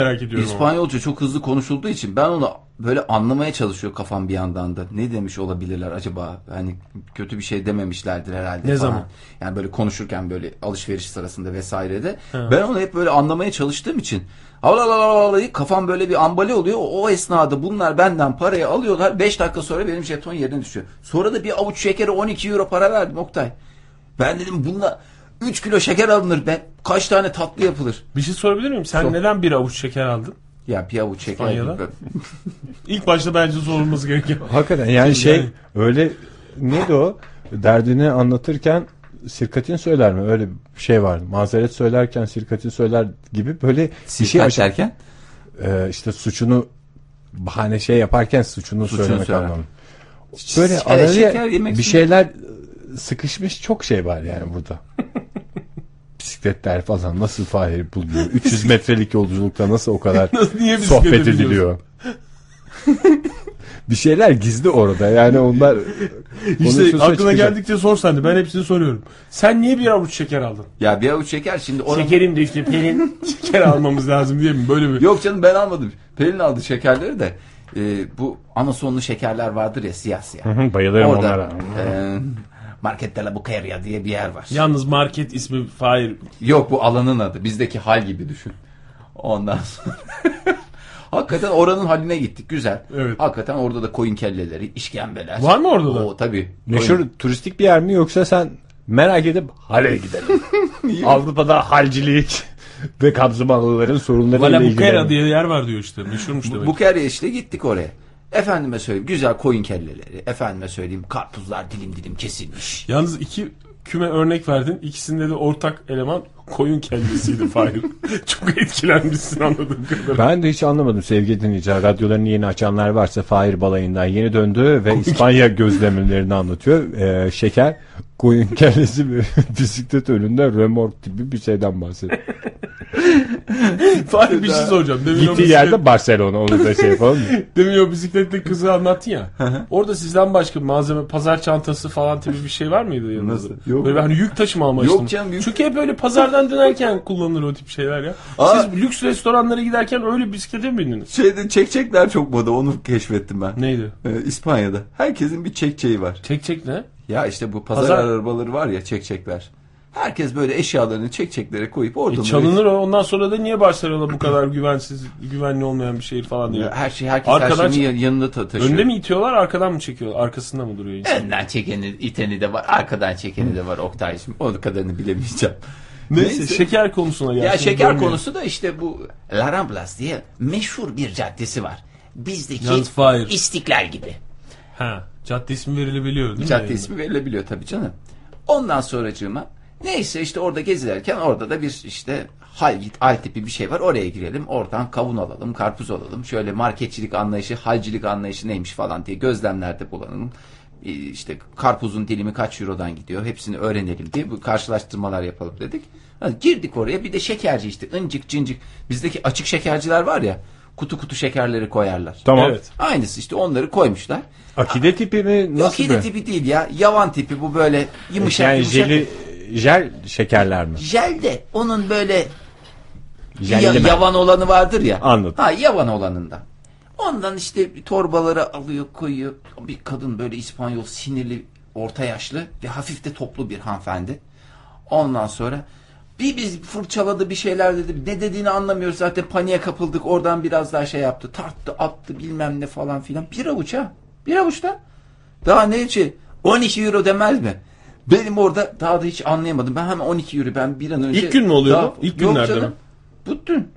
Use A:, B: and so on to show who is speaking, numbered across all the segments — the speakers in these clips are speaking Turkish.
A: merak ediyorum. ama.
B: İspanyolca çok hızlı konuşulduğu için ben onu böyle anlamaya çalışıyor kafam bir yandan da. Ne demiş olabilirler acaba? Hani kötü bir şey dememişlerdir herhalde
A: Ne
B: falan.
A: zaman?
B: Yani böyle konuşurken böyle alışveriş sırasında vesairede. Ben onu hep böyle anlamaya çalıştığım için havla deyip kafam böyle bir ambale oluyor. O, o esnada bunlar benden parayı alıyorlar. 5 dakika sonra benim jeton yerine düşüyor. Sonra da bir avuç şekere 12 euro para verdim Oktay. Ben dedim bununla 3 kilo şeker alınır be. Kaç tane tatlı yapılır?
A: Bir şey sorabilir miyim? Sen
B: Sor.
A: neden bir avuç şeker aldın?
B: Ya bir avuç şeker.
A: İspanya'da? İlk başta bence sorulması gerekiyor.
C: Hakikaten yani şey
A: Yani-
C: öyle neydi o derdini anlatırken sirkatin söyler mi? Öyle bir şey vardı. Mazeret söylerken sirkatin söyler gibi böyle bir şey
B: Şeker
C: açar.
B: derken?
C: Ee, işte suçunu bahane şey yaparken suçunu,
B: Suçunu
C: söylemek
B: söyler.
C: anlamı. Böyle
B: Şeker-
C: araya
B: şeker yemek
C: bir
B: için-
C: şeyler e, sıkışmış çok şey var yani burada. Bisikletler falan nasıl Fahir buluyor? 300 metrelik yolculukta nasıl o kadar
A: Nasıl- niye bisiklete
C: sohbet
A: biniyorsun?
C: ediliyor? bir şeyler gizli orada yani onlar
A: İşte
C: konuşulsa
A: şey aklına
C: çıkacak.
A: geldikçe sor sen de. Ben hepsini soruyorum. Sen niye bir avuç şeker aldın?
B: Ya bir avuç şeker şimdi onun...
A: Şekerim düştü Pelin. şeker almamız lazım diye mi? Böyle bir.
B: Yok canım ben almadım. Pelin aldı şekerleri de. Ee, bu anasonlu şekerler vardır ya siyah siyah.
C: Hı, Bayılırım
B: Orada
C: onlara.
B: e, Market de la Bucaria diye bir yer var.
A: Yalnız market ismi Fahir.
B: Yok bu alanın adı. Bizdeki hal gibi düşün. Ondan sonra... Hakikaten oranın haline gittik. Güzel.
A: Evet.
B: Hakikaten orada da koyun kelleleri, işkembeler.
A: Var mı orada da?
B: Oo, tabii.
C: Meşhur turistik bir yer mi yoksa sen merak edip Hal'e gidelim. Avrupa'da halcilik ve kabzımalıların sorunlarıyla
A: Valla Bukera
C: ilgilenelim.
A: diye yer var diyor işte. Meşhurmuş demek.
B: Bukerya işte gittik oraya. Efendime söyleyeyim güzel koyun kelleleri. Efendime söyleyeyim karpuzlar dilim dilim kesilmiş.
A: Yalnız iki küme örnek verdin. İkisinde de ortak eleman koyun kendisiydi Fahir. Çok etkilenmişsin anladığım kadarıyla.
C: Ben de hiç anlamadım sevgili dinleyiciler. Radyolarını yeni açanlar varsa Fahir Balayı'ndan yeni döndü ve İspanya gözlemlerini anlatıyor. Ee, şeker, koyun kellesi ve bisiklet önünde remork tipi bir şeyden bahsediyor.
A: Fahir bir şey soracağım. Demin o
C: Gittiği
A: bisiklet-
C: yerde Barcelona onu da şey yapalım mı?
A: Demin o bisikletli kızı anlattın ya. orada sizden başka malzeme, pazar çantası falan tipi bir şey var mıydı yanınızda?
B: Nasıl? Yok.
A: Böyle hani yük taşıma amaçlı.
B: Yok
A: mı?
B: canım, yük-
A: Çünkü hep öyle pazardan dönerken kullanılır o tip şeyler ya.
B: Aa.
A: Siz lüks restoranlara giderken öyle bisiklete mi bindiniz?
B: Şeyde çekçekler çok moda onu keşfettim ben.
A: Neydi?
B: Ee, İspanya'da. Herkesin bir çekçeği var.
A: Çek çek ne? E,
B: Ya işte bu pazar,
A: Pazar-
B: arabaları var ya çekçekler. Herkes böyle eşyalarını çekçeklere koyup orada
A: E
B: mı-
A: çalınır o. Ondan sonra da niye Barcelona bu kadar güvensiz, güvenli olmayan bir şehir falan diyor.
B: Ya Her şey herkes her
A: Arkadan
B: şeyi yan- yanında ta- taşıyor.
A: Önde mi itiyorlar, arkadan mı çekiyorlar? Arkasında mı duruyor insan?
B: Önden çekeni, iteni de var, arkadan çekeni de var Oktay'cığım. O kadarını bilemeyeceğim.
A: Neyse, şeker konusuna gelsin.
B: Ya şeker
A: Dönmeyelim.
B: konusu da işte bu La Ramblas diye meşhur bir caddesi var. Bizdeki
A: Yalnız Fahir.
B: İstiklal gibi.
A: Ha, cadde ismi verilebiliyor değil mi?
B: Cadde
A: yayında?
B: ismi verilebiliyor tabii canım. Ondan sonracığıma neyse işte orada gezilerken orada da bir işte hal git al tipi bir şey var oraya girelim oradan kavun alalım karpuz alalım şöyle marketçilik anlayışı halcilik anlayışı neymiş falan diye gözlemlerde bulunalım Ee, işte karpuzun dilimi kaç eurodan gidiyor hepsini öğrenelim diye bu karşılaştırmalar yapalım dedik. Ha, girdik oraya bir de şekerci işte incik cincik bizdeki açık şekerciler var ya kutu kutu şekerleri koyarlar.
C: Tamam.
A: Evet.
B: Aynısı işte onları koymuşlar.
C: Akide tipi mi?
B: Yok
C: Nasıl
B: hile
C: bir?
B: tipi değil ya. Yavan tipi bu böyle yumuşak
C: Yani
B: yumuşak.
C: jeli, jel şekerler mi?
B: Jel de onun böyle ya-
C: Jelli mi?
B: yavan olanı vardır ya.
C: Anladım.
B: Ha yavan olanından. Ondan işte bir torbaları alıyor koyuyor. Bir kadın böyle İspanyol sinirli orta yaşlı ve hafif de toplu bir hanımefendi. Ondan sonra bir biz fırçaladı bir şeyler dedi. Ne dediğini anlamıyoruz zaten paniğe kapıldık. Oradan biraz daha şey yaptı. Tarttı attı bilmem ne falan filan. Bir avuç ha. Bir avuç da. Daha ne için? 12 euro demez mi? Benim orada daha da hiç anlayamadım. Ben hemen 12 euro ben bir an önce...
A: İlk gün mü oluyor bu? İlk
B: Yok
A: günlerde
B: canım.
A: mi?
B: Bu dün.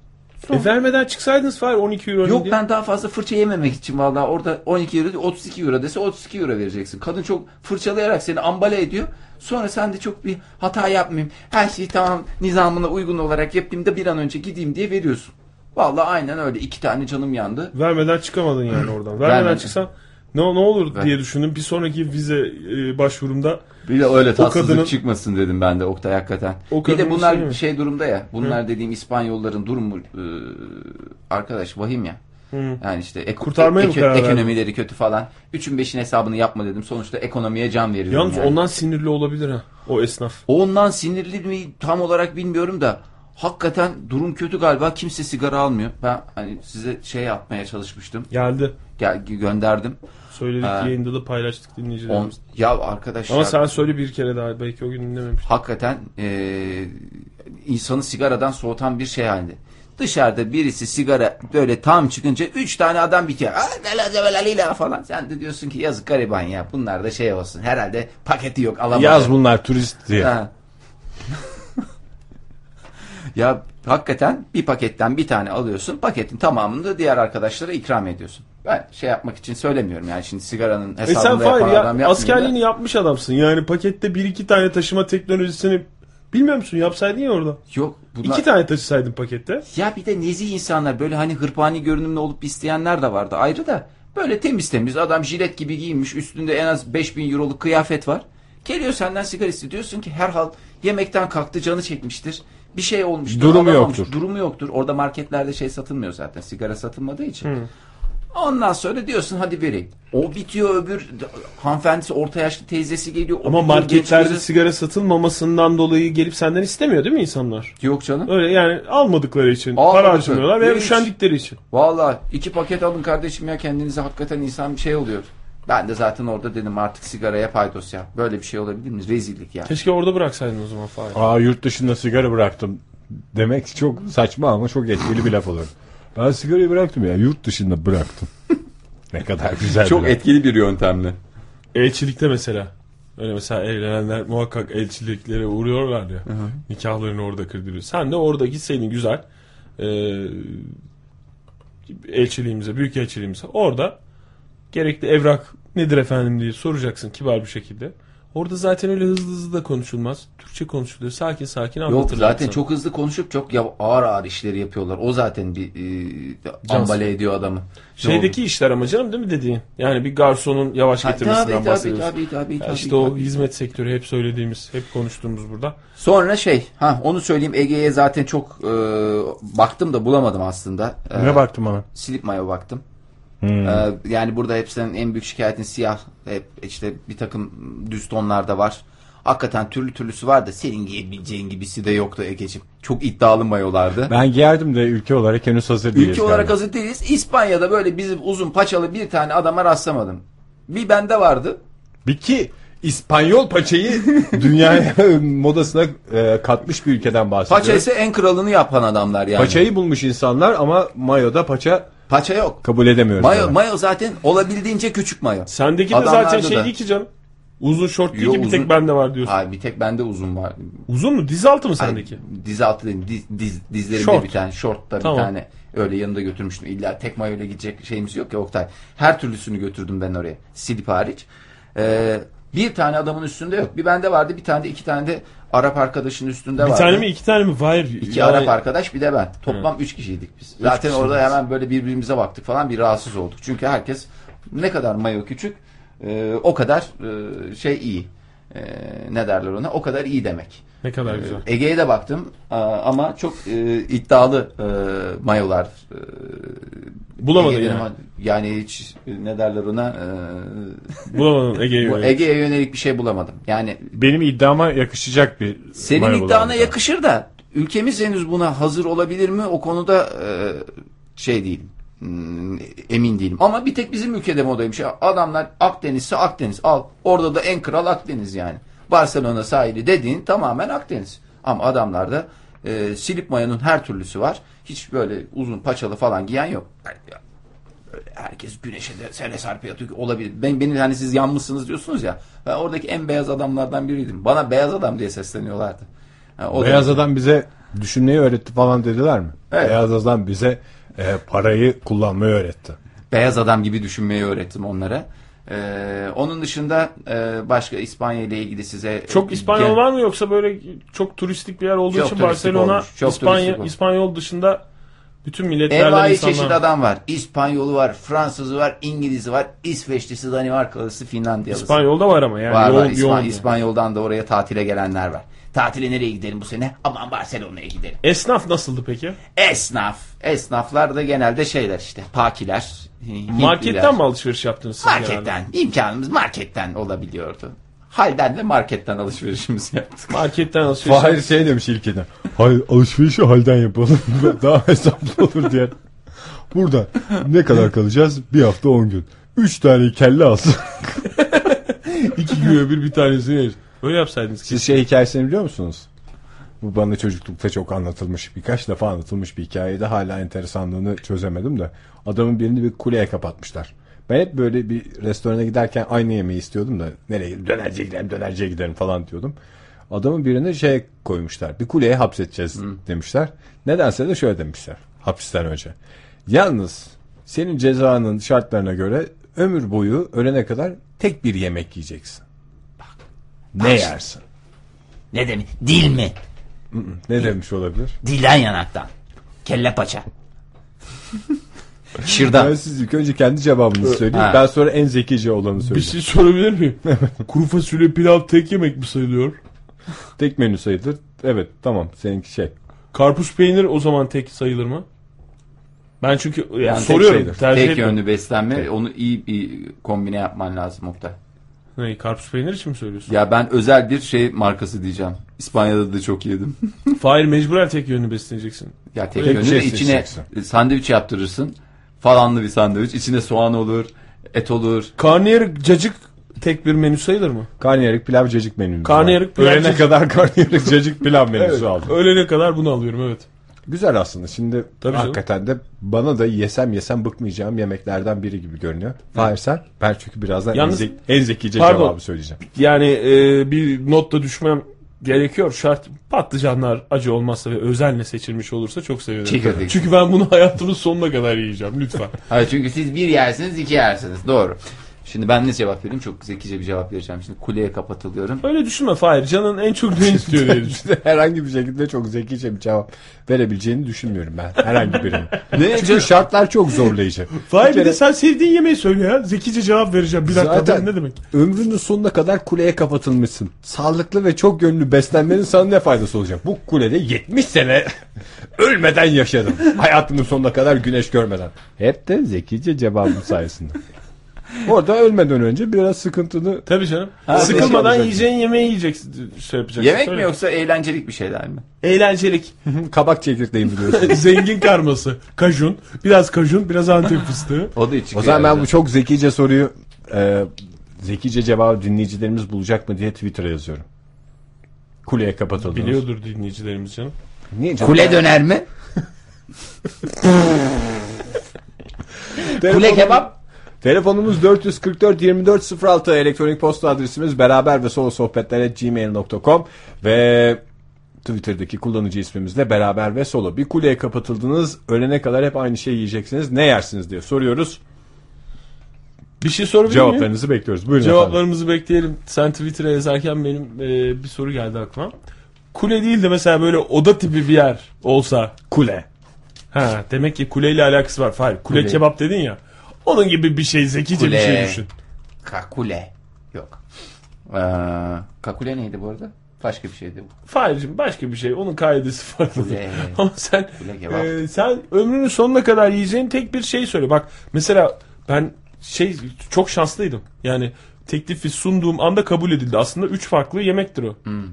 B: Son-
A: E vermeden çıksaydınız Fahir 12 euro
B: Yok
A: diye.
B: ben daha fazla fırça yememek için vallahi orada 12 euro 32 euro dese 32 euro vereceksin. Kadın çok fırçalayarak seni ambale ediyor. Sonra sen de çok bir hata yapmayayım. Her şeyi tamam nizamına uygun olarak yapayım da bir an önce gideyim diye veriyorsun. Vallahi aynen öyle. iki tane canım yandı.
A: Vermeden çıkamadın yani oradan. Vermeden
B: Vermeden.
A: çıksan ne ne olur
B: Ver.
A: diye düşündüm. Bir sonraki vize e, başvurumda
B: Bir de öyle tatsızlık
A: kadının-
B: çıkmasın dedim ben de Oktay hakikaten.
A: O
B: bir de
A: kadının
B: bunlar
A: şey mi?
B: şey durumda ya. Bunlar dediğim İspanyolların durumu e, arkadaş vahim ya. Yani işte ek-
A: Kurtarmaya mı
B: ek-
A: karar verdin?
B: ekonomileri kötü falan. Üçün beşin hesabını yapma dedim. Sonuçta ekonomiye can veriyorum.
A: yalnız
B: yani.
A: ondan sinirli olabilir ha o esnaf.
B: Ondan sinirli mi tam olarak bilmiyorum da Hakikaten durum kötü galiba. Kimse sigara almıyor. Ben hani size şey yapmaya çalışmıştım.
A: Geldi.
B: Gel, gönderdim.
A: Söyledik
B: Ha.
A: yayında da paylaştık
B: On,
A: dinleyicilerimiz.
B: ya arkadaşlar.
A: Ama sen söyle bir kere daha belki o gün dinlememiş.
B: hakikaten e, insanı sigaradan soğutan bir şey halinde. Dışarıda birisi sigara böyle tam çıkınca üç tane adam bitiyor. "Aa, la la la la la" falan. Sen de diyorsun ki yazık gariban ya. Bunlar da şey olsun. Herhalde paketi yok alamadı.
C: Yaz bunlar turist diye.
B: Ha. ya hakikaten bir paketten bir tane alıyorsun. Paketin tamamını da diğer arkadaşlara ikram ediyorsun. Ben şey yapmak için söylemiyorum yani şimdi sigaranın
A: E sen
B: hesabını
A: Fahir
B: yapan
A: ya
B: adam yapmayayım da.
A: askerliğini yapmış adamsın. Yani pakette bir iki tane taşıma teknolojisini bilmiyor musun? Yapsaydın ya orada.
B: Yok. bunlar-
A: İki tane taşısaydın pakette.
B: Ya bir de nezih insanlar böyle hani hırpani görünümlü olup isteyenler de vardı ayrı da böyle temiz temiz adam jilet gibi giyinmiş üstünde en az 5000 euroluk kıyafet var. Geliyor senden sigara istiyor diyorsun ki herhal yemekten kalktı canı çekmiştir. Bir şey olmuştur.
C: Durumu
B: alamamış,
C: yoktur.
B: Durumu yoktur. Orada marketlerde şey satılmıyor zaten sigara satılmadığı için. Ondan sonra diyorsun hadi vereyim. O bitiyor öbür hanımefendisi orta yaşlı teyzesi geliyor.
A: Ama
B: o bitiyor, genç
A: marketlerde
B: kızı-
A: sigara satılmamasından dolayı gelip senden istemiyor değil mi insanlar?
B: Yok canım.
A: Öyle yani almadıkları için,
B: Almadıkları.
A: para harcamıyorlar veya
B: Hiç.
A: üşendikleri için.
B: Valla iki paket alın kardeşim ya kendinize hakikaten insan bir şey oluyor. Ben de zaten orada dedim artık sigaraya paydos ya. Böyle bir şey olabilir mi? Rezillik ya.
A: Keşke orada bıraksaydın o zaman Fahir.
C: Aa yurt dışında sigara bıraktım demek çok saçma ama çok etkili bir laf olur. Ben sigarayı bıraktım ya yurt dışında bıraktım. ne kadar güzel bir laf.
B: etkili bir yöntemle.
A: Elçilikte mesela. Öyle mesela evlenenler muhakkak elçiliklere uğruyorlar ya. Nikahlarını orada kırdırıyor. Sen de orada gitseydin güzel. Ee, elçiliğimize, büyük elçiliğimize. Orada gerekli evrak nedir efendim diye soracaksın kibar bir şekilde. Orada zaten öyle hızlı hızlı da konuşulmaz. Türkçe konuşuluyor. Sakin sakin
B: Yok
A: anlatırlar.
B: zaten
A: sana.
B: çok hızlı konuşup çok ya ağır ağır işleri yapıyorlar. O zaten bir e, ambale ediyor adamı. Ne
A: Şeydeki işler ama canım değil mi dediğin? Yani bir garsonun yavaş
B: oldu? Ha,
A: getirmesinden
B: tabii, tabii,
A: bahsediyorsun.
B: tabii, tabii, tabii,
A: Ya işte
B: tabii.
A: o hizmet sektörü hep söylediğimiz, hep konuştuğumuz burada.
B: Sonra şey, ha onu söyleyeyim Ege'ye zaten çok e, baktım da bulamadım aslında. E,
C: Ne baktım ona?
B: Silip mayo baktım.
C: Hmm.
B: Ee, yani burada hepsinin en büyük şikayetin siyah. Hep işte bir takım düz tonlarda var. Hakikaten türlü türlüsü var da senin giyebileceğin gibisi de yoktu Ege'ciğim. Çok iddialı mayolardı.
C: Ben giyerdim de ülke olarak henüz hazır değiliz.
B: Ülke olarak
C: galiba.
B: hazır değiliz. İspanya'da böyle bizim uzun paçalı bir tane adama rastlamadım. Bir bende vardı.
C: Bir ki İspanyol paçayı dünyaya modasına e, katmış bir ülkeden bahsediyoruz.
B: Paça ise en kralını yapan adamlar yani.
C: Paçayı bulmuş insanlar ama mayoda paça
B: Paça yok.
C: kabul edemiyoruz.
B: Mayo,
C: yani.
B: mayo zaten olabildiğince küçük mayo.
A: Sendeki de
B: Adamlarda
A: zaten şey
B: da.
A: değil ki canım. Uzun şort değil
B: Yo,
A: ki bir
B: uzun.
A: tek bende var diyorsun.
B: Hayır bir tek bende uzun var.
A: Uzun mu? Diz altı mı sendeki?
B: Diz altı değil, diz, diz, dizlerimde
A: Şort.
B: bir tane, şortta
A: Tamam.
B: bir tane. Öyle yanında götürmüştüm. İlla tek mayoyla gidecek şeyimiz yok ya Oktay. Her türlüsünü götürdüm ben oraya. Silip hariç. Ee, bir tane adamın üstünde yok. Bir bende vardı, bir tane de iki tane de Arap arkadaşın üstünde
A: bir
B: vardı.
A: tane mi iki tane mi? Hayır.
B: İki
A: Yani
B: Arap arkadaş bir de ben. Toplam üç kişiydik biz. Zaten orada hemen böyle birbirimize baktık falan bir rahatsız olduk. Çünkü herkes ne kadar mayo küçük e, o kadar e, şey iyi. E, ne derler ona? O kadar iyi demek.
A: Ne kadar
B: Ee,
A: güzel.
B: Ege'ye de baktım e, ama çok e, iddialı e, mayolar. e,
A: Bulamadın
B: Ege'den
A: yani.
B: ama Yani hiç e, ne derler ona?
A: Bulamadın Ege'yi.
B: E, bu
A: yani.
B: Ege'ye yönelik bir şey bulamadım. Yani
C: Benim iddiama yakışacak bir
B: senin
C: mayo
B: iddiana
C: bulamadım.
B: yakışır da ülkemiz henüz buna hazır olabilir mi? O konuda e, şey değilim. Hmm, Emin değilim. Ama bir tek bizim ülkede modaymış. Adamlar Akdeniz'se Akdeniz. Al. Orada da en kral Akdeniz yani. Barcelona sahili dediğin tamamen Akdeniz. Ama adamlarda e, silip mayanın her türlüsü var. Hiç böyle uzun paçalı falan giyen yok. Herkes güneşe de sele serpe atıyor ki olabilir. Ben, beni hani siz yanmışsınız diyorsunuz ya. Ben oradaki en beyaz adamlardan biriydim. Bana beyaz adam diye sesleniyorlardı. Ha, o da-
C: Beyaz adam bize düşünmeyi öğretti falan dediler mi?
B: Evet.
C: Beyaz adam bize e, parayı kullanmayı öğretti.
B: beyaz adam gibi düşünmeyi öğrettim onlara. Ee, onun dışında e, başka İspanya ile ilgili size e,
A: Çok İspanyol
B: Gel-
A: var mı yoksa böyle çok turistik bir yer olduğu
B: Çok
A: için
B: turistik
A: Barcelona,
B: olmuş, çok
A: İspanya,
B: turistik olmuş.
A: İspanyol dışında bütün milletlerden
B: Envai
A: insanlar.
B: çeşit adam var. İspanyolu var, Fransızı var, İngilizi var, İsveçlisi, Danimarkalısı, Finlandiyalısı.
A: İspanyol da var ama yani
B: var
A: yoğun
B: var. İspan-
A: yoğun.
B: İspanyol'dan da oraya tatile gelenler var. Tatile nereye gidelim bu sene? Aman Barcelona'ya gidelim.
A: Esnaf nasıldı peki?
B: Esnaf. Esnaflar da genelde şeyler işte. Pakiler. Hintliler.
A: Marketten mi alışveriş yaptınız siz genelde?
B: Marketten. imkanımız marketten olabiliyordu.
D: Halden de marketten alışverişimizi yaptık.
A: Marketten alışveriş.
C: Fahir şey demiş ilkine. Hayır alışverişi halden yapalım. Daha hesaplı olur diye. Burada ne kadar kalacağız? Bir hafta 10 gün. 3 tane kelle alsın.
A: İki güve bir bir tanesini yeriz. Böyle yapsaydınız ki.
C: Siz şey hikayesini biliyor musunuz? Bu bana çocuklukta çok anlatılmış, birkaç defa anlatılmış bir hikayeydi. Hala enteresanlığını çözemedim de. Adamın birini bir kuleye kapatmışlar. Ben hep böyle bir restorana giderken aynı yemeği istiyordum da nereye gidelim? dönerciye gidelim dönerciye gidelim falan diyordum. Adamın birini şey koymuşlar bir kuleye hapsedeceğiz demişler. Nedense de şöyle demişler hapisten önce. Yalnız senin cezanın şartlarına göre ömür boyu ölene kadar tek bir yemek yiyeceksin. Ne yersin?
D: Ne demek? Dil mi?
C: Ne demiş olabilir?
D: Dilden yanaktan. Kelle paça.
C: Ben
D: Şırdan.
C: siz ilk önce kendi cevabınızı söyleyin.
D: Ha.
C: Ben sonra en zekice olanı
A: Bir
C: söyleyeyim.
A: şey sorabilir miyim? Kuru fasulye pilav tek yemek mi sayılıyor?
C: Tek menü sayılır. Evet tamam seninki şey.
A: Karpuz peynir o zaman tek sayılır mı? Ben çünkü yani
D: Yani tek
A: soruyorum.
C: sayılır.
A: tercih
D: Tek
A: etmiyorum.
D: yönlü beslenme. Onu iyi bir kombine yapman lazım Oktay.
A: Ne, karpuz peynir için mi söylüyorsun?
D: Ya ben özel bir şey markası diyeceğim. İspanya'da da çok yedim.
A: Fahir mecburen tek yönlü besleneceksin.
D: ya tek
C: Tek
D: yönlü
C: şey
D: de içine
C: seçeceksin.
D: sandviç yaptırırsın. Falanlı bir sandviç. İçine soğan olur, et olur.
A: Karnıyarık cacık tek bir menü sayılır mı?
C: Karnıyarık pilav cacık menümüz
A: Karnıyarık,
C: var.
A: pilav,
C: Ölene
A: cacık.
C: kadar karnıyarık cacık pilav menüsü aldım.
A: Öğlene kadar bunu alıyorum evet.
C: Güzel aslında şimdi
A: Tabii canım.
C: hakikaten de bana da yesem yesem bıkmayacağım yemeklerden biri gibi görünüyor. Hayır sen ben çünkü birazdan
A: Yalnız-
C: en, zek- en zekice
A: Pardon.
C: cevabı söyleyeceğim.
A: Yani e, bir notla düşmem gerekiyor. Şart patlıcanlar acı olmazsa ve özenle seçilmiş olursa çok sevinirim.
D: Çekirdek.
A: Çünkü ben bunu hayatımın sonuna kadar yiyeceğim lütfen.
D: Hayır çünkü siz bir yersiniz iki yersiniz. Doğru. Şimdi ben ne cevap vereyim? Çok zekice bir cevap vereceğim. Şimdi kuleye kapatılıyorum.
A: Öyle düşünme Fahir. Canın en çok ne istiyor diye düşün.
C: Size herhangi bir şekilde çok zekice bir cevap verebileceğini düşünmüyorum ben herhangi birini. Çünkü şartlar çok zorlayıcı.
A: Fahir
C: Bir
A: bir
C: kere-
A: de sen sevdiğin yemeği söyle ya. Zekice cevap vereceğim. Bir dakika
C: Zaten
A: ben ne demek?
C: ömrünün sonuna kadar kuleye kapatılmışsın. Sağlıklı ve çok yönlü beslenmenin sana ne faydası olacak? Bu kulede 70 sene ölmeden yaşadım. Hayatımın sonuna kadar güneş görmeden. Hep de zekice cevabım sayesinde. Orada ölmeden önce biraz sıkıntını
A: Tabii canım.
C: Sıkılmadan
A: Sıkılmadan
C: yiyeceğin
A: yiyeceğin yemeği yiyeceksin. Şey yapacaksın.
D: Yemek mi yoksa eğlencelik bir şeyler mi?
A: Eğlencelik.
C: kabak çekirdeğim biliyorsun.
A: Zengin karması. Kajun. Biraz kajun, biraz antep fıstığı.
D: O da hiç şey
C: O zaman ben bu çok zekice soruyu e, zekice cevabı dinleyicilerimiz bulacak mı diye Twitter'a yazıyorum. Kuleye kapatıldınız.
A: Biliyordur dinleyicilerimiz canım.
C: Niye canım?
D: Kule döner mi? Kule kebap?
C: Telefonumuz 444 24 06 elektronik posta adresimiz beraber ve solo sohbetlere gmail.com ve Twitter'daki kullanıcı ismimizle beraber ve solo. Bir kuleye kapatıldınız ölene kadar hep aynı şeyi yiyeceksiniz ne yersiniz diye soruyoruz.
A: Bir şey sorabilir miyim?
C: Cevaplarınızı bekliyoruz. Buyurun efendim.
A: Cevaplarımızı bekleyelim. Sen Twitter'a yazarken benim e, bir soru geldi aklıma. Kule değil de mesela böyle oda tipi bir yer olsa.
C: Kule.
A: Ha, demek ki kuleyle alakası var. Hayır, kule,
D: Kule.
A: kebap dedin ya. Onun gibi bir şey zekice bir
D: Kule.
A: şey düşün.
D: Kakule. Yok. Ee, kakule neydi bu arada? Başka bir şeydi bu.
A: Failcim başka bir şey. Onun kaidesi farklı.
D: Kule.
A: Ama sen
D: Kule kebap.
A: e, sen ömrünün sonuna kadar yiyeceğin tek bir şey söyle. Bak mesela ben şey çok şanslıydım. Yani teklifi sunduğum anda kabul edildi. Aslında üç farklı yemektir o.
D: Hmm.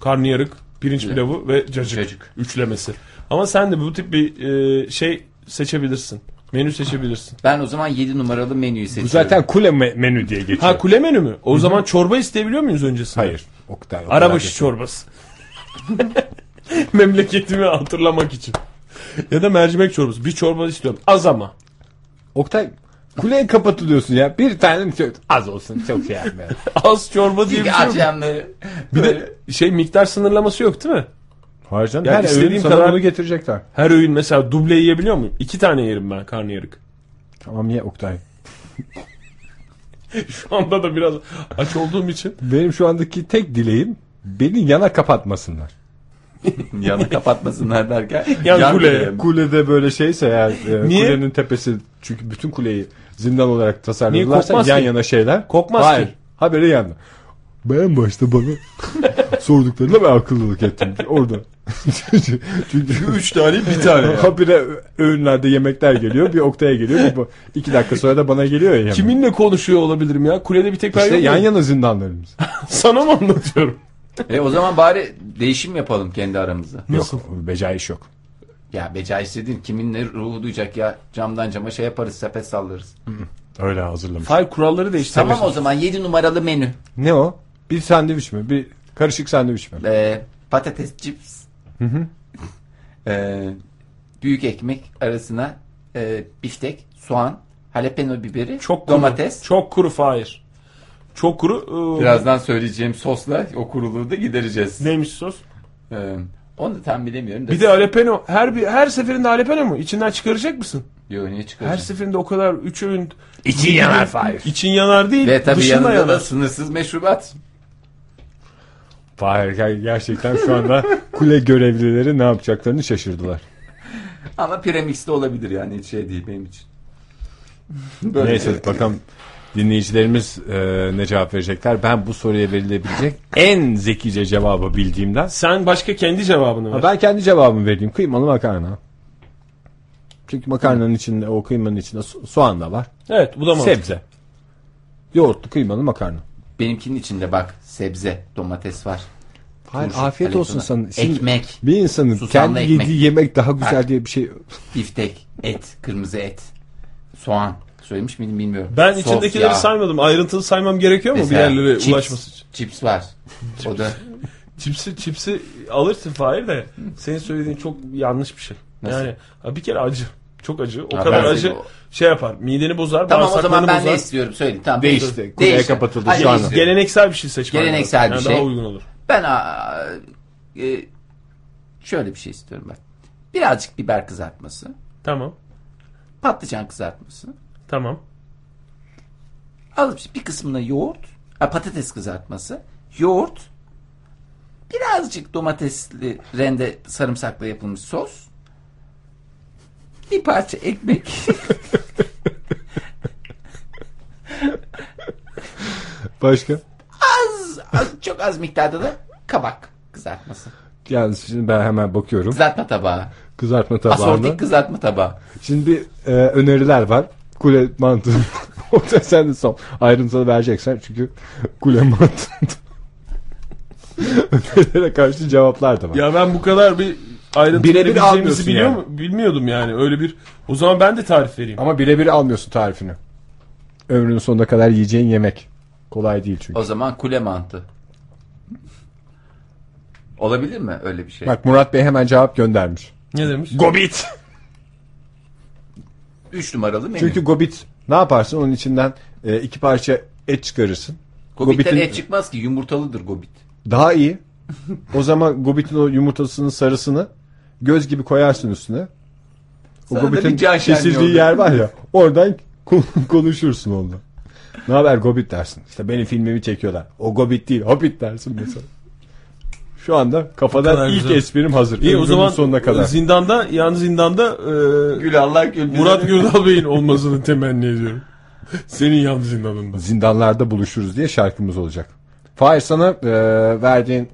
A: Karnıyarık, pirinç pilavı ve cacık,
D: Cacık.
A: üçlemesi. Ama sen de bu tip bir e, şey seçebilirsin. Menü seçebilirsin.
D: Ben o zaman 7 numaralı menüyü seçiyorum.
C: Bu zaten kule me- menü diye geçiyor.
D: Şey-
A: Ha kule menü mü? O zaman çorba isteyebiliyor muyuz öncesinde?
C: Hayır. O kadar, o kadar
A: Arabaşı
C: değil.
A: çorbası. Memleketimi hatırlamak için. Ya da mercimek çorbası. Bir çorba istiyorum. Az ama.
C: Oktay kuleye kapatılıyorsun ya. Bir tane az olsun çok şey yapmayalım.
A: Az çorba diye bir şey yok.
D: akşamları.
A: Bir de şey miktar sınırlaması yok değil mi?
C: Hayır canım.
A: Ya
C: her
A: istediğim
C: öğün sana
A: kadar-
C: bunu getirecekler.
A: Her öğün mesela duble yiyebiliyor muyum? İki tane yerim ben karnıyarık.
C: Tamam ye Oktay.
A: Şu anda da biraz aç olduğum için.
C: Benim şu andaki tek dileğim beni yana kapatmasınlar.
D: Yanı kapatmasınlar derken.
A: Yan
D: yan
A: kule.
D: kuleye.
C: E, Kulede böyle şeyse eğer e,
A: Niye?
C: kulenin tepesi çünkü bütün kuleyi zindan olarak
A: Niye
C: tasarladılarsa
A: kokmaz
C: yan
A: ki?
C: yana şeyler.
A: Kokmaz
C: Hayır.
A: ki.
C: Haberi yandı. Ben başta bana sorduklarında ben akıllılık ettim. Orada Çünkü
E: Üç tane bir tane. ya.
C: habire öğünlerde yemekler geliyor. Bir Oktay'a geliyor. Bir bu- iki dakika sonra da bana geliyor ya. yemek.
A: Kiminle konuşuyor olabilirim ya? Kulede bir tek ben
C: İşte
A: yok
C: yan
A: muyum?
C: yana zindanlarımız.
A: Sana mı anlatıyorum?
D: E o zaman bari değişim yapalım kendi aramızda.
A: Nasıl?
C: Yok, becai iş yok.
D: Ya beca istediğin kimin ne ruhu duyacak ya camdan cama şey yaparız sepet sallarız.
C: Öyle hazırlamış.
A: Hayır kuralları değiştirmiş.
D: Tamam o zaman 7 numaralı menü.
C: Ne o? Bir sandviç mi? Bir karışık sandviç mi?
D: Ee, patates cips. Ee, büyük ekmek arasına e, biftek, soğan, jalapeno biberi,
A: Çok kuru.
D: domates.
A: Çok kuru Fahir. Çok kuru. ee,
D: Birazdan söyleyeceğim sosla o kuruluğu da gidereceğiz.
A: Neymiş sos?
D: Ee, onu da tam bilemiyorum da.
A: Bir de jalapeno. Her bir her seferinde jalapeno mu? İçinden çıkaracak mısın?
D: Yo, niye
A: Her
D: çıkaracağım?
A: seferinde o kadar üç öğün
D: İçin yanar Fahir.
A: için yanar değil.
D: Ve tabii
A: dışına
D: yanında
A: yanar.
D: da sınırsız meşrubat.
C: Fahir ger- gerçekten şu anda kule görevlileri ne yapacaklarını şaşırdılar.
D: Ama premix'te olabilir yani hiç şey değil benim için. Böyle
C: Neyse bakalım dinleyicilerimiz e, ne cevap verecekler. Ben bu soruya verilebilecek en zekice cevabı bildiğimden
A: Sen başka kendi cevabını ver.
C: Ha, ben kendi cevabımı vereyim. Kıymalı makarna. Çünkü makarnanın içinde o kıymanın içinde so- soğan da var.
A: Evet bu da mı?
C: Sebze. Yoğurtlu kıymalı makarna.
D: Benimkinin içinde bak sebze, domates var.
C: Hayır,
D: Turşu,
C: afiyet
D: kalem
C: olsun
D: falan.
C: hani sana. Şimdi
D: Ekmek,
C: Bir insanın
D: Susamlı
C: kendi
D: ekmek.
C: yediği yemek daha güzel diye bir şey
D: biftek, et, kırmızı et, soğan. Söylemiş miydim bilmiyorum.
A: Ben
D: Sos,
A: içindekileri
D: yağ.
A: saymadım. Ayrıntılı saymam gerekiyor mu
D: Mesela
A: bir yerlere
D: cips,
A: ulaşması için?
D: Cips var. o da
A: Çipsi, çipsi alırsın Fahir de senin söylediğin çok yanlış bir şey.
D: Nasıl?
A: Yani ha, bir kere acı. Çok acı. O
D: Ha,
A: kadar
D: ben
A: acı
D: seni-
A: şey yapar. Mideni bozar,
D: Tamam o
A: bağırsaklarını
D: zaman ben ne
A: bozar.
D: istiyorum söyleyeyim. Tamam,
C: Değişti.
D: dur.
C: Kuleye
D: Değişti.
C: kapatıldı
D: Hayır,
C: şu anda.
D: istiyorum.
A: Geleneksel bir şey seçmen
D: Geleneksel
A: lazım. yani
D: bir şey.
A: daha uygun olur.
D: Ben aa, e, şöyle bir şey istiyorum ben. Birazcık biber kızartması,
A: Tamam.
D: patlıcan kızartması,
A: Tamam.
D: Alıp bir kısmına yoğurt, ha, patates kızartması, yoğurt, birazcık domatesli rende sarımsakla yapılmış sos, bir parça ekmek.
C: başka.
D: az, az- çok az miktarda da kabak kızartması.
C: Yani şimdi ben hemen bakıyorum.
D: Kızartma tabağı.
C: Kızartma tabağında.
D: Asortik kızartma tabağı.
C: Şimdi bir e, öneriler var. Kule mantığı. o da sen de son. Ayrıntılı vereceksen çünkü kule mantığında. Önerilere karşı cevaplar da var.
A: Ya ben bu kadar bir ayrıntı
C: Birebir
A: verebileceğimizi
C: almıyorsun
A: biliyor
C: yani.
A: mu? Bilmiyordum yani. Öyle bir o zaman ben de tarif vereyim.
C: Ama birebir almıyorsun tarifini. Ömrünün sonuna kadar yiyeceğin yemek. Kolay değil çünkü.
D: O zaman kule mantı. Olabilir mi öyle bir şey?
C: Bak Murat Bey hemen cevap göndermiş.
A: Ne demiş?
C: Gobit.
D: Üç numaralı menü.
C: Çünkü gobit ne yaparsın? Onun içinden e, iki parça et çıkarırsın.
D: Gobitten
C: Gobitin-
D: et çıkmaz ki yumurtalıdır gobit.
C: Daha iyi. O zaman gobitin o yumurtasının sarısını göz gibi koyarsın üstüne. O
D: Sana da
C: gobitin
D: bir can şenliği
C: kesildiği
D: olur.
C: yer var ya. Oradan kon- konuşursun onunla. Ne haber Gobit dersin. İşte benim filmimi çekiyorlar. O Gobit değil Hobbit dersin mesela. Şu anda
A: kadar
C: kafadan ilk
A: güzel.
C: esprim hazır.
A: İyi o
C: Ömrümün
A: zaman
C: sonuna kadar.
A: zindanda yani zindanda e,
D: Gül Allah gül. bize de-
A: Murat Gürdal Bey'in olmasını temenni ediyorum. Senin yan zindanında.
C: Zindanlarda buluşuruz diye şarkımız olacak. Fahir sana e, verdiğin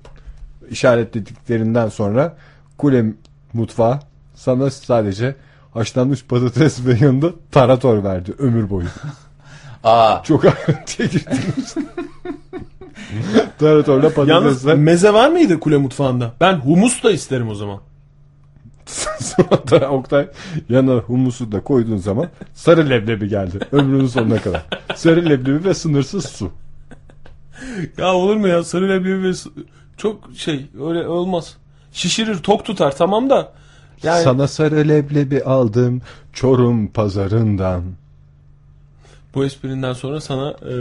C: işaretlediklerinden sonra kule mutfağı sana sadece haşlanmış patates ve yanında tarator verdi ömür boyu.
D: Aa,
C: Çok ayrıntıya girdiniz. Taratorla
A: Yalnız
C: patatesle
A: meze var mıydı kule mutfağında? Ben humus da isterim o zaman.
C: sonra da Oktay yanına humusu da koyduğun zaman sarı leblebi geldi ömrünün sonuna kadar. Sarı leblebi ve sınırsız su.
A: Ya olur mu ya sarı leblebi ve s- çok şey öyle olmaz. Şişirir tok tutar tamam da. Yani
C: Sana sarı leblebi aldım Çorum pazarından.
A: bu esprinden sonra sana e,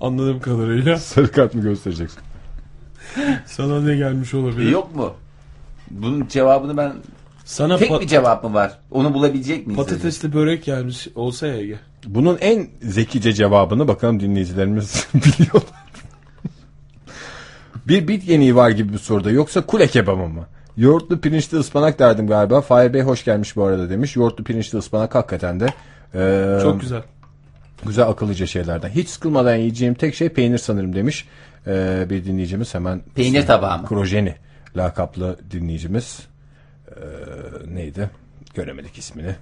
A: anladığım kadarıyla
C: Sarı kart mı göstereceksin?
A: sana ne gelmiş olabilir?
D: yok mu? Bunun cevabını ben
A: Sana
D: Tek
A: pa-
D: bir cevap mı var? Onu bulabilecek miyiz? acaba?
A: patatesli börek gelmiş olsa ya Ege.
C: Bunun en zekice cevabını bakalım dinleyicilerimiz biliyorlar. bir bit yeniği var gibi bir soruda yoksa kule kebabı mı? Yoğurtlu pirinçli ıspanak derdim galiba. Fahir Bey hoş gelmiş bu arada demiş. Yoğurtlu pirinçli ıspanak hakikaten de eee,
A: Çok güzel.
C: güzel akıllıca şeylerden. Hiç sıkılmadan yiyeceğim tek şey peynir sanırım demiş. Eee, bir e, dinleyicimiz hemen
D: Peynir tabağı mı?
C: krojeni lakaplı dinleyicimiz e, neydi? Göremedik ismini.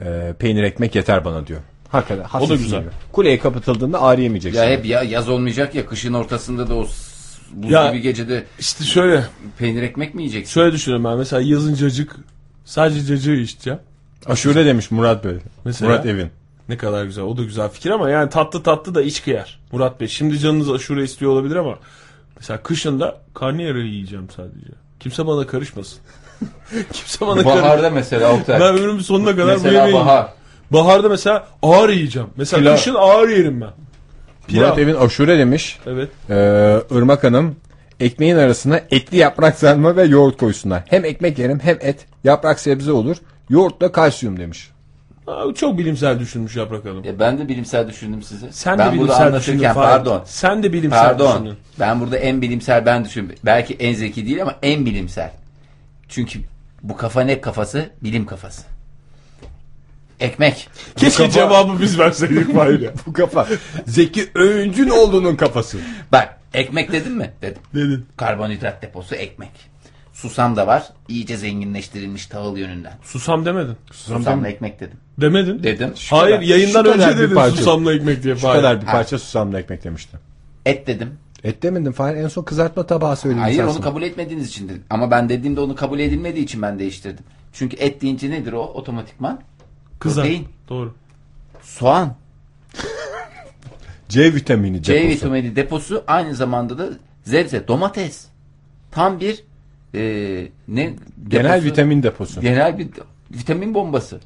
C: E, peynir ekmek yeter bana diyor. Hakikaten hafif
A: da güzel.
C: yiyor. Kuleye kapatıldığında ağrı yemeyeceksin.
D: Ya hep ya yaz olmayacak ya kışın ortasında da o s- buz
A: Ya-
D: gibi gecede
A: İşte şöyle
D: peynir ekmek mi yiyeceksin?
A: şöyle düşünüyorum ben mesela yazın cacık sadece cacığı içeceğim.
C: Aşure demiş Murat Bey.
A: Mesela?
C: Murat Evin.
A: Ne kadar güzel. O da güzel fikir ama yani tatlı tatlı da iç kıyar. Murat Bey şimdi canınız aşure istiyor olabilir ama mesela kışın da karnıyarığı yiyeceğim sadece. Kimse bana karışmasın. Kimse bana karışmasın.
D: Baharda mesela Oktay.
A: Ben ömrümün sonuna kadar bu
D: mesela
A: yemeği yiyeceğim.
D: bahar.
A: Baharda mesela ağır yiyeceğim. Mesela
C: Pilav.
A: kışın ağır yerim ben. Pilav.
C: Murat Evin aşure demiş.
A: Evet.
C: Ee, Irmak Hanım ekmeğin arasına etli yaprak sarma ve yoğurt koysunlar. Hem ekmek yerim hem et. Yaprak sebze olur. Yoğurtla kalsiyum demiş.
A: Aa, çok bilimsel düşünmüş Yaprak Hanım.
D: Ya ben de bilimsel düşündüm size.
A: Sen
D: ben
A: de
D: burada
A: bilimsel düşündün.
D: anlatırken
A: Fahir.
D: pardon.
A: Sen de bilimsel
D: Pardon.
A: düşündün.
D: Ben burada en bilimsel ben düşün. Belki en zeki değil ama en bilimsel. Çünkü bu kafa ne kafası? Bilim kafası. Ekmek.
A: Keşke
C: kafa-
A: cevabı biz verseydik Fahir ya.
C: Bu kafa. Zeki Öğüncün oğlunun kafası.
D: Bak ekmek dedim mi? Dedim.
A: Dedin.
D: Karbonhidrat deposu ekmek. Susam da var. İyice zenginleştirilmiş tahıl yönünden.
A: Susam demedin.
D: Susamla ekmek dedim.
A: Demedin.
D: Dedim.
A: Hayır
C: kadar-
A: yayından
C: şu kadar
A: önce
C: bir
A: dedin
C: parça.
A: susamla ekmek diye.
C: Bu
A: Fahir.
C: kadar bir parça susamlı ekmek demişti.
D: Et dedim.
C: Et demedin Fahir en son kızartma tabağı söyledin.
D: Hayır
C: sensin.
D: onu kabul etmediğiniz için dedim. Ama ben dediğimde onu kabul edilmediği için ben değiştirdim. Çünkü et deyince nedir o otomatikman?
A: Kızar.
D: Protein.
A: Doğru.
D: Soğan.
C: C vitamini
D: C
C: deposu.
D: vitamini deposu aynı zamanda da zebze, domates. Tam bir e, ne
C: Genel
D: deposu?
C: vitamin deposu.
D: Genel bir vitamin bombası.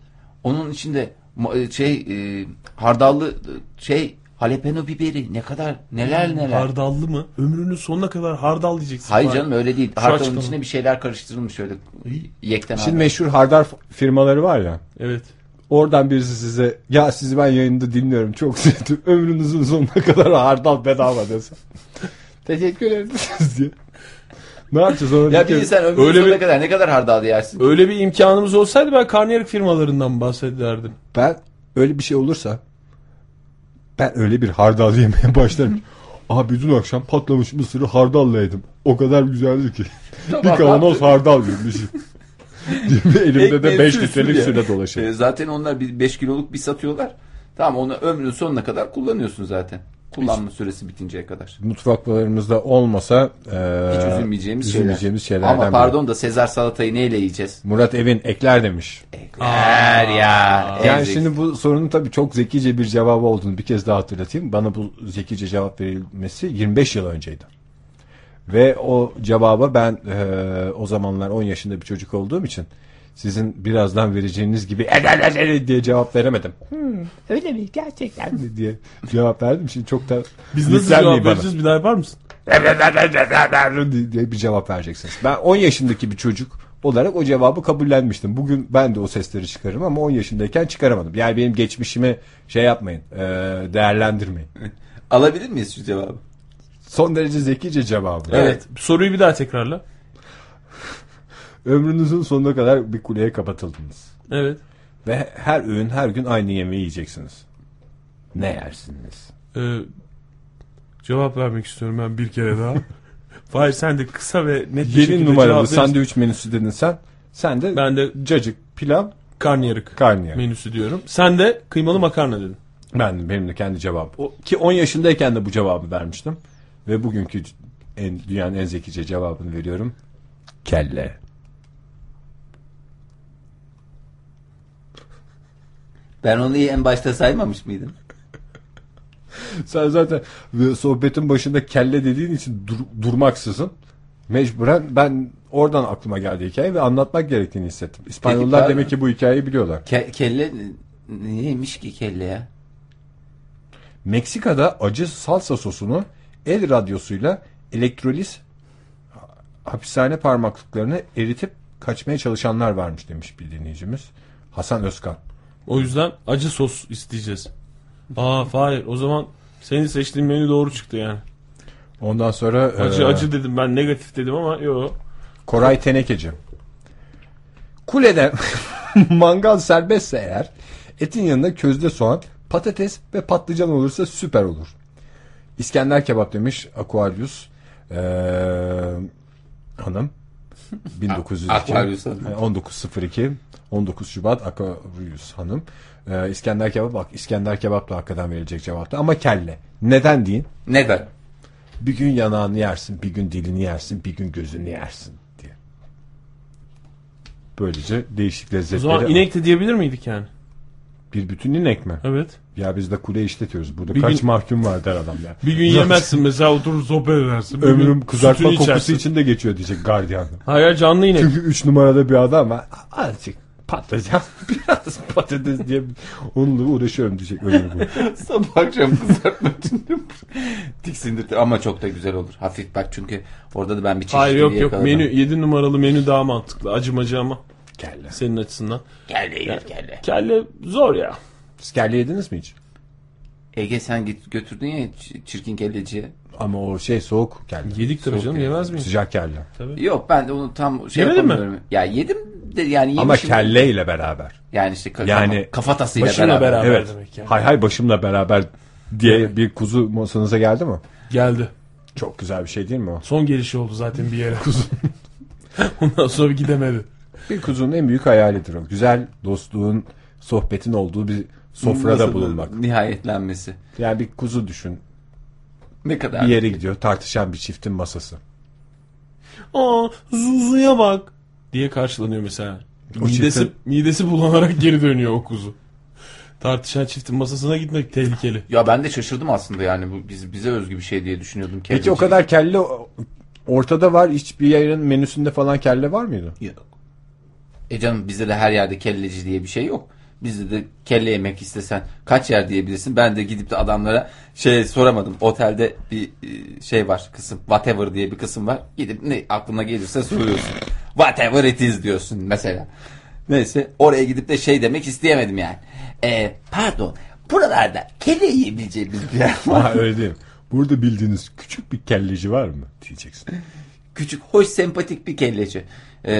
D: Onun içinde mo- e, şey e, hardallı e, şey jalapeno biberi ne kadar
C: Hmm,
D: neler neler.
A: Hardallı mı? Ömrünün sonuna kadar hardal diyeceksin.
D: Hayır
A: Fahir.
D: canım öyle değil. Hardalın
A: açıklama.
D: içine bir şeyler karıştırılmış öyle yekten
C: Şimdi
D: hardal.
C: meşhur hardar firmaları var ya.
A: Evet.
C: Oradan birisi size ya sizi ben yayında dinliyorum çok sevdim. Ömrünüzün sonuna kadar hardal bedava dese. Teşekkür ederiz diye. Ne yapacağız onu?
D: Ya bir insan ömrünün
A: Öyle
D: sonuna
A: bir-
D: kadar ne kadar hardal yersin?
A: Öyle bir imkanımız olsaydı ben karnıyarık firmalarından bahsederdim.
C: Ben öyle bir şey olursa ben öyle bir hardal yemeye başlarım. Abi dün akşam patlamış mısırı hardalla yedim. O kadar güzeldi ki. bir kavanoz hardal yemiş. Elimde de
D: Ekmeğin
C: 5
D: sürüsü
C: litrelik
D: diye.
C: süre dolaşıyor.
D: E, zaten onlar 5 kiloluk bir satıyorlar. Tamam onu ömrünün sonuna kadar kullanıyorsun zaten. Kullanma süresi bitinceye kadar.
C: Mutfaklarımızda olmasa
D: Hiç
C: eee,
D: üzülmeyeceğimiz,
C: Ee, üzülmeyeceğimiz
D: şeyler.
C: şeylerden
D: Ama
C: biri.
D: pardon da Sezar salatayı neyle yiyeceğiz?
C: Murat Evin ekler demiş.
D: Her ya.
C: Yani
D: ezecek.
C: şimdi bu sorunun tabii çok zekice bir cevabı olduğunu bir kez daha hatırlatayım. Bana bu zekice cevap verilmesi 25 yıl önceydi. Ve o cevaba ben eee, o zamanlar 10 yaşında bir çocuk olduğum için sizin birazdan vereceğiniz gibi "El, el, el, el" diye cevap veremedim.
E: Hmm, Öyle mi? Gerçekten mi?
C: diye cevap verdim. Şimdi çok da
A: Biz nasıl
C: yüklenmeyin
A: cevap
C: bana.
A: vereceğiz bir daha yapar mısın?
C: diye bir cevap vereceksiniz. Ben 10 yaşındaki bir çocuk olarak o cevabı kabullenmiştim. Bugün ben de o sesleri çıkarırım ama 10 yaşındayken çıkaramadım. Yani benim geçmişimi şey yapmayın, e, değerlendirmeyin.
D: Alabilir miyiz şu cevabı?
C: Son derece zekice cevabı.
D: Evet.
A: Soruyu bir daha tekrarla.
C: Ömrünüzün sonuna kadar bir kuleye kapatıldınız.
A: Evet.
C: Ve her öğün her gün aynı yemeği yiyeceksiniz. Ne yersiniz?
A: Ee, cevap vermek istiyorum ben bir kere daha. Fahir sen de kısa ve net bir şekilde
C: Yedi numaralı
A: cevap verirsin.
C: sandviç menüsü dedin sen. Sen de
A: Ben de
C: cacık, pilav,
A: karnıyarık
C: karnıyarık.
A: menüsü diyorum. Sen de kıymalı makarna dedin.
C: Ben benim de kendi cevabım. O, ki 10 yaşındayken de bu cevabı vermiştim. Ve bugünkü en, dünyanın en zekice cevabını veriyorum. Kelle.
D: Ben onu iyi en başta saymamış mıydım?
C: Sen zaten e, sohbetin başında kelle dediğin için dur- durmaksızın mecburen ben oradan aklıma geldi hikaye ve anlatmak gerektiğini hissettim. İspanyollar
D: Peki, ben-
C: demek ki bu hikayeyi biliyorlar.
D: Ke- kelle neymiş ki kelle ya?
C: Meksika'da acı salsa sosunu el radyosuyla elektroliz hapishane parmaklıklarını eritip kaçmaya çalışanlar varmış demiş bir dinleyicimiz. Hasan Özkan.
A: O yüzden acı sos isteyeceğiz. Aa Fahir o zaman senin seçtiğin menü doğru çıktı yani.
C: Ondan sonra
A: Acı
C: e,
A: acı dedim ben negatif dedim ama yok.
C: Koray Tenekeci. Kulede mangal serbestse eğer etin yanında közde soğan, patates ve patlıcan olursa süper olur. İskender kebap demiş Aquarius e, Ee, hanım. 1902
D: Akvaryus Hanım.
C: 1902 19 Şubat Akaryus Hanım. Ee, İskender kebap bak İskender kebap da hakikaten verilecek cevaptı ama kelle. Neden deyin?
D: Neden?
C: Bir gün yanağını yersin, bir gün dilini yersin, bir gün gözünü yersin diye. Böylece değişik
A: O
C: lezzetleri.
A: zaman inek de diyebilir miydik yani?
C: Bir bütün inek mi?
A: Evet.
C: Ya biz de kule işletiyoruz. Burada
A: Bir
C: kaç
A: gün-
C: mahkum var der adam ya.
A: Bir gün yemezsin mesela oturur sohbet edersin. Bir gün
C: Ömrüm kızartma
A: sütünü
C: kokusu
A: içersin.
C: içinde geçiyor diyecek gardiyan.
A: Hayır canlı inek.
C: Çünkü 3 numarada bir adam var. Azıcık patlıcan, biraz patates diye onunla uğraşıyorum diyecek ömrüm. boyu.
D: Sabah akşam kızartma dinledim. Tiksindirdi ama çok da güzel olur. Hafif bak çünkü orada da ben bir çeşitli
A: Hayır yok yok menü 7 numaralı menü daha mantıklı acımacı ama
C: Kelle.
A: senin açısından.
D: Kelle yenir kelle.
A: Kelle zor ya.
C: Siz kelle yediniz mi hiç?
D: Ege sen git götürdün ya ç- çirkin kelleciye.
C: Ama o şey soğuk kelle.
A: Yedik tabii
D: Soğuk
A: canım
D: yani.
A: yemez miyim?
C: Sıcak kelle.
D: Yok ben de onu tam şey
A: Yemedin mi?
D: yapamıyorum. Ya yedim de yani
C: Ama
D: yemişim.
C: kelleyle beraber.
D: Yani işte ka-
C: Yani-
D: kafatasıyla
A: Başınla
D: beraber.
A: beraber
C: evet.
A: demek yani.
C: Hay hay başımla beraber diye bir kuzu masanıza geldi mi?
A: Geldi.
C: Çok güzel bir şey değil mi o?
A: Son gelişi oldu zaten bir yere. Ondan sonra gidemedi.
C: Bir kuzunun en büyük hayalidir o. Güzel dostluğun, sohbetin olduğu bir sofrada
D: Nasıl
C: bulunmak.
D: Nihayetlenmesi.
C: Yani bir kuzu düşün.
D: Ne kadar.
C: Bir yere gidiyor tartışan bir çiftin masası.
A: Aa Zuzu'ya bak diye karşılanıyor mesela.
C: O
A: midesi,
C: çiftin-
A: midesi bulanarak geri dönüyor o kuzu. Tartışan çiftin masasına gitmek tehlikeli.
D: Ya ben de şaşırdım aslında yani bu biz bize özgü bir şey diye düşünüyordum.
C: Peki
D: Kelleci-
C: o kadar kelle o- ortada var. Hiçbir yerin menüsünde falan kelle var mıydı?
D: Yok. E canım bizde de her yerde kelleci diye bir şey yok. Bizde de kelle yemek istesen kaç yer diyebilirsin. Ben de gidip de adamlara şey soramadım. Otelde bir e, şey var kısım. Whatever diye bir kısım var. Gidip ne aklına gelirse soruyorsun. Whatever it is diyorsun mesela. Neyse oraya gidip de şey demek isteyemedim yani. E, pardon buralarda kelle yiyebileceğimiz bir yer var.
C: Ha öyle değil mi? Burada bildiğiniz küçük bir kelleci var mı? Diyeceksin.
D: küçük hoş sempatik bir kelleci. Ee,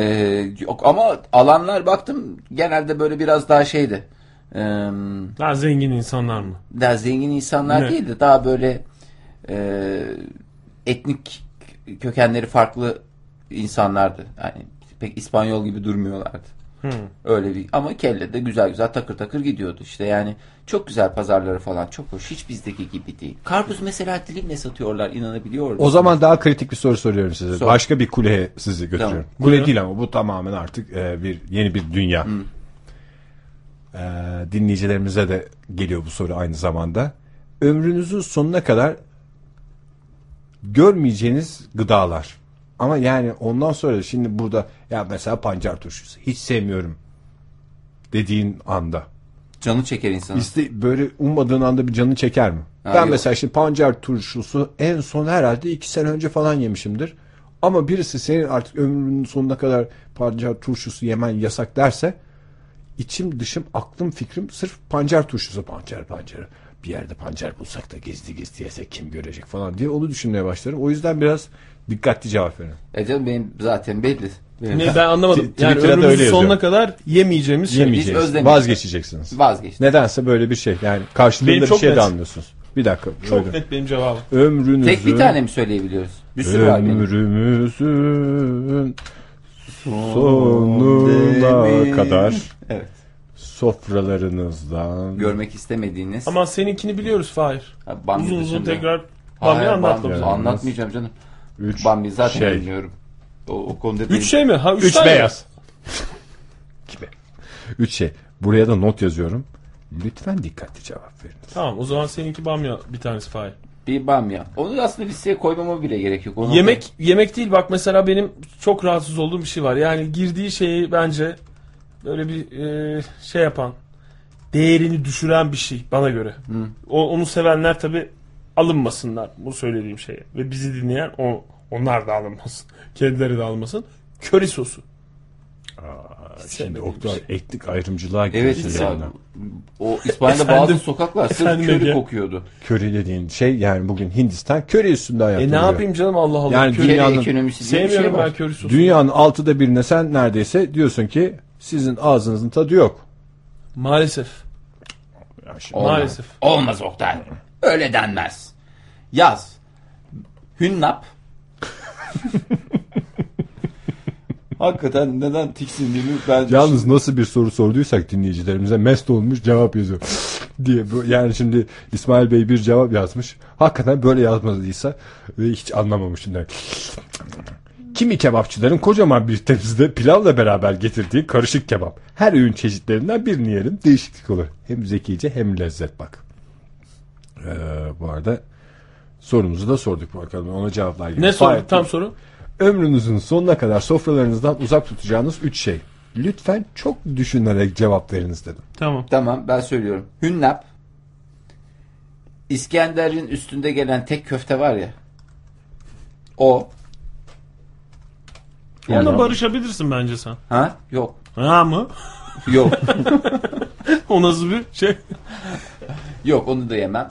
D: yok ama alanlar baktım genelde böyle biraz daha şeydi. Ee,
A: Daha zengin insanlar mı?
D: daha zengin insanlar
A: Ne?
D: değildi. Daha böyle e, etnik kökenleri farklı insanlardı. Yani pek İspanyol gibi durmuyorlardı. Öyle bir ama kelle de güzel güzel takır takır gidiyordu işte yani çok güzel pazarları falan çok hoş hiç bizdeki gibi değil. Karpuz mesela dilimle satıyorlar inanabiliyor musun?
C: O zaman daha kritik bir soru soruyorum size.
D: Sor.
C: Başka bir kuleye sizi götürüyorum.
D: Tamam.
C: Kule
A: Buyurun.
C: değil ama bu tamamen artık e, bir yeni bir dünya. E, dinleyicilerimize de geliyor bu soru aynı zamanda. Ömrünüzün sonuna kadar görmeyeceğiniz gıdalar. Ama yani ondan sonra da şimdi burada ya mesela pancar turşusu hiç sevmiyorum dediğin anda.
D: canı çeker insanı.
C: İşte böyle ummadığın anda bir canı çeker mi?
D: Ha,
C: ben
D: yok.
C: mesela işte pancar turşusu en son herhalde iki sene önce falan yemişimdir. Ama birisi senin artık ömrünün sonuna kadar pancar turşusu yemen yasak derse içim dışım aklım fikrim sırf pancar turşusu pancar pancarı. Bir yerde pancar bulsak da gizli gizli yesek kim görecek falan diye onu düşünmeye başlarım. O yüzden biraz dikkatli cevap verin.
D: E canım benim zaten belli. Benim
A: Ne, ben anlamadım.
C: Twitter'da
A: Yani
C: da
A: ömrümüzün
C: öyle yazıyor.
A: sonuna kadar yemeyeceğimiz şey.
C: Yemeyeceksiniz.
D: özlemeyiz.
C: Vazgeçeceksiniz.
D: Vazgeçtim.
C: Nedense böyle bir şey. Yani karşılığında
A: Benim
C: bir
A: çok
C: şey de
A: net.
C: anlıyorsunuz. Bir dakika.
A: Çok
C: öyle.
A: net benim cevabım.
C: Ömrünüzün
D: Tek bir tane mi söyleyebiliyoruz? Bir sürü var benim.
C: Ömrümüzün sonuna
D: Demin.
C: kadar
D: Evet.
C: sofralarınızdan
D: Görmek istemediğiniz.
A: Ama seninkini biliyoruz Fahir.
D: Ha, Bambi
A: uzun uzun
D: dışında.
A: tekrar
D: Hayır,
A: Bambi anlattı
D: Bambi
A: bize.
C: Yani.
D: Anlatmayacağım canım.
C: üç
D: Bambi zaten
C: şey.
D: bilmiyorum. O, o konuda benim-
A: Üç şey mi? Ha, üç,
C: Üç
A: tane mi?
C: beyaz. Gibi. Üç şey. Buraya da not yazıyorum. Lütfen dikkatli cevap verin.
A: Tamam o zaman seninki bamya bir tanesi Fahir.
D: Bir bamya. Onu aslında listeye koymama bile gerek yok. Onu
A: Yemek yemek değil bak mesela benim çok rahatsız olduğum bir şey var. Yani girdiği şeyi bence böyle bir e, şey yapan, değerini düşüren bir şey bana göre. O, onu sevenler tabi alınmasınlar bu söylediğim şeye. Ve bizi dinleyen o onlar da alınmasın. Kendileri de alınmasın. Köri sosu. E,
C: Şimdi
A: sevmediğim
C: Oktay
A: şey.
C: etnik ayrımcılığa
D: Evet
C: gidiyorsun
D: ya.
C: yani.
D: O İspanya'da
A: Efendim-
D: bazı sokaklar sırf
A: Efendim
D: köri
A: Ege.
D: kokuyordu.
C: Köri dediğin şey yani bugün Hindistan köri üstünde hayat
A: E ne
C: oluyor.
A: yapayım canım Allah Allah.
C: Yani
A: Köri-
D: Köri
C: Dünyanın-
D: ekonomisi diye bir
A: Sevmiyorum
D: şey var.
A: ben köri sosu.
C: Dünyanın altıda birine sen neredeyse diyorsun ki sizin ağzınızın tadı yok.
A: Maalesef.
C: Ya şimdi-
D: Olmaz.
A: Maalesef.
D: Olmaz Oktay. Öyle denmez. Yaz. Hünnap. Hakikaten neden tiksindiğimi ben
C: Yalnız nasıl bir soru sorduysak dinleyicilerimize mest olmuş cevap yazıyor diye. Bu- Yani şimdi İsmail Bey bir cevap yazmış. Hakikaten böyle yazmadıysa ve hiç anlamamışım demek. Kimi kebapçıların kocaman bir tepside pilavla beraber getirdiği karışık kebap. Her öğün çeşitlerinden birini yerim değişiklik olur. Hem zekice hem lezzet bak. Ee, bu arada sorumuzu da sorduk bakalım ona cevaplar geliyor.
A: Ne
C: Hayır,
A: soru? Tam soru.
C: Ömrünüzün sonuna kadar sofralarınızdan uzak tutacağınız 3 şey. Lütfen çok düşünerek cevap veriniz dedim.
A: Tamam.
D: Tamam ben söylüyorum. Hünnap. İskender'in üstünde gelen tek köfte var ya. O. Yani-
A: Onunla barışabilirsin bence sen.
D: ha? Yok.
A: Ha mı?
D: Yok.
A: O nasıl bir şey?
D: Yok onu da yemem.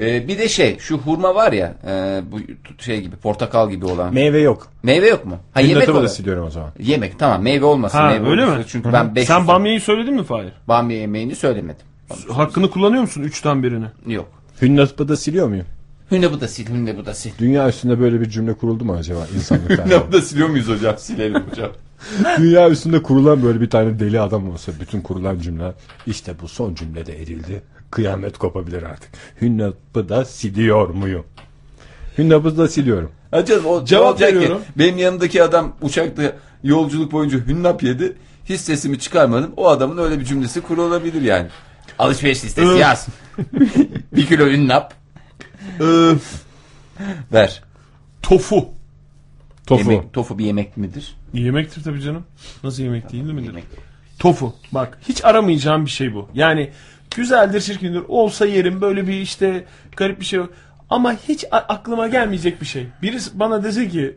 D: Ee, bir de şey şu hurma var ya e, bu şey gibi portakal gibi olan.
C: Meyve yok.
D: meyve yok mu? Ha yemek
C: Hünnatı
D: olarak.
C: da siliyorum o zaman.
D: Yemek tamam meyve olmasın.
A: Ha,
D: meyve
A: öyle
D: olmasın.
A: mi?
D: şey? Çünkü ben 5
A: Sen bamyayı söyledin mi Fahir?
D: bamya yemeğini söylemedim.
A: Hakkını kullanıyor musun üçten birini?
D: Yok.
C: Hünnatı da siliyor muyum?
D: Hüne bu da sil, hüne bu da sil.
C: Dünya üstünde böyle bir cümle kuruldu mu acaba insanlık tarihinde?
D: da siliyor muyuz hocam? Silelim hocam.
C: Dünya üstünde kurulan böyle bir tane deli adam olsa bütün kurulan cümle işte bu son cümlede edildi. Kıyamet kopabilir artık. Hünnatı da siliyor muyum? Hünnatı da siliyorum.
D: Hocam o
A: Cevap
D: cevap veriyorum.
A: veriyorum.
D: Ki, benim yanımdaki adam uçakta yolculuk boyunca hünnap yedi. Hiç sesimi çıkarmadım. O adamın öyle bir cümlesi kurulabilir yani. Alışveriş listesi
A: Öf.
D: yaz. bir kilo hünnap. Ver.
A: Tofu.
C: Tofu.
D: Yemek, tofu bir yemek midir?
A: Yemektir tabii canım. Nasıl yemek değil mi?
D: Yemek.
A: Tofu. Bak hiç aramayacağım bir şey bu. Yani güzeldir, çirkindir. Olsa yerim böyle bir işte garip bir şey yok. Ama hiç a- aklıma gelmeyecek bir şey. Birisi bana dese ki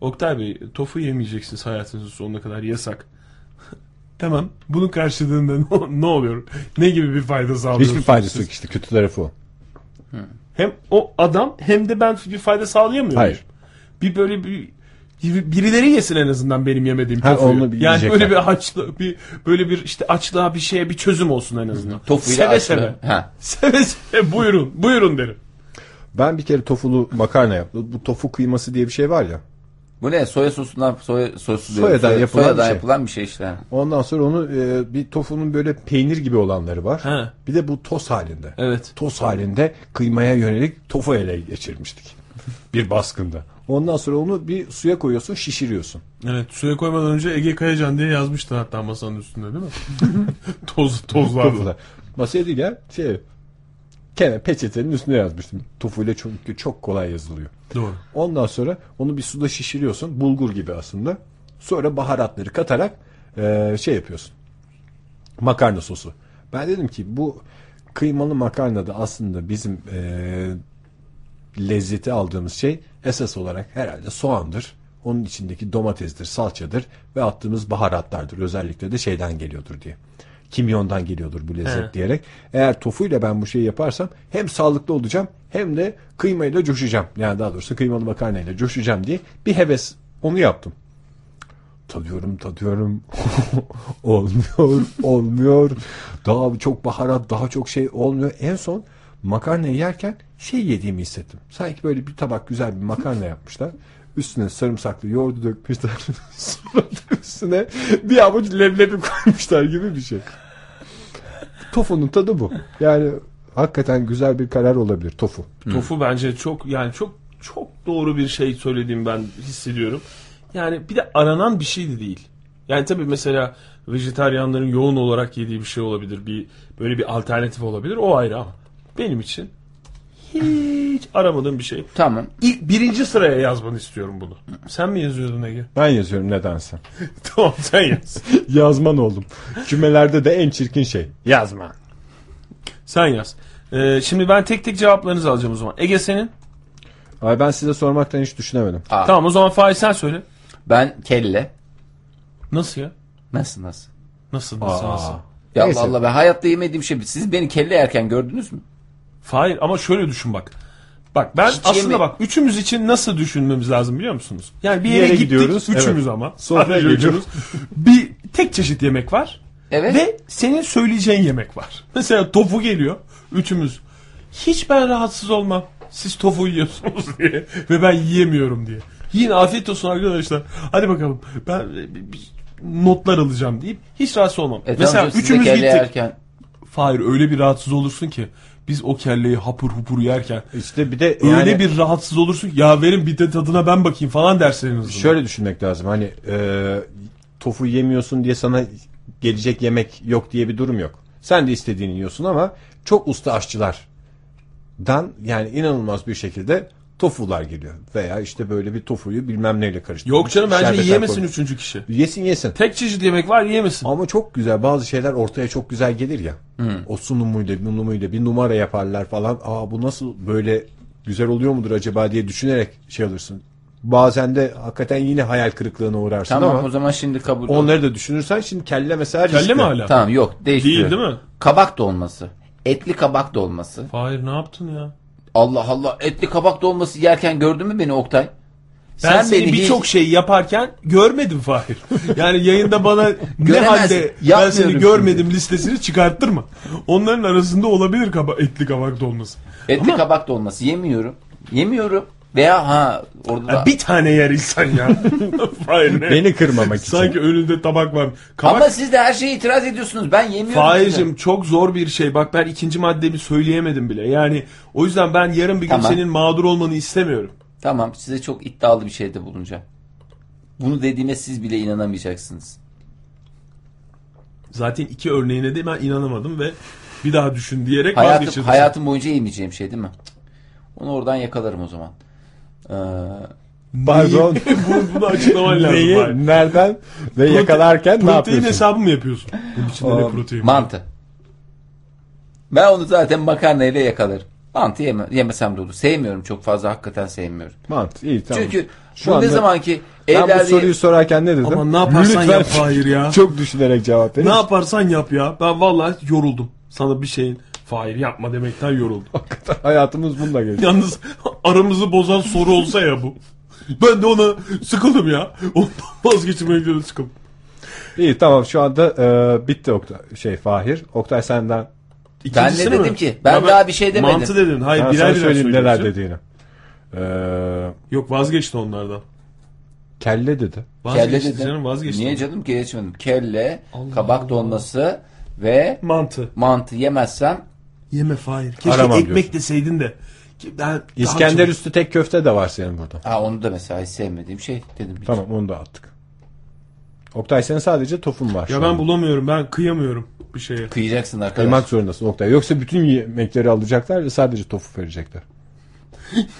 A: Oktay Bey tofu yemeyeceksiniz hayatınızın sonuna kadar yasak. tamam. Bunun karşılığında ne, ne oluyor? Ne gibi bir fayda sağlıyorsunuz?
C: Hiçbir faydası yok işte kötü tarafı o.
A: Hem o adam hem de ben bir fayda sağlayamıyorum.
C: Hayır.
A: Bir böyle bir bir- birileri yesin en azından benim yemediğim
C: Ha,
A: tofuyu.
C: onu bir
A: yani
C: yiyecekler.
A: böyle bir açlık bir böyle bir işte açlığa bir şeye bir çözüm olsun en azından.
D: Tofu ile
A: seve
D: açlı.
A: seve.
D: Ha.
A: Seve seve buyurun. Buyurun derim.
C: Ben bir kere tofulu makarna yaptım. Bu tofu kıyması diye bir şey var ya.
D: Bu ne? Soya sosundan soya sosu diyor.
C: Soyadan
D: Soya-
C: yapılan bir
D: soyadan
C: şey.
D: yapılan bir şey işte.
C: Ondan sonra onu e, bir tofunun böyle peynir gibi olanları var.
A: Ha.
C: Bir de bu toz halinde.
A: Evet.
C: Toz halinde kıymaya yönelik tofu ele geçirmiştik. bir baskında. Ondan sonra onu bir suya koyuyorsun, şişiriyorsun.
A: Evet suya koymadan önce Ege Kayacan diye yazmıştı hatta masanın üstünde değil mi? Toz
C: Tofu
A: tozlardı.
C: da. Masaya değil ya, şey kene peçetenin üstüne yazmıştım. Tofuyla çünkü çok kolay yazılıyor.
A: Doğru.
C: Ondan sonra onu bir suda şişiriyorsun. Bulgur gibi aslında. Sonra baharatları katarak eee, şey yapıyorsun. Makarna sosu. Ben dedim ki bu kıymalı makarna da aslında bizim e, eee, lezzeti aldığımız şey esas olarak herhalde soğandır. Onun içindeki domatesdir, salçadır ve attığımız baharatlardır. Özellikle de şeyden geliyordur diye. Kimyondan geliyordur bu lezzet
A: He.
C: diyerek. Eğer tofuyla ben bu şeyi yaparsam hem sağlıklı olacağım hem de kıymayla coşacağım. Yani daha doğrusu kıymalı makarnayla coşacağım diye bir heves onu yaptım. Tadıyorum tadıyorum olmuyor olmuyor daha çok baharat daha çok şey olmuyor en son makarnayı yerken şey yediğimi hissettim sanki böyle bir tabak güzel bir makarna yapmışlar üstüne sarımsaklı yoğurdu dökmüşler sonra da üstüne bir avuç leblebi koymuşlar gibi bir şey tofunun tadı bu yani hakikaten güzel bir karar olabilir tofu
A: Tofu bence çok yani çok çok doğru bir şey söylediğimi ben hissediyorum. Yani bir de aranan bir şey de değil. Yani tabii mesela vejetaryenlerin yoğun olarak yediği bir şey olabilir. Bir böyle bir alternatif olabilir. O ayrı ama benim için hiç aramadığım bir şey.
D: Tamam.
A: İlk birinci sıraya yazmanı istiyorum bunu. Sen mi yazıyordun Ege?
C: ben yazıyorum nedense
A: tamam sen yaz.
C: yazman oldum kümelerde de en çirkin şey yazma
A: Sen yaz. Ee, şimdi ben tek tek cevaplarınızı alacağım o zaman. Ege senin.
C: Ay ben size sormaktan hiç düşünemedim.
D: Aa,
A: Tamam o zaman Fahir sen söyle.
D: Ben kelle.
A: Nasıl ya?
D: Nasıl nasıl?
A: Nasıl nasıl nasıl?
D: Ya
C: Neyse.
D: Allah Allah ben hayatta yemediğim şey. Siz beni kelle yerken gördünüz mü?
A: Hayır ama şöyle düşün bak. Bak ben aslında
D: yeme-
A: bak üçümüz için nasıl düşünmemiz lazım biliyor musunuz? Yani bir
C: Bir
A: yere,
C: yere
A: gittik,
C: gidiyoruz,
A: üçümüz
C: evet.
A: ama.
C: Sofraya
A: Sadece
C: geliyoruz.
A: üçümüz. bir tek çeşit yemek var
D: Evet. E,
A: ve senin söyleyeceğin yemek var. Mesela tofu geliyor üçümüz. Hiç ben rahatsız olmam. Siz tofu yiyorsunuz diye ve ben yiyemiyorum diye. Yine afiyet olsun arkadaşlar. Hadi bakalım. Ben e, bir- bir notlar alacağım deyip hiç rahatsız olmam.
D: E,
A: Mesela
D: tamam, siz de
A: üçümüz
D: kelle
A: gittik.
D: yerken-
A: Fahir öyle bir rahatsız olursun ki biz o kelleyi hapur hupur yerken
C: İşte bir de
A: öyle
C: yani
A: bir rahatsız olursun ki ya verin bir de tadına ben bakayım falan dersin en azından.
C: şöyle düşünmek lazım. Hani e, tofu yemiyorsun diye sana gelecek yemek yok diye bir durum yok. Sen de istediğini yiyorsun ama çok usta aşçılardan yani inanılmaz bir şekilde tofular geliyor. Veya işte böyle bir tofuyu bilmem neyle karıştırıyor.
A: Yok canım bence
C: Şerbetler
A: yiyemesin
C: koyuyor.
A: üçüncü kişi.
C: Yesin yesin.
A: Tek çeşit yemek var yiyemesin.
C: Ama çok güzel bazı şeyler ortaya çok güzel gelir ya. O sunumuyla sunumuyla bir numara yaparlar falan. Aa bu nasıl böyle güzel oluyor mudur acaba diye düşünerek şey alırsın. Bazen de hakikaten yine hayal kırıklığına uğrarsın
D: Tamam o
C: ama
D: zaman şimdi kabul.
C: onları da düşünürsen şimdi kelle mesela riskli.
A: Kelle mi hala?
D: Tamam yok değiştiriyorum.
A: Değil, değil mi?
D: Kabak dolması. Etli kabak dolması.
A: Fahir ne yaptın ya?
D: Allah Allah etli kabak dolması yerken gördün mü beni Oktay?
A: Ben seni
D: hiç-
A: birçok şey yaparken görmedim Fahir. Yani yayında bana ne
D: Göremez,
A: halde ben
D: yapmıyorum
A: seni
D: şimdi.
A: görmedim listesini çıkarttırma. Onların arasında olabilir kaba, etli kabak dolması.
D: etli kabak dolması yemiyorum. Yemiyorum. Veya ha orada da-
A: Ya bir tane yer insan ya. Fahir ne?
C: Beni kırmamak için.
A: Sanki önünde tabak var. Kabak
D: ama siz de her şeye itiraz ediyorsunuz. Ben yemiyorum.
A: Faizim çok zor bir şey. Bak ben ikinci maddemi söyleyemedim bile. Yani o yüzden ben yarın bir gün
D: Tamam.
A: senin mağdur olmanı istemiyorum.
D: Tamam size çok iddialı bir şeyde bulunacağım. Bunu dediğime siz bile inanamayacaksınız.
A: Zaten iki örneğine de ben inanamadım ve bir daha düşün diyerek
D: Hayatım,
C: şey
A: vazgeçirdim.
D: hayatım boyunca yemeyeceğim şey değil mi? Onu oradan yakalarım o zaman. Ee,
C: Pardon.
A: bunu, bunu açıklaman lazım.
C: Neyi,
A: Hayır.
C: nereden ve yakalarken ne
A: Protein
C: yapıyorsun?
A: hesabı mı yapıyorsun? Bunun içinde ne
C: Aa,
A: protein var?
D: mantı. Ben onu zaten makarnayla yakalarım. Mantı yeme, yemesem de olur. Sevmiyorum çok fazla hakikaten sevmiyorum.
C: Mantı iyi tamam.
D: Çünkü
C: Şu
D: bu ne
C: anda
D: zaman ki
C: ben bu
D: evlerde
C: soruyu sorarken ne dedim?
A: Ama ne yaparsan yap Fahir ya.
C: Çok düşünerek cevap verin.
A: Ne yaparsan yap ya. Ben vallahi yoruldum. Sana bir şeyin Fahir yapma demekten yoruldum.
C: Hayatımız bununla geçti.
A: Yalnız aramızı bozan soru olsa ya bu. Ben de ona sıkıldım ya. Ondan vazgeçmekten de sıkıldım.
C: İyi tamam şu anda e, bitti Oktay, şey Fahir. Oktay senden
D: Ben
A: İkincisi
D: ne dedim ki? Ben
A: Ya
D: daha bir şey demedim.
A: Mantı dedin. Hayır
C: ben
A: birer
C: sana
A: birer
C: söyleyeyim
A: söyleyeceksin.
C: neler dediğini. Ee,
A: Yok vazgeçti onlardan.
C: kelle dedi.
D: kelle
A: Vazgeçti
D: dedim.
A: canım vazgeçti.
D: Niye canım ki geçmedim. Kelle, kabak dolması ve
A: Mantı.
D: mantı yemezsem
A: Yeme Fahir. Keşke
C: Aramam
A: ekmek
C: diyorsun.
A: deseydin de. Ki Ben daha
C: İskender
A: çok-
C: üstü tek köfte de var senin burada.
D: ha onu da mesela hiç sevmediğim şey dedim. Hiç.
C: Tamam onu da attık. Oktay senin sadece tofun var.
A: Ya ben bulamıyorum ben kıyamıyorum bir şeye.
D: Kıyacaksın arkadaş.
C: Kıymak zorundasın Oktay. Yoksa bütün yemekleri alacaklar ve sadece tofu verecekler.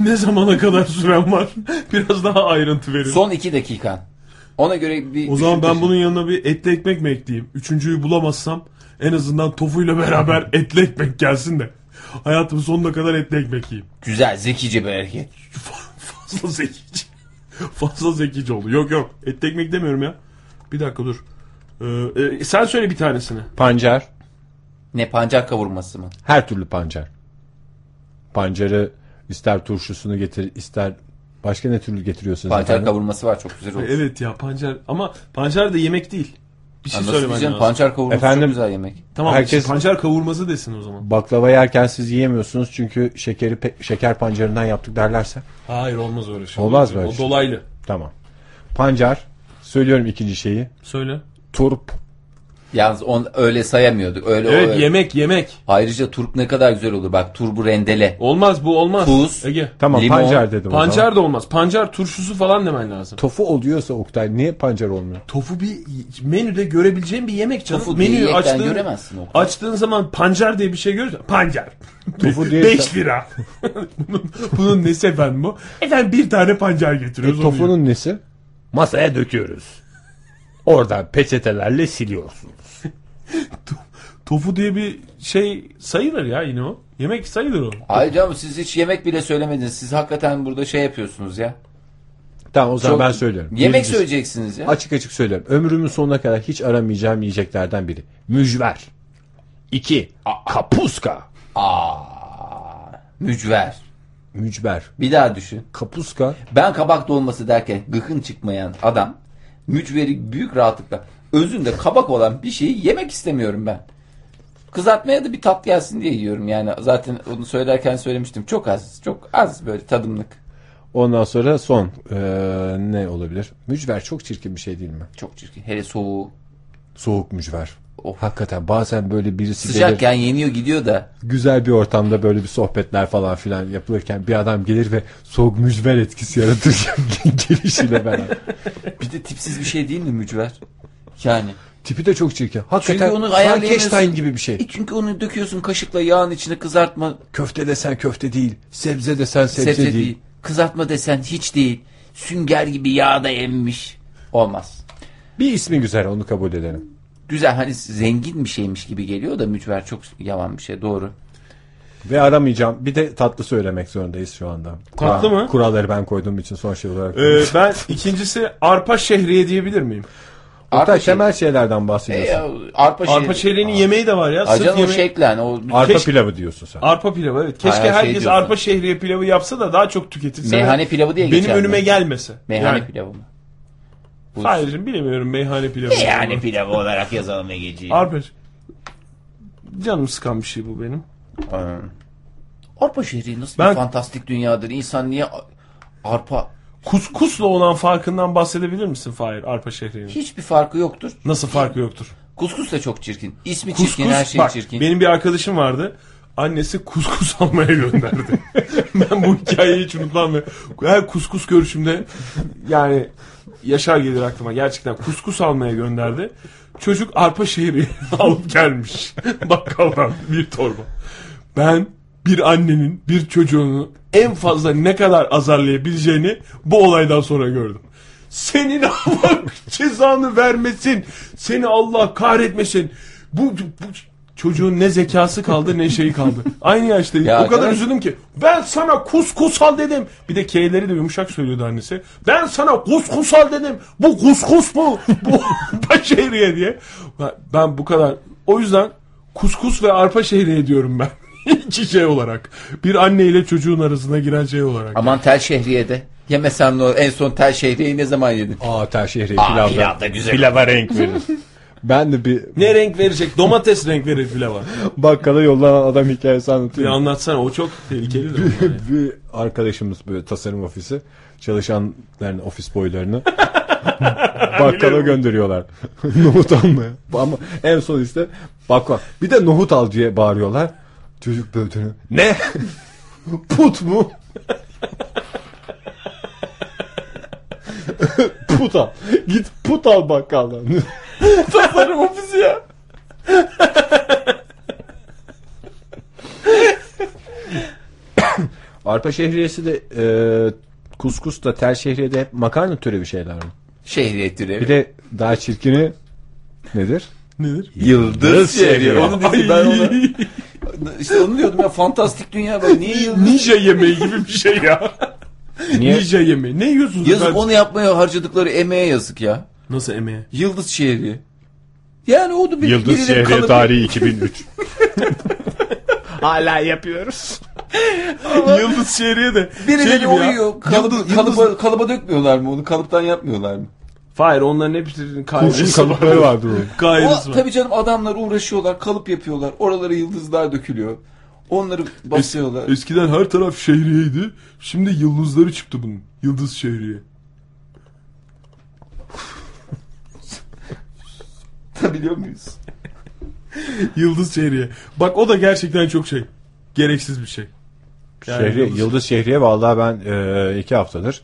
A: ne zamana kadar süren var? Biraz daha ayrıntı verin.
D: Son iki dakikan. Ona göre bir...
A: o zaman ben bunun yanına bir etli ekmek mi ekleyeyim? Üçüncüyü bulamazsam en azından tofuyla beraber etli ekmek gelsin de. Hayatımın sonuna kadar etli ekmek yiyeyim.
D: Güzel, zekice bir hareket.
A: Fazla zekici. Fazla zekici oldu. Yok yok. Et ekmek demiyorum ya. Bir dakika dur. Ee, e, sen söyle bir tanesini.
C: Pancar.
D: Ne pancar kavurması mı?
C: Her türlü pancar. Pancarı ister turşusunu getir ister başka ne türlü getiriyorsunuz
D: Pancar
C: efendim?
D: kavurması var çok güzel olur.
A: Evet şey ya pancar. Ama pancar da yemek değil. Bir şey
D: Ha, nasıl
A: söylemen
D: diyeceğim?
A: lazım.
D: Pancar kavurması
C: Efendim?
D: çok güzel yemek.
A: Tamam
C: Herkes-
A: pancar kavurması desin o zaman.
C: Baklava yerken siz yiyemiyorsunuz çünkü şekeri pe- şeker pancarından yaptık derlerse.
A: Hayır olmaz öyle şey.
C: Olmaz böyle
A: O
C: şey.
A: dolaylı.
C: Tamam. Pancar. Söylüyorum ikinci şeyi.
A: Söyle.
C: Turp.
D: Yalnız on öyle sayamıyorduk. Öyle
A: Evet,
D: o-
A: yemek yemek.
D: Ayrıca turp ne kadar güzel olur. Bak turbu rendele.
A: Olmaz bu olmaz.
D: Tuz.
A: Ege.
C: Tamam
D: Limon,
C: pancar dedim o zaman.
A: Pancar da olmaz. Pancar turşusu falan demen lazım.
C: Tofu oluyorsa Oktay niye pancar olmuyor?
A: Tofu bir menüde görebileceğin bir yemek canım.
D: Tofu
A: Menüyü
D: diyetten
A: açtığın-
D: göremezsin o kadar.
A: Açtığın zaman pancar diye bir şey görürsen pancar.
C: Tofu diye-
A: 5 lira. bunun, bunun nesi efendim bu? Efendim bir tane pancar
C: E,
A: getiriyoruz. onu yiyoruz.
C: tofunun nesi? Masaya döküyoruz. Oradan peçetelerle siliyorsun.
A: Tofu diye bir şey sayılır ya yine o. Yemek sayılır o.
D: Hayır canım siz hiç yemek bile söylemediniz. Siz hakikaten burada şey yapıyorsunuz ya.
C: Tamam o zaman
D: Çok-
C: ben söylüyorum.
D: Yemek
C: Birincisi-
D: söyleyeceksiniz ya.
C: Açık açık söylüyorum. Ömrümün sonuna kadar hiç aramayacağım yiyeceklerden biri. Mücver. İki. Kapuska.
D: Aa, mücver.
C: Mücver.
D: Bir daha düşün.
C: Kapuska.
D: Ben kabak dolması derken gıkın çıkmayan adam mücveri büyük rahatlıkla özünde kabak olan bir şeyi yemek istemiyorum ben. Kızartmaya da bir tat gelsin diye yiyorum yani. Zaten onu söylerken söylemiştim. Çok az, çok az böyle tadımlık.
C: Ondan sonra son e, ne olabilir? Mücver çok çirkin bir şey değil mi?
D: Çok çirkin. Hele soğuğu.
C: Soğuk mücver.
D: Of.
C: Hakikaten bazen böyle birisi gelir
D: Sıcakken yeniyor gidiyor da.
C: güzel bir ortamda böyle bir sohbetler falan filan yapılırken bir adam gelir ve soğuk mücver etkisi yaratır gelişiyle beraber.
D: Bir de tipsiz bir şey değil mi mücver? Yani.
C: Tipi de çok çirkin. Hakikaten
D: Çünkü onu
C: Frankenstein
D: ayarlayamıyorsun.
C: gibi bir şey.
D: E çünkü onu döküyorsun kaşıkla yağın içine kızartma
C: Köfte desen köfte değil. Sebze desen sebze,
D: sebze,
C: değil.
D: değil. Kızartma desen hiç değil. Sünger gibi yağda emmiş. Olmaz.
C: Bir ismi güzel onu kabul edelim.
D: Güzel hani zengin bir şeymiş gibi geliyor da mücver çok yavan bir şey doğru.
C: Ve aramayacağım. Bir de tatlı söylemek zorundayız şu anda.
A: Tatlı mı?
C: Kuralları ben koyduğum için son şey olarak.
A: Ee, ben ikincisi arpa şehriye diyebilir miyim?
C: Hatta
D: Arpa, şey,
C: temel şeylerden
D: e,
C: bahsediyorsun.
D: ya, arpa, şey,
A: Arpa şehriyenin yemeği de var ya.
D: Ay
A: sırf
D: canım o
A: yemeği-
D: şeklen. O
C: Arpa
A: Keşke-
C: pilavı diyorsun sen.
A: Arpa pilavı evet. Keşke
D: Ha, şey
A: herkes
D: diyorsun.
A: arpa şehriye pilavı yapsa da daha çok tüketilse.
D: meyhane pilavı diye
A: Benim
D: geçer.
A: önüme
D: mi?
A: gelmese.
D: Meyhane
A: yani.
D: pilavı mı? Bu-
A: Hayır bilemiyorum meyhane pilavı.
D: Meyhane pilavı olarak yazalım Ege'ciğim.
A: Arpa Canım sıkan bir şey bu benim.
D: Aa. Arpa şehri nasıl
A: Ben-
D: bir fantastik dünyadır. İnsan niye a- arpa
A: Kuskusla olan farkından bahsedebilir misin Fahir arpa şehrinin?
D: hiçbir farkı yoktur.
A: Nasıl farkı yoktur?
D: Kuskus da çok çirkin. İsmi
A: Kuskus
D: çirkin, her şey
A: bak
D: çirkin.
A: benim bir arkadaşım vardı. Annesi kuskus almaya gönderdi. ben bu hikayeyi hiç unutmam ve her kuskus görüşümde yani Yaşar gelir aklıma gerçekten kuskus almaya gönderdi. Çocuk arpa şehri alıp gelmiş bakkaldan bir torba. Ben bir annenin bir çocuğunu en fazla ne kadar azarlayabileceğini bu olaydan sonra gördüm. Senin Allah cezanı vermesin. Seni Allah kahretmesin. Bu, bu çocuğun ne zekası kaldı ne şeyi kaldı. Aynı yaşta
D: Ya
A: o kadar
D: arkadaş-
A: üzüldüm ki ben sana kuskusal dedim. Bir de K'leri de yumuşak söylüyordu annesi. Ben sana kuskusal dedim. Bu kuskus mu? Bu arpa şehriye diye. Ben- Ben bu kadar. O yüzden kuskus ve arpa şehriye diyorum ben. İki şey olarak. Bir anne ile çocuğun arasına giren şey olarak.
D: Aman tel şehriyede. Yemesen ne olur? En son tel şehriyeyi ne zaman yedin?
C: Aa tel şehriye
D: Aa,
C: pilavda.
D: pilav da güzel.
C: Pilava renk verir. ben de bir
A: Ne renk verecek? Domates renk verir bile var.
C: bakkala yollanan adam hikayesi
A: Bir
C: anlatıyor.
A: anlatsana o çok tehlikeli de.
C: bir arkadaşımız böyle tasarım ofisi çalışanların ofis boylarını bakkala gönderiyorlar. nohut almaya. Ama en son işte bakkal. Bir de nohut al diye bağırıyorlar. Çocuk böyle dönüyor. Ne? Put mu? put al. Git put al bakkaldan.
A: Tasarım ofisi ya.
C: Arpa şehriyesi de e, kuskus da tel şehriye de hep makarna türü bir şeyler mi?
D: Şehriye türevi.
C: Bir de daha çirkini nedir?
A: Nedir?
D: Yıldız şehriye. Onu
A: Ay,
D: dedi, ben ona... İşte onu diyordum ya fantastik dünya bak. Niye yıldız?
A: Ninja yemeği gibi bir şey ya.
C: Niye?
A: Ninja yemeği. Ne yiyorsunuz?
D: Yazık
A: ben-
D: onu yapmaya harcadıkları emeğe yazık ya.
A: Nasıl E? emeği?
D: Yıldız şehriye. Yani o da bir
C: Yıldız
D: birileri
C: Şehriye
D: kalabilir.
C: tarihi 2003.
A: Hala yapıyoruz. Yıldız şehriye de. şey
D: Birileri
A: gibi ya.
D: uyuyor. Kalıbı,
A: Yıldız-
D: kalıba, kalıba dökmüyorlar mı onu? Kalıptan yapmıyorlar mı?
A: Hayır onların hepsinin
C: Kurşun
A: kayrısı var.
C: kalıpları vardı onun.
A: Kayrısı
D: O,
A: var.
D: tabii canım adamlar uğraşıyorlar. Kalıp yapıyorlar. Oralara yıldızlar dökülüyor. Onları basıyorlar.
A: Eskiden her taraf şehriyeydi. Şimdi yıldızları çıktı bunun. Yıldız şehriye.
D: Biliyor muyuz?
A: Yıldız şehriye. Bak o da gerçekten çok şey. Gereksiz bir şey. Yani
C: Şehriye,
A: yıldız-
C: Yıldız Şehriye vallahi ben e, iki haftadır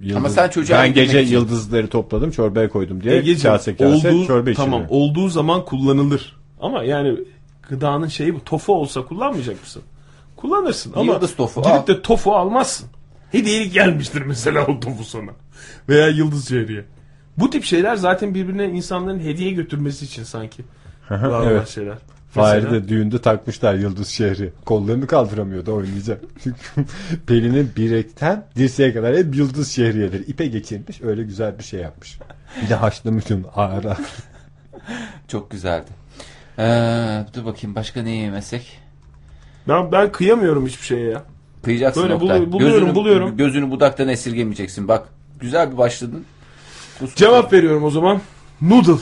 C: Yıldız,
D: Ama sen çocuğa
C: ben
D: yemek
C: gece
D: için-
C: yıldızları topladım çorbaya koydum diye
A: Egeciğim,
C: kase kase
A: olduğu,
C: E, çorba içiyorum.
A: E, Tamam olduğu zaman kullanılır. Ama yani gıdanın şeyi bu. Tofu olsa kullanmayacak mısın? Kullanırsın ama
D: Yıldız tofu,
A: gidip
D: al.
A: de tofu almazsın. Hediyelik gelmiştir mesela o tofu sana. Veya yıldız şehriye. Bu tip şeyler zaten birbirine insanların hediye götürmesi için sanki. Var olan
C: evet.
A: şeyler.
C: Fahir'i
A: Mesela-
C: de düğünde takmışlar Yıldız Şehri. Kollarını kaldıramıyordu oynayacak. Çünkü Pelin'in birekten dirseğe kadar hep Yıldız Şehriye'dir. İpe geçirmiş öyle güzel bir şey yapmış. Bir de haşlamışım ağır ağır.
D: Çok güzeldi. Ee, dur bakayım başka ne yemesek?
A: Ben, ben kıyamıyorum hiçbir şeye ya.
D: Kıyacaksın
A: Böyle
D: Oktay.
A: bulu- buluyorum,
D: gözünü,
A: buluyorum.
D: Gözünü budaktan esirgemeyeceksin. Bak güzel bir başladın. Kuskus-
A: Cevap veriyorum o zaman. Noodle.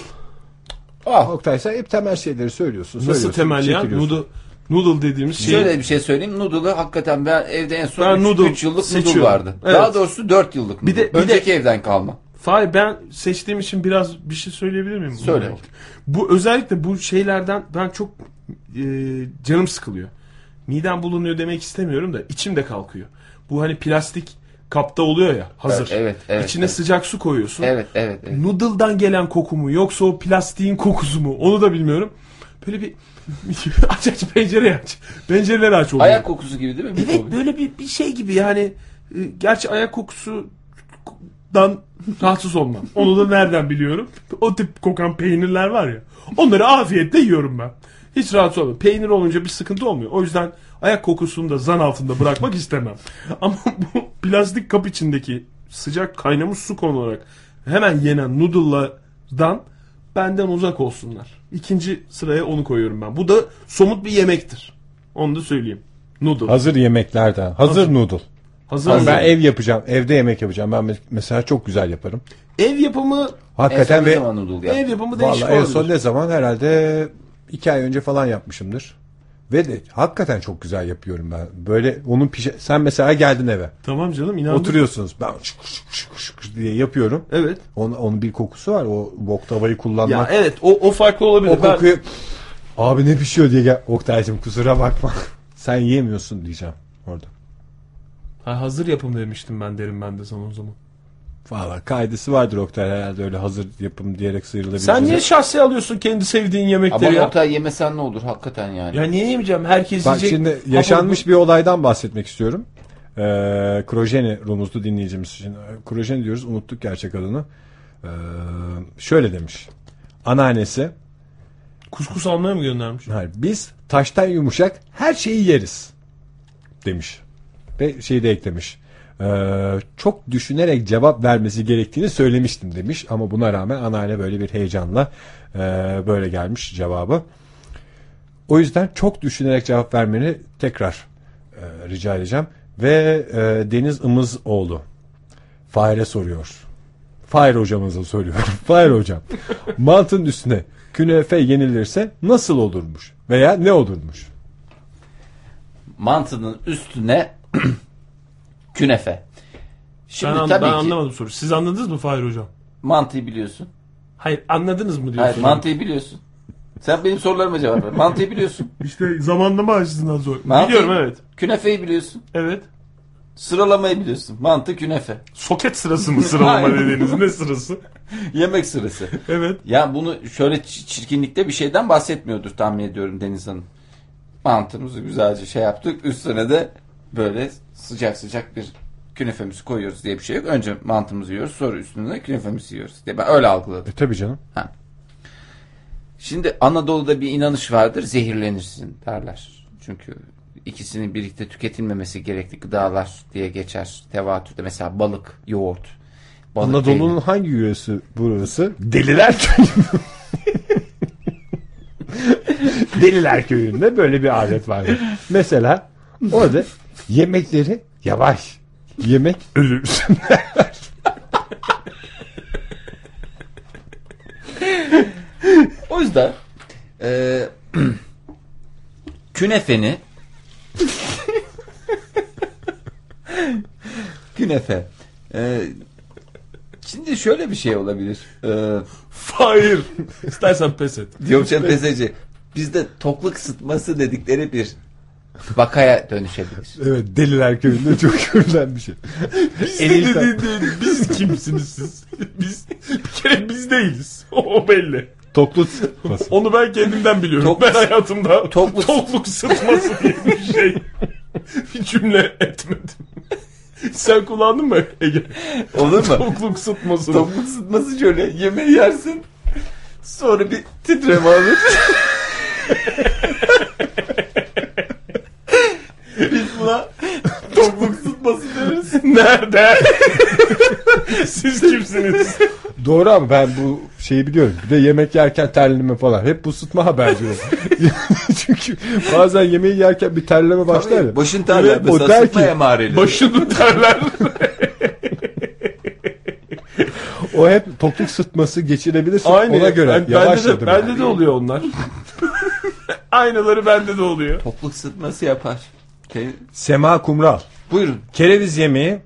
D: Ah,
C: Oktay sen hep temel şeyleri söylüyorsun.
A: Nasıl temel ya? Noodle. Noodle dediğimiz şey.
D: Şöyle bir şey söyleyeyim. Noodle'ı hakikaten ben evde en son
A: Ben noodle
D: 3 yıllık noodle
A: seçiyorum.
D: vardı.
A: Evet.
D: Daha doğrusu 4 yıllık
A: Bir de-
D: noodle.
A: bir de-
D: Önceki evden kalma.
A: Fahir ben seçtiğim için biraz bir şey söyleyebilir miyim? bununla
D: Söyle.
A: ilgili? Bu özellikle bu şeylerden ben çok e, canım sıkılıyor. Midem bulunuyor demek istemiyorum da içim de kalkıyor. Bu hani plastik kapta oluyor ya hazır.
D: Evet, evet,
A: İçine
D: evet.
A: sıcak su koyuyorsun.
D: Evet evet. evet.
A: Noodle'dan gelen koku mu yoksa o plastiğin kokusu mu onu da bilmiyorum. Böyle bir aç aç pencereyi aç. Pencereleri aç oluyor.
D: Ayak kokusu gibi değil mi? Bu
A: Evet
D: koku.
A: böyle bir, bir şey gibi yani e, gerçi ayak kokusundan rahatsız olmam. Onu da nereden biliyorum? O tip kokan peynirler var ya. Onları afiyetle yiyorum ben. Hiç rahatsız olmam. Peynir olunca bir sıkıntı olmuyor. O yüzden ayak kokusunu da zan altında bırakmak istemem. Ama bu plastik kap içindeki sıcak kaynamış su konu olarak hemen yenen noodle'dan benden uzak olsunlar. İkinci sıraya onu koyuyorum ben. Bu da somut bir yemektir. Onu da söyleyeyim. Noodle.
C: Hazır yemeklerden. Hazır noodle.
A: Hazır
C: Ben
A: mı?
C: ev yapacağım. Evde yemek yapacağım. Ben mes- mesela çok güzel yaparım.
A: Ev yapımı
D: En son
C: Hakikaten
D: ne
C: ve
D: zaman noodle yaptın?
A: ev yapımı değişik
C: Vallahi en
A: olabilir.
C: son ne zaman herhalde iki ay önce falan yapmışımdır. Ve de hakikaten çok güzel yapıyorum ben. Böyle onun pişe... Sen mesela geldin eve.
A: Tamam canım inandım.
C: Oturuyorsunuz. Ben şık şık şık şık diye yapıyorum.
A: Evet.
C: Onun, onun bir kokusu var. O oktavayı
A: Ya
C: kullanmak.
A: evet o, o farklı olabilir.
C: o kokuyu... Abi ne pişiyor diye gel. Oktay'cığım kusura bakma. Sen yiyemiyorsun diyeceğim orada.
A: Ben, ha, hazır yapım demiştim ben derim ben de sana o zaman.
C: Valla kaydısı vardır Oktay herhalde öyle hazır yapım diyerek sıyrılabilir.
A: Sen niye şahsi alıyorsun kendi sevdiğin
D: Ama
A: yemekleri ya?
D: nota yemesen ne olur hakikaten yani.
A: Ya niye yemeyeceğim? Herkes
C: Bak
A: yiyecek.
C: şimdi yaşanmış bir olaydan bahsetmek istiyorum. Ee, Krojeni Rumuzlu dinleyicimiz için. e, Krojeni diyoruz unuttuk gerçek adını. Ee, şöyle demiş. Anneannesi
A: Kuskus almaya mı göndermiş?
C: hayır, biz taştan yumuşak her şeyi yeriz demiş. Ve şeyi de eklemiş. Ee, çok düşünerek cevap vermesi gerektiğini söylemiştim demiş. Ama buna rağmen anneanne böyle bir heyecanla e, böyle gelmiş cevabı. O yüzden çok düşünerek cevap vermeni tekrar e, rica edeceğim. Ve e, Deniz Imızoğlu Fahir'e soruyor. Fahir hocamıza soruyorum. Fahir hocam mantının üstüne künefe yenilirse nasıl olurmuş? Veya ne olurmuş?
D: Mantının üstüne künefe.
A: Ben,
D: Şimdi
A: an- ben
D: tabii ki
A: anlamadım soruyu. Siz anladınız mı Fahir Hocam?
D: mantıyı biliyorsun.
A: Hayır anladınız mı
D: Hayır
A: diyorsun?
D: mantıyı biliyorsun. Sen benim sorularıma cevap ver. Mantıyı biliyorsun.
A: İşte zamanlama açısından zor.
D: Mantı-
A: Biliyorum evet.
D: Künefeyi biliyorsun.
A: Evet.
D: Sıralamayı biliyorsun. Mantı künefe.
A: Soket sırası mı sıralama
D: Hayır.
A: dediğiniz ne sırası?
D: Yemek sırası.
A: Evet.
D: Ya bunu şöyle çi- çirkinlikte bir şeyden bahsetmiyordur tahmin ediyorum Deniz Hanım. Mantımızı güzelce şey yaptık. Üstüne de böyle sıcak sıcak bir künefemizi koyuyoruz diye bir şey yok. Önce mantımızı yiyoruz sonra üstüne de künefemizi yiyoruz diye. Ben öyle algıladım.
C: E tabii canım.
D: Şimdi Anadolu'da bir inanış vardır zehirlenirsin derler. Çünkü ikisinin birlikte tüketilmemesi gerekli gıdalar diye geçer. Tevatürde mesela balık, yoğurt. balık peyniri.
C: Anadolu'nun hangi yöresi burası? E, Deliler Köyü. Deliler Köyü'nde böyle bir adet var. Mesela orada yemekleri yavaş. Yemek ölürsün.
D: O yüzden e, künefeni künefe. E, şimdi şöyle bir şey olabilir. E,
A: Fahir. İstersen pes et.
D: Diyopçan Peseci bizde tokluk sıtması dedikleri bir vakaya dönüşebilir.
C: evet Deliler Köyü'nde çok görülen bir şey.
A: Biz de- de- de- biz kimsiniz siz? Biz bir kere biz değiliz. O belli.
C: Toplu sıkması.
A: Onu ben kendimden biliyorum.
D: Tok-
A: ben hayatımda
D: Tokluk-
A: tokluk sıtması diye bir şey bir cümle etmedim. Sen kullandın mı Ege?
D: Olur mu?
A: Tokluk sıtması.
D: tokluk sıtması şöyle yemeği yersin sonra bir titreme alır. Biz buna tokluk sıtması deriz.
A: Nerede? Siz kimsiniz?
C: Doğru abi ben bu şeyi biliyorum. Bir de yemek yerken terleme falan. Hep bu sıtma habercileri. Çünkü bazen yemeği yerken bir terleme başlar ya.
D: Başın terler
C: Evet,
D: mesela
C: o der
D: sıtma
C: ki-
D: emareli.
A: Başını terler.
C: O hep tokluk sıtması geçirebilirsin.
A: Aynı.
C: Ona göre
A: Ben- bende de,
C: yavaşladım.
A: bende de oluyor onlar. Aynaları bende de oluyor.
D: Topluk sıtması yapar. Te-
C: Sema Kumral.
D: Buyurun.
C: Kereviz yemeği,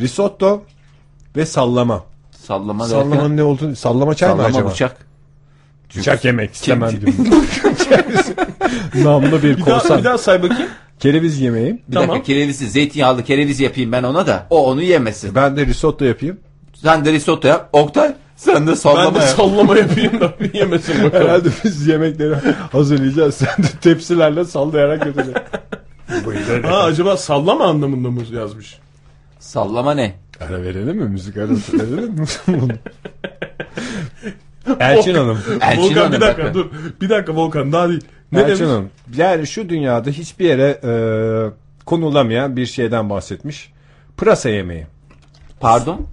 C: risotto ve sallama.
D: Sallama derken-
C: Sallamanın ne olduğunu... Sallama çay mı
D: Sallama
C: acaba?
D: bıçak.
C: Bıçak yemek istemem
D: Kim-
C: diyorum. Namlı bir
A: Bir daha, bir
C: korsan.
A: daha say bakayım.
C: Kereviz yemeği.
D: Bir
A: Tamam.
D: dakika kerevizi zeytinyağlı kereviz yapayım ben ona da o onu yemesin.
C: Ben de risotto yapayım.
D: Sen de risotto yap. Oktay sen de
A: Ben
D: sallama
A: de
D: yap.
A: sallama yapayım da yemesin bakalım.
C: Herhalde biz yemekleri hazırlayacağız. Sen de tepsilerle sallayarak götüreceksin.
A: Ha acaba sallama anlamında mı yazmış?
D: sallama ne?
C: Ara verelim mi? Müzik arası verelim mi? Elçin Hanım.
D: Elçin
A: Volkan bir
D: Hanım
A: dakika
D: bakın.
A: dur. Bir dakika Volkan daha değil. Ne
C: Elçin
A: demiş?
C: Hanım. Yani şu dünyada hiçbir yere e, konulamayan bir şeyden bahsetmiş. Pırasa yemeği.
D: Pardon?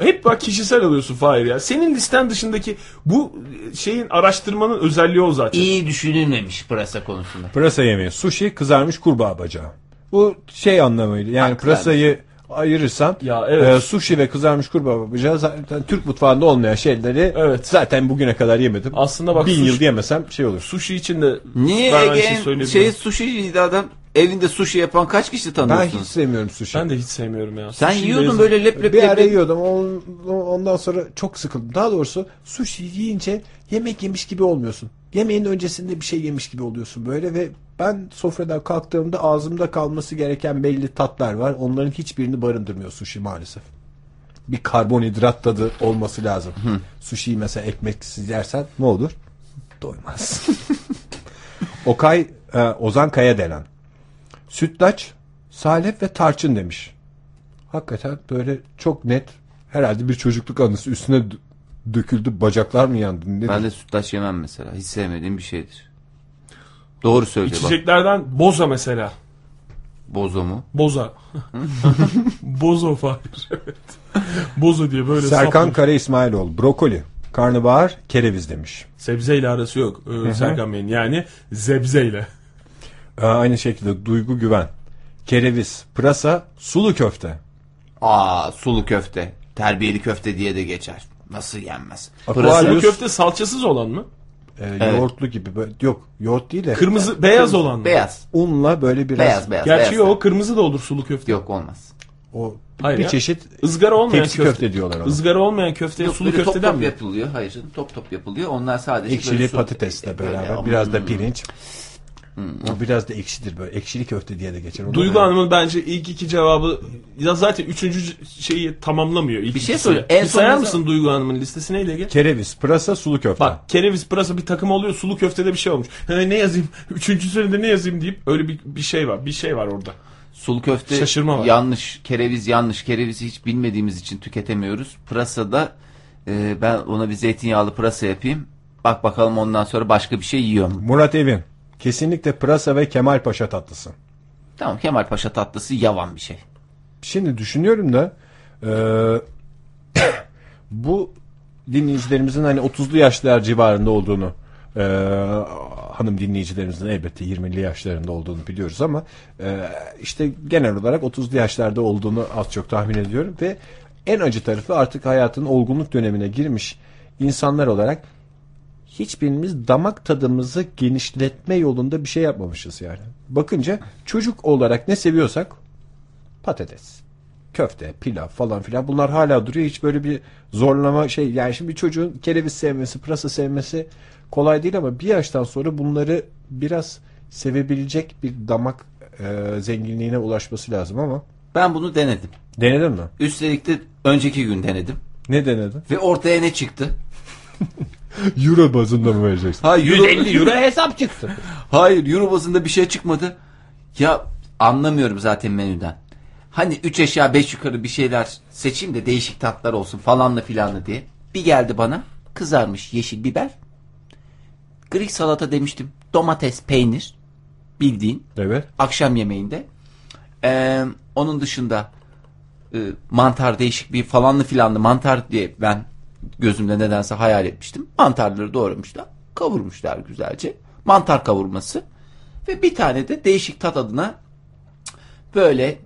A: Hep bak kişisel alıyorsun Fahir ya. Senin listen dışındaki bu e, şeyin araştırmanın özelliği o zaten.
D: İyi düşünülmemiş pırasa konusunda.
C: Pırasa yemeği. Sushi kızarmış kurbağa bacağı. Bu şey anlamıyla yani
D: Haklı
C: pırasayı ayırırsan
A: Ya evet.
C: e, sushi ve kızarmış kurbağa bacağı zaten Türk mutfağında olmayan şeyleri
A: Evet.
C: zaten bugüne kadar yemedim.
A: Aslında bak
C: Bin
A: sushi-
C: yıl yemesem şey olur.
A: Sushi için de
D: Niye
A: ben aynı şeyi
D: Ege'nin
A: söyleyebilirim.
D: şey sushi'ciydi adam? Evinde sushi yapan kaç kişi
C: Ben
D: tanıyorsunuz?
C: hiç sevmiyorum sushi.
A: Ben de hiç sevmiyorum ya.
D: Sen
A: Sushi
D: yiyordun
A: lezzet-
D: böyle lep lep
C: bir
D: lep.
C: ara
D: lep.
C: yiyordum on- ondan sonra çok sıkıldım. Daha doğrusu sushi yiyince yemek yemiş gibi olmuyorsun. Yemeğin öncesinde bir şey yemiş gibi oluyorsun böyle ve ben sofradan kalktığımda ağzımda kalması gereken belli tatlar var. Onların hiçbirini barındırmıyor sushi maalesef. Bir karbonhidrat tadı olması lazım. Sushi'yi mesela ekmeksiz yersen ne olur? Doymaz. Okay e, Ozan Kaya denen. Sütlaç, salep ve tarçın demiş. Hakikaten böyle çok net herhalde bir çocukluk anısı üstüne d- döküldü bacaklar mı yandı? Ne
D: Ben de sütlaç yemem mesela. Hiç sevmediğim bir şeydir. Doğru söylüyor bak.
A: İçeceklerden boza mesela.
D: Bozo mu?
A: Boza. Bozo Fahir. Evet. Bozo diye böyle
C: Serkan
A: saplı-
C: Kara İsmailoğlu brokoli, karnabahar, kereviz demiş.
A: Sebzeyle arası yok ee, Serkan Bey'in. Yani zebzeyle.
C: Ee, aynı şekilde Duygu Güven, kereviz, pırasa, sulu köfte.
D: Aa sulu köfte. Terbiyeli köfte diye de geçer. Nasıl yenmez?
C: Akvaryum.
D: Pırasa
A: Bu
C: Alıyoruz.
A: köfte salçasız olan mı?
C: Ee, Yoğurtlu gibi böyle- yok yoğurt değil de
A: Kırmızı, beyaz olan mı?
D: beyaz.
C: unla böyle biraz
D: Beyaz beyaz.
A: Gerçi
D: beyaz.
A: yok kırmızı da olur sulu köfte.
D: Yok olmaz.
C: o
A: Hayır
C: bir
A: ya.
C: çeşit
A: Izgara olmayan
C: tepsi
A: köfte.
C: köfte, diyorlar ona.
A: Izgara olmayan köfteye
D: Yok,
A: sulu
D: böyle top
A: köfteden
D: top
A: mi?
D: yapılıyor. Hayır canım, top top yapılıyor. Onlar sadece
C: Ekşili
D: böyle su-
C: patatesle
D: böyle
C: beraber
D: ama-
C: biraz da pirinç. O biraz da ekşidir böyle. Ekşili köfte diye de geçer. Onu
A: Duygu
C: da-
A: Hanım'ın bence ilk iki cevabı ya zaten üçüncü şeyi tamamlamıyor. ilk
D: Bir şey
A: ikisini.
D: söyle. En
A: Bir
D: son
A: sayar
D: ne
A: mısın Duygu Hanım'ın listesi neydi Ege?
C: Kereviz, pırasa, sulu köfte.
A: Bak kereviz pırasa bir takım oluyor sulu köftede bir şey olmuş. He, ne yazayım? Üçüncü sürede ne yazayım deyip öyle bir, bir şey var. Bir şey var orada.
D: Sulu köfte
A: Şaşırma var.
D: yanlış, kereviz yanlış. Kerevizi hiç bilmediğimiz için tüketemiyoruz. Pırasada e, ben ona bir zeytinyağlı pırasa yapayım. Bak bakalım ondan sonra başka bir şey yiyor mu?
C: Murat Evin. Kesinlikle pırasa ve Kemal Paşa tatlısı.
D: Tamam Kemal Paşa tatlısı yavan bir şey.
C: Şimdi düşünüyorum da e, bu dinleyicilerimizin hani 30'lu yaşlar civarında olduğunu e, hanım dinleyicilerimizin elbette 20'li yaşlarında olduğunu biliyoruz ama e, işte genel olarak 30'lu yaşlarda olduğunu az çok tahmin ediyorum ve en acı tarafı artık hayatın olgunluk dönemine girmiş insanlar olarak hiçbirimiz damak tadımızı genişletme yolunda bir şey yapmamışız yani. Bakınca çocuk olarak ne seviyorsak patates, köfte, pilav falan filan bunlar hala duruyor. Hiç böyle bir zorlama şey yani şimdi bir çocuğun kereviz sevmesi, pırasa sevmesi kolay değil ama bir yaştan sonra bunları biraz sevebilecek bir damak e, zenginliğine ulaşması lazım ama
D: Ben bunu denedim.
C: denedin mi?
D: Üstelik de önceki gün denedim.
C: Ne denedin?
D: Ve ortaya ne çıktı?
C: Euro bazında mı vereceksin?
D: Ha, euro-
E: hesap çıktı.
D: Hayır euro bazında bir şey çıkmadı. Ya anlamıyorum zaten menüden. Hani 3 aşağı 5 yukarı bir şeyler seçeyim de değişik tatlar olsun falanla filanla diye. Bir geldi bana kızarmış yeşil biber. Greek salata demiştim. Domates, peynir. Bildiğin
C: Evet.
D: akşam yemeğinde. Ee, onun dışında e, mantar değişik bir falanlı filanlı mantar diye ben gözümde nedense hayal etmiştim. Mantarları doğramışlar, kavurmuşlar güzelce. Mantar kavurması ve bir tane de değişik tat adına böyle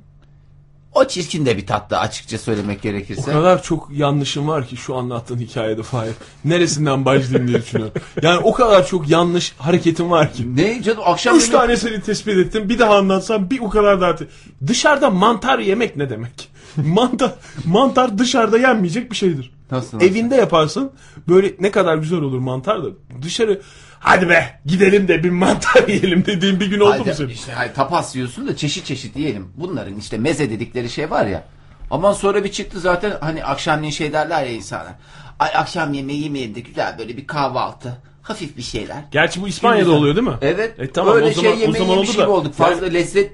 D: O çirkin de bir tatlı açıkça söylemek
A: O
D: gerekirse.
A: kadar çok yanlışım var ki şu anlattığın hikayede Fahir. Neresinden başlayayım diye düşünüyorum. Yani o kadar çok yanlış hareketim var ki.
D: Ne canım akşam
A: Üç
D: yemeği-
A: tane seni tespit ettim. Bir daha anlatsam bir o kadar daha. te- Dışarıda mantar yemek ne demek? mantar, mantar dışarıda yenmeyecek bir şeydir.
D: Nasıl?
A: Evinde yaparsın. Böyle ne kadar güzel olur mantar da. Dışarı hadi be gidelim de bir mantar yiyelim dediğin bir gün oldu mu
D: Halde-
A: senin?
D: işte, hayır, tapas yiyorsun da çeşit çeşit yiyelim. Bunların işte meze dedikleri şey var ya. Aman sonra bir çıktı zaten hani akşamleyin şey derler ya insanlar. Ay akşam yemeği yemeyelim de güzel böyle bir kahvaltı. Hafif bir şeyler.
A: Gerçi bu İspanya'da
D: Güzel.
A: oluyor değil mi?
D: Evet.
A: E tamam
D: böyle
A: o zaman,
D: şey yemeği
A: o zaman
D: yemiş
A: olur da.
D: gibi olduk.
A: Yani
D: Fazla lezzet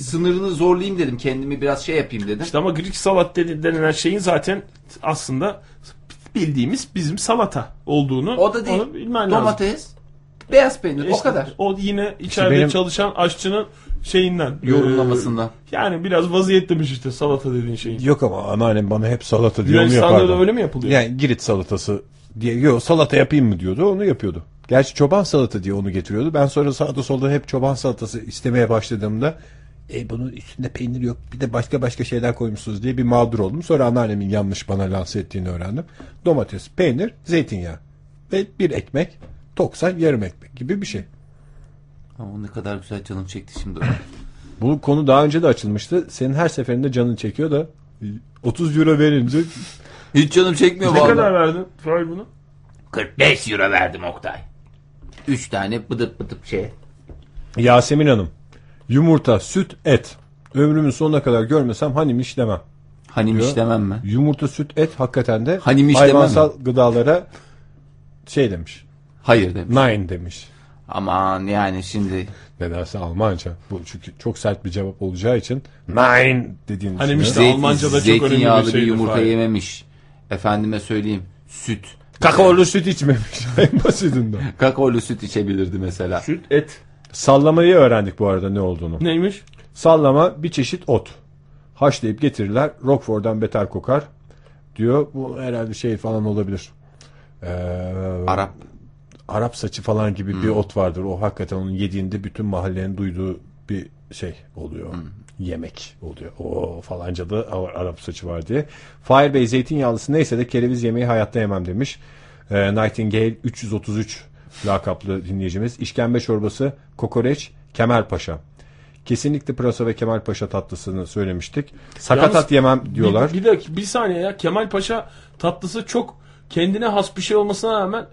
D: sınırını zorlayayım dedim. Kendimi biraz şey yapayım dedim.
A: İşte ama Greek salat deni- denilen şeyin zaten aslında bildiğimiz bizim salata olduğunu
D: o da değil.
A: onu bilmen lazım.
D: Domates, beyaz peynir
A: İşte
D: o kadar.
A: O yine içeride
C: benim-
A: çalışan aşçının şeyinden.
D: Yorumlamasından.
A: e, yani biraz vaziyetlemiş işte salata dediğin şeyin.
C: Yok ama anneannem bana hep salata diye onu
A: Yunanistan'da
C: yapardı.
A: da öyle mi yapılıyor?
C: Yani Girit salatası diye yok salata yapayım mı diyordu onu yapıyordu. Gerçi çoban salata diye onu getiriyordu. Ben sonra sağda solda hep çoban salatası istemeye başladığımda e bunun üstünde peynir yok bir de başka başka şeyler koymuşsunuz diye bir mağdur oldum. Sonra anneannemin yanlış bana lanse ettiğini öğrendim. Domates, peynir, zeytinyağı ve bir ekmek, toksan yarım ekmek gibi bir şey.
D: Ama ne kadar güzel canım çekti şimdi.
C: Bu konu daha önce de açılmıştı. Senin her seferinde canın çekiyor da 30 euro verince
D: Hiç canım çekmiyor
A: ne
D: vallahi.
A: kadar verdin? Söyle bunu.
D: 45 euro verdim Oktay. 3 tane bıdıp bıdıp şey.
C: Yasemin Hanım. Yumurta, süt, et. Ömrümün sonuna kadar görmesem hanimiş demem.
D: Hanim
C: Diyor.
D: işlemem mi?
C: Yumurta, süt, et hakikaten de
D: Hanimiş
C: hayvansal gıdalara şey demiş.
D: Hayır demiş.
C: Nein demiş.
D: Aman yani şimdi
C: Nedense Almanca. Bu çünkü çok sert bir cevap olacağı için nein dediğini
A: Hanimiş
C: düşünüyorum.
A: de- Almanca'da çok
D: zeytinyağlı
A: önemli bir şeydir,
D: yumurta
A: Fahir.
D: yememiş. Efendime söyleyeyim süt.
C: Kakaolu süt içmemiş. en basitinden.
D: Kakaolu süt içebilirdi mesela.
A: Süt, et.
C: Sallamayı öğrendik bu arada ne olduğunu.
A: Neymiş?
C: Sallama bir çeşit ot. Haşlayıp getirirler. Rockford'dan beter kokar diyor. Bu herhalde şey falan olabilir. Ee,
D: Arap.
C: Arap saçı falan gibi bir
D: Hmm.
C: ot vardır. O hakikaten onun yediğinde bütün mahallenin duyduğu bir şey oluyor.
D: Hmm.
C: Yemek oluyor. O falanca da Ar- Arap saçı var diye. Fahir Bey zeytinyağlısı neyse de kereviz yemeği hayatta yemem demiş. Ee, Nightingale 333 lakaplı dinleyicimiz. İşkembe çorbası, kokoreç, kemerpaşa. Kesinlikle pırasa ve kemerpaşa tatlısını söylemiştik. Sakatat
A: Yalnız
C: yemem diyorlar.
A: Bir, bir dakika bir saniye ya Kemal Paşa tatlısı çok kendine has bir şey olmasına rağmen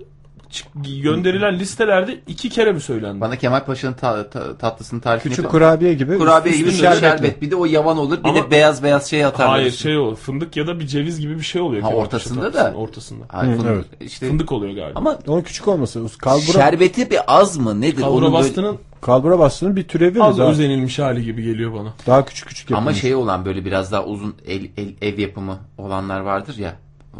A: çı- gönderilen listelerde iki kere mi söylendi?
D: Bana Kemal Paşa'nın ta- ta- tatlısını tarifini
C: Küçük kurabiye gibi.
D: kurabiye
C: üstü
D: gibi
C: şerbetli.
D: şerbet. şerbet. Bir de o yavan olur. Bir
A: Ama-
D: de beyaz beyaz şey atarlar.
A: Hayır
D: üstüne.
A: şey o fındık ya da bir ceviz gibi bir şey oluyor.
D: Ha,
A: Kemal Paşa
D: ortasında
A: tatlısının
D: da.
A: Ortasında.
D: Ay,
C: Hı,
D: fındık-
C: evet.
D: işte-
A: Fındık oluyor galiba.
D: ama
C: Onun küçük olması. Kalbura,
D: şerbeti bir az mı nedir?
A: Kavra
D: Onun böyle-
A: bastının
C: kalbura bastığının bir türevi mi?
A: az
C: Daha,
A: özenilmiş hali gibi geliyor bana.
C: daha küçük küçük yapılmış.
D: Ama şey olan böyle biraz daha uzun el, el- ev yapımı olanlar vardır ya.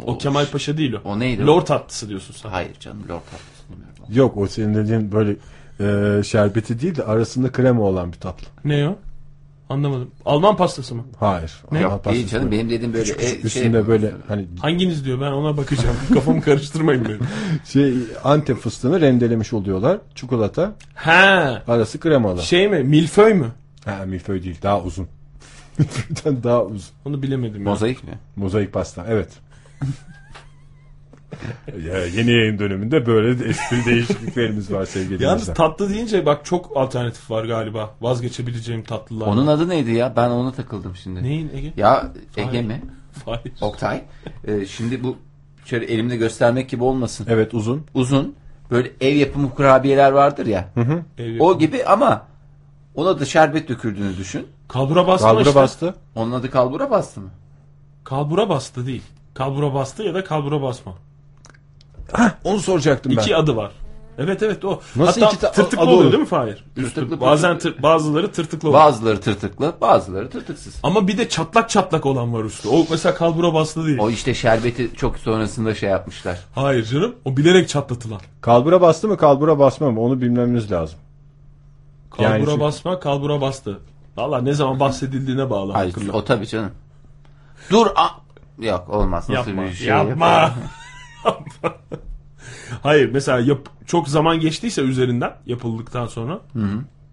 A: O Kemal Paşa değil o.
D: O neydi?
A: Lor tatlısı diyorsun sen.
D: Hayır canım lor tatlısı bilmiyorum.
C: Yok o senin dediğin böyle e, şerbeti değil de arasında krema olan bir tatlı.
A: Ne o? Anlamadım. Alman pastası mı?
C: Hayır.
D: Yok
C: Allah'ın
D: değil
C: pastası
D: canım
C: böyle.
D: benim dediğim böyle e, şey
C: Üstünde
D: yapımı.
C: böyle hani
A: Hanginiz diyor ben ona bakacağım. Kafamı karıştırmayın benim.
C: şey Antep fıstığını rendelemiş oluyorlar. Çikolata
A: He.
C: arası kremalı.
A: Şey mi? Milföy mü?
C: Ha milföy değil daha uzun. Milföyden daha uzun.
A: Onu bilemedim. Ya.
D: Mozaik mi?
C: Mozaik pasta evet. Ya, yeni yayın döneminde böyle de espri değişikliklerimiz var sevgili
A: Yalnız
C: dinleyiciler.
A: tatlı deyince bak çok alternatif var galiba. Vazgeçebileceğim tatlılar.
D: Onun adı neydi ya? Ben ona takıldım şimdi.
A: Neyin Ege?
D: Ya Ege
A: Hayır.
D: mi?
A: Hayır.
D: Oktay. E, şimdi bu şöyle elimle göstermek gibi olmasın.
C: Evet uzun.
D: Uzun böyle ev yapımı kurabiyeler vardır ya.
A: Ev
D: O gibi ama ona da şerbet döküldüğünü düşün.
A: Kalbura bastı
C: Kalbura
A: işte.
C: bastı.
D: Onun adı kalbura bastı mı?
A: Kalbura bastı değil. Kalbura bastı ya da kalbura basma.
C: Onu soracaktım ben.
A: İki adı var. Evet evet o.
C: Nasıl
A: Hatta
C: iki ta-
A: tırtıklı
C: adı
A: oluyor
C: olur?
A: değil mi Fahir?
D: Tırtıklı,
A: Bazen
D: tırtıklı.
A: tır- bazıları tırtıklı oluyor.
D: Bazıları tırtıklı bazıları tırtıksız.
A: Ama bir de çatlak çatlak olan var üstü. O mesela kalbura bastı değil.
D: O işte şerbeti çok sonrasında şey yapmışlar.
A: Hayır canım. O bilerek çatlatılan.
C: Kalbura bastı mı kalbura basma mı onu bilmemiz lazım.
A: Kalbura
C: Yani çünkü-
A: basma, kalbura bastı. Valla ne zaman bahsedildiğine bağlı
D: Hayır,
A: hakkında.
D: o tabii canım. Dur a Yok olmaz. Nasıl
A: yapma,
D: bir şey
A: yapma. Yapma. Hayır mesela yap, çok zaman geçtiyse üzerinden yapıldıktan sonra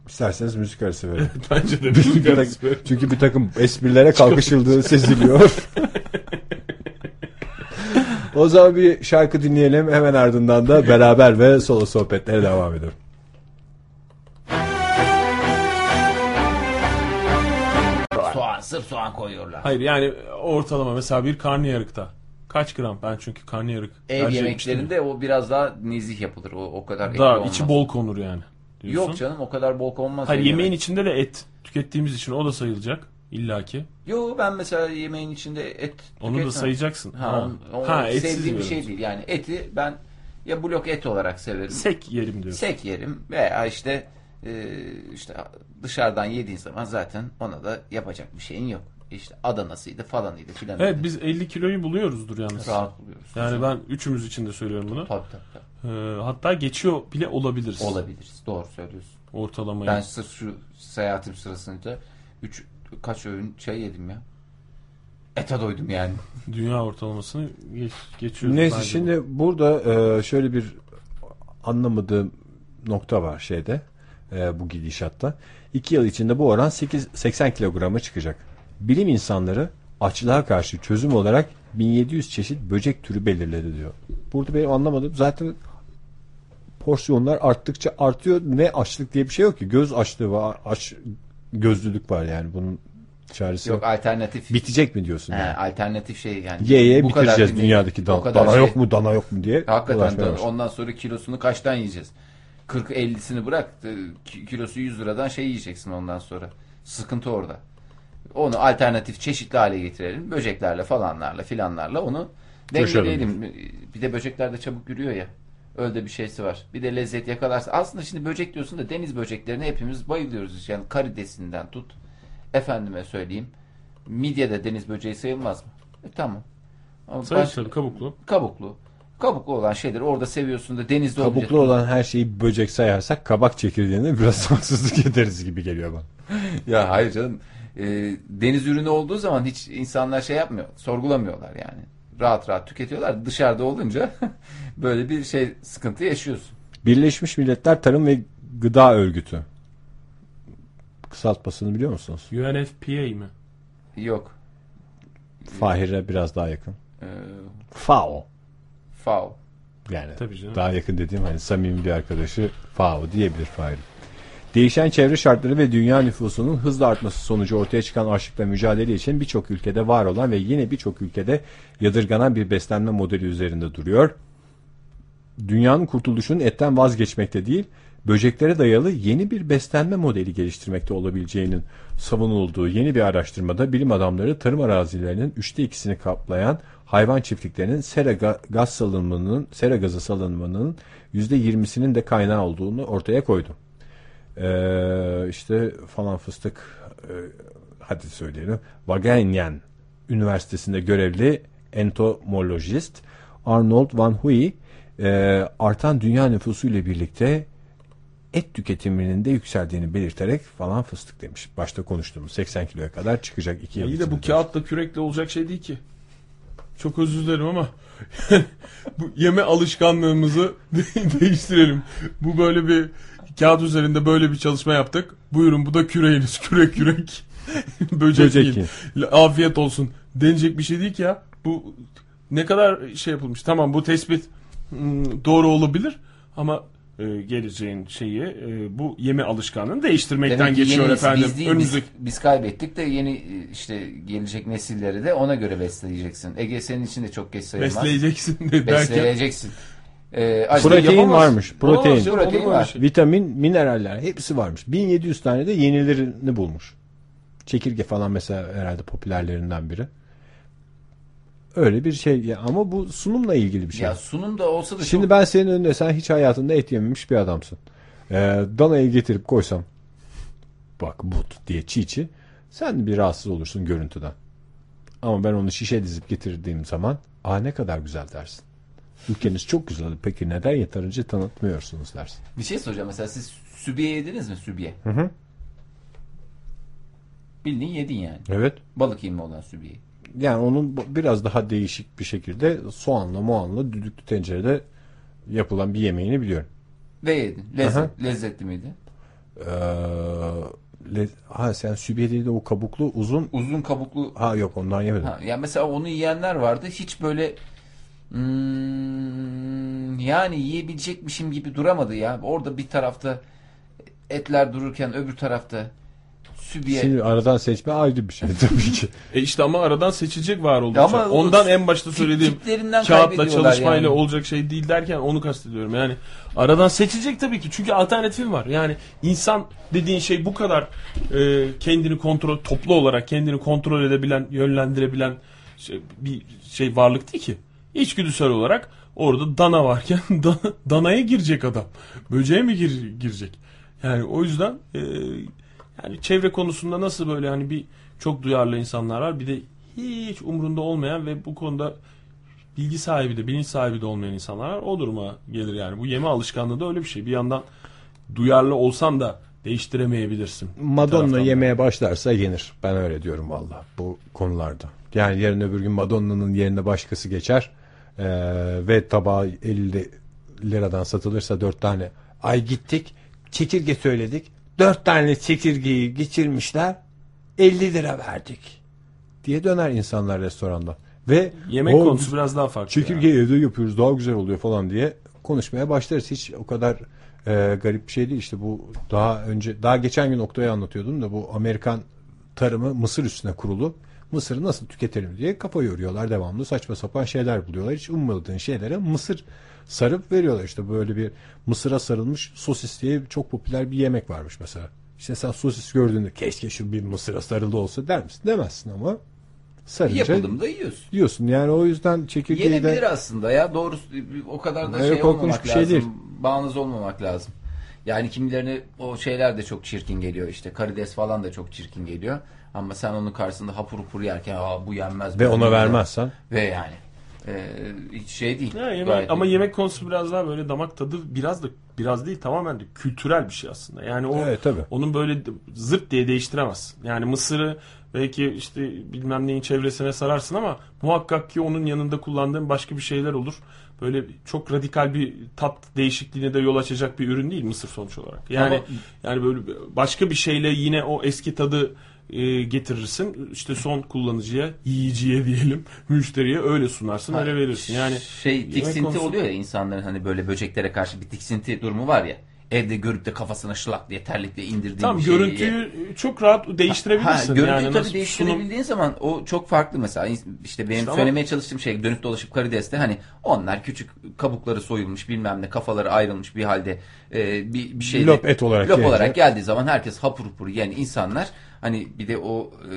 C: İsterseniz müzik arası verelim.
A: Bence de
C: Çünkü bir takım- çünkü bir takım esprilere kalkışıldığı seziliyor. o zaman bir şarkı dinleyelim. Hemen ardından da beraber ve solo sohbetlere devam edelim.
D: Soğan, sırf soğan koyuyorlar.
A: Hayır yani ortalama mesela bir karnıyarıkta. Kaç gram? Ben çünkü karnıyarık.
D: Ev
A: tercih etmiştim.
D: yemeklerinde o biraz daha nezih yapılır. O, o kadar ekli
A: Daha
D: olmaz.
A: içi bol konur yani. Diyorsun.
D: Yok canım o kadar bol olmaz.
A: Hayır
D: ev
A: yemeğin
D: yemek.
A: içinde de et tükettiğimiz için o da sayılacak illaki.
D: Yo ben mesela yemeğin içinde et
A: Onu
D: tüketmem.
A: da sayacaksın.
D: Ha,
A: Ha,
D: on- on-
A: ha etsiz
D: sevdiğim bir
A: diyorum.
D: şey değil. Yani eti ben ya blok et olarak severim.
A: Sek yerim diyor.
D: Sek yerim veya işte e, işte dışarıdan yediğin zaman zaten ona da yapacak bir şeyin yok. İşte Adana'sıydı falanıydı filan.
A: Evet biz 50 kiloyu buluyoruzdur yalnız.
D: rahat buluyoruz.
A: Yani ben üçümüz için de söylüyorum bunu.
D: Tabii tabii, tabii.
A: Ee, hatta geçiyor bile olabiliriz.
D: Olabiliriz. Doğru söylüyorsun.
A: Ortalamayı.
D: Ben sırf şu seyahatim sırasında üç kaç öğün şey yedim ya. Ete doydum yani.
A: Dünya ortalamasını geç, geçiyoruz.
C: Neyse
A: bence.
C: şimdi burada e, şöyle bir anlamadığım nokta var şeyde e, bu gidişatta. 2 yıl içinde bu oran 8, 80 kilograma çıkacak. Bilim insanları açlığa karşı çözüm olarak 1700 çeşit böcek türü belirledi diyor. Burada benim anlamadım zaten porsiyonlar arttıkça artıyor. Ne açlık diye bir şey yok ki. Göz açlığı var. Aç, gözlülük var yani bunun çaresi yok.
D: Yok alternatif.
C: Bitecek mi diyorsun? yani?
D: He, alternatif şey yani.
C: Ye ye
D: Bu kadar
C: bitireceğiz
D: dinleyin.
C: dünyadaki
D: O
C: dana.
D: kadar
C: Dana
D: şey-
C: yok mu dana yok mu diye.
D: Hakikaten
C: uğraşmaya
D: da
C: başladı.
D: ondan sonra kilosunu kaçtan yiyeceğiz? 40-50'sini bırak e, ki- kilosu 100 liradan şey yiyeceksin ondan sonra. Sıkıntı orada. Onu alternatif çeşitli hale getirelim. Böceklerle falanlarla filanlarla onu dengeleyelim. Bir de böcekler de çabuk yürüyor ya. Öyle de bir şeysi var. Bir de lezzet yakalarsa. Aslında şimdi böcek diyorsun da deniz böceklerine hepimiz bayılıyoruz. Yani karidesinden tut. Efendime söyleyeyim. Midye de deniz böceği sayılmaz mı? E, tamam. Ama
A: Sayın
D: baş-
A: Sarı, kabuklu.
D: kabuklu. Kabuklu olan şeyleri orada seviyorsun da denizde olunca-
C: Kabuklu olan her şeyi böcek sayarsak kabak çekirdeğine biraz haksızlık ederiz gibi geliyor bana.
D: Ya hayır canım. Ee, deniz ürünü olduğu zaman hiç insanlar şey yapmıyor. Sorgulamıyorlar yani. Rahat rahat tüketiyorlar. Dışarıda olunca böyle bir şey sıkıntı yaşıyorsun.
C: Birleşmiş Milletler Tarım ve Gıda Örgütü. Kısaltmasını biliyor musunuz?
A: UNFPA mi?
D: Yok.
C: Fahir'e biraz daha yakın.
D: Ee,
C: FAO.
D: FAO.
C: Yani
A: Tabii canım.
C: daha yakın dediğim hani samimi bir arkadaşı FAO diyebilir Fahir. Değişen çevre şartları ve dünya nüfusunun hızla artması sonucu ortaya çıkan açlıkla mücadele için birçok ülkede var olan ve yine birçok ülkede yadırganan bir beslenme modeli üzerinde duruyor. Dünyanın kurtuluşunun etten vazgeçmekte değil, böceklere dayalı yeni bir beslenme modeli geliştirmekte olabileceğinin savunulduğu yeni bir araştırmada bilim adamları tarım arazilerinin üçte ikisini kaplayan hayvan çiftliklerinin sera ga- gaz salınımının, sera gazı salınımının yüzde yirmisinin de kaynağı olduğunu ortaya koydu. Ee, işte falan fıstık e, hadi söyleyelim. Wageningen Üniversitesi'nde görevli entomolojist Arnold Van Huy e, artan dünya nüfusu ile birlikte et tüketiminin de yükseldiğini belirterek falan fıstık demiş. Başta konuştuğumuz 80 kiloya kadar çıkacak 2 yıl
A: İyi de bu
C: içinde.
A: kağıtla kürekle olacak şey değil ki. Çok özür dilerim ama bu yeme alışkanlığımızı de- değiştirelim. Bu böyle bir kağıt üzerinde böyle bir çalışma yaptık. Buyurun bu da küreğiniz. Kürek kürek. Böcek,
C: Böcek
A: yiyin.
C: yiyin.
A: La- Afiyet olsun. Denecek bir şey değil ki ya. Bu ne kadar şey yapılmış. Tamam bu tespit hmm, doğru olabilir ama e, geleceğin şeyi e, bu yeme alışkanlığını değiştirmekten
D: Demek ki
A: geçiyor
D: yeni-
A: efendim.
D: Biz, değil, biz-
A: Önümüzdeki
D: biz kaybettik de yeni e, işte gelecek nesilleri de ona göre besleyeceksin. Ege senin için de çok geç sayılmaz.
A: besleyeceksin de derken
D: Besleyeceksin. Ee, acı-
C: Protein
D: yapamaz.
C: varmış. Protein.
D: Protein
A: Olur mu öyle
D: var.
A: şey?
C: Vitamin, mineraller hepsi varmış. 1700 tane de yenilerini bulmuş. Çekirge falan mesela herhalde popülerlerinden biri. Öyle bir şey ya ama bu sunumla ilgili bir şey.
D: Ya sunum da olsa da
C: Şimdi
D: çok-
C: ben senin önünde sen hiç hayatında et yememiş bir adamsın. Ee, danayı getirip koysam bak but diye çiğ çiğ sen bir rahatsız olursun görüntüden. Ama ben onu şişe dizip getirdiğim zaman aa ne kadar güzel dersin. Ülkeniz çok güzel. Peki neden yeterince tanıtmıyorsunuz dersin.
D: Bir şey soracağım mesela siz sübiye yediniz mi sübiye?
C: hı.
D: Bildiğin yedin yani.
C: Evet.
D: Balık yemi olan sübiye.
C: Yani onun bu- biraz daha değişik bir şekilde soğanla moğanla düdüklü tencerede yapılan bir yemeğini biliyorum.
D: Ve yedin. Lezzet,
C: Aha.
D: lezzetli miydi?
C: Ee, le- ha sen sübiyede de o kabuklu uzun.
D: Uzun kabuklu
C: Ha yok ondan yemedim.
D: Ha, ya mesela onu yiyenler vardı. Hiç böyle hmm, yani yiyebilecekmişim gibi duramadı ya. Orada bir tarafta etler dururken öbür tarafta sübiye.
C: Şimdi aradan seçme ayrı bir şey tabii ki.
A: E işte ama aradan seçilecek var oldu.
D: Ya ama o-
A: Ondan en başta söylediğim
D: tiplerinden
A: Şey, kağıtla
D: kaybediyorlar
A: çalışmayla
D: yani.
A: olacak şey değil derken onu kastediyorum. Yani aradan seçilecek tabii ki. Çünkü alternatifin var. Yani insan dediğin şey bu kadar e, kendini kontrol toplu olarak kendini kontrol edebilen, yönlendirebilen şey, bir şey varlık değil ki. İçgüdüsel olarak orada dana varken da- danaya girecek adam. Böceğe mi gir- girecek? Yani o yüzden e, yani çevre konusunda nasıl böyle hani bir çok duyarlı insanlar var bir de hiç umrunda olmayan ve bu konuda bilgi sahibi de bilinç sahibi de olmayan insanlar var. o duruma gelir yani. Bu yeme alışkanlığı da öyle bir şey. Bir yandan duyarlı olsan da değiştiremeyebilirsin. Bir taraftan
C: Madonna
A: da.
C: yemeye başlarsa yenir. Ben öyle diyorum valla bu konularda. Yani yarın öbür gün Madonna'nın yerine başkası geçer ee, ve tabağı 50 liradan satılırsa 4 tane. Ay gittik çekirge söyledik. 4 tane çekirgeyi geçirmişler 50 lira verdik diye döner insanlar restoranda. Ve
A: Yemek
C: o
A: konusu biraz daha farklı. yani.
C: Çekirgeyi evde yapıyoruz daha güzel oluyor falan diye konuşmaya başlarız. Hiç o kadar e, garip bir şey değil. İşte bu daha önce daha geçen gün Oktay'a anlatıyordum da bu Amerikan tarımı mısır üstüne kurulu. Mısırı nasıl tüketelim diye kafa yoruyorlar devamlı saçma sapan şeyler buluyorlar. Hiç ummadığın şeylere mısır sarıp veriyorlar. İşte böyle bir mısıra sarılmış sosis diye çok popüler bir yemek varmış mesela. İşte sen sosis gördüğünde keşke şu bir mısıra sarılı olsa der misin? Demezsin ama sarınca
D: Yapıldım da yiyorsun.
C: diyorsun. Yani o yüzden çekirgeyi de
D: Yenebilir aslında ya. Doğrusu o kadar da
C: Evet,
D: şey
C: korkunç
D: olmamak
C: bir şey
D: lazım.
C: değil.
D: Bağınız olmamak lazım. Yani kimilerine o şeyler de çok çirkin geliyor işte. Karides falan da çok çirkin geliyor. Ama sen onun karşısında hapur hupur yerken Aa, bu yenmez.
C: ve
D: bu
C: ona
D: yenmez."
C: vermezsen
D: Ve yani e, hiç şey değil.
A: Ya yemek-
D: Gayet
A: ama
D: iyi.
A: yemek konusu biraz daha böyle damak tadı biraz da biraz değil tamamen de kültürel bir şey aslında. Yani o
C: Evet, tabii.
A: onun böyle d- zırt diye değiştiremez. Yani mısırı belki işte bilmem neyin çevresine sararsın ama muhakkak ki onun yanında kullandığın başka bir şeyler olur. Böyle çok radikal bir tat değişikliğine de yol açacak bir ürün değil mısır sonuç olarak. Yani
D: Ama-
A: yani böyle başka bir şeyle yine o eski tadı e, getirirsin. İşte son kullanıcıya, yiyiciye diyelim, müşteriye öyle sunarsın, öyle verirsin. Yani
D: şey
A: yemek
D: tiksinti
A: konusu-
D: oluyor ya insanların hani böyle böceklere karşı bir tiksinti durumu var ya. Evde görüp de kafasına şılak diye terlikle indirdiğin
A: Tam
D: bir şeyi ye.
A: görüntüyü çok rahat
D: şey, Ha,
A: değiştirebilirsin.
D: görüntüyü
A: yani
D: tabii
A: nasıl sunum-
D: değiştirebildiğin zaman o çok farklı mesela işte benim
A: İşte ama-
D: söylemeye çalıştığım şey dönüp dolaşıp karideste hani onlar küçük kabukları soyulmuş bilmem ne kafaları ayrılmış bir halde e, bir, bir şeyde
C: Lop et olarak
D: lop
C: gelince.
D: olarak geldiği zaman herkes hapur hapur yani insanlar hani bir de o e,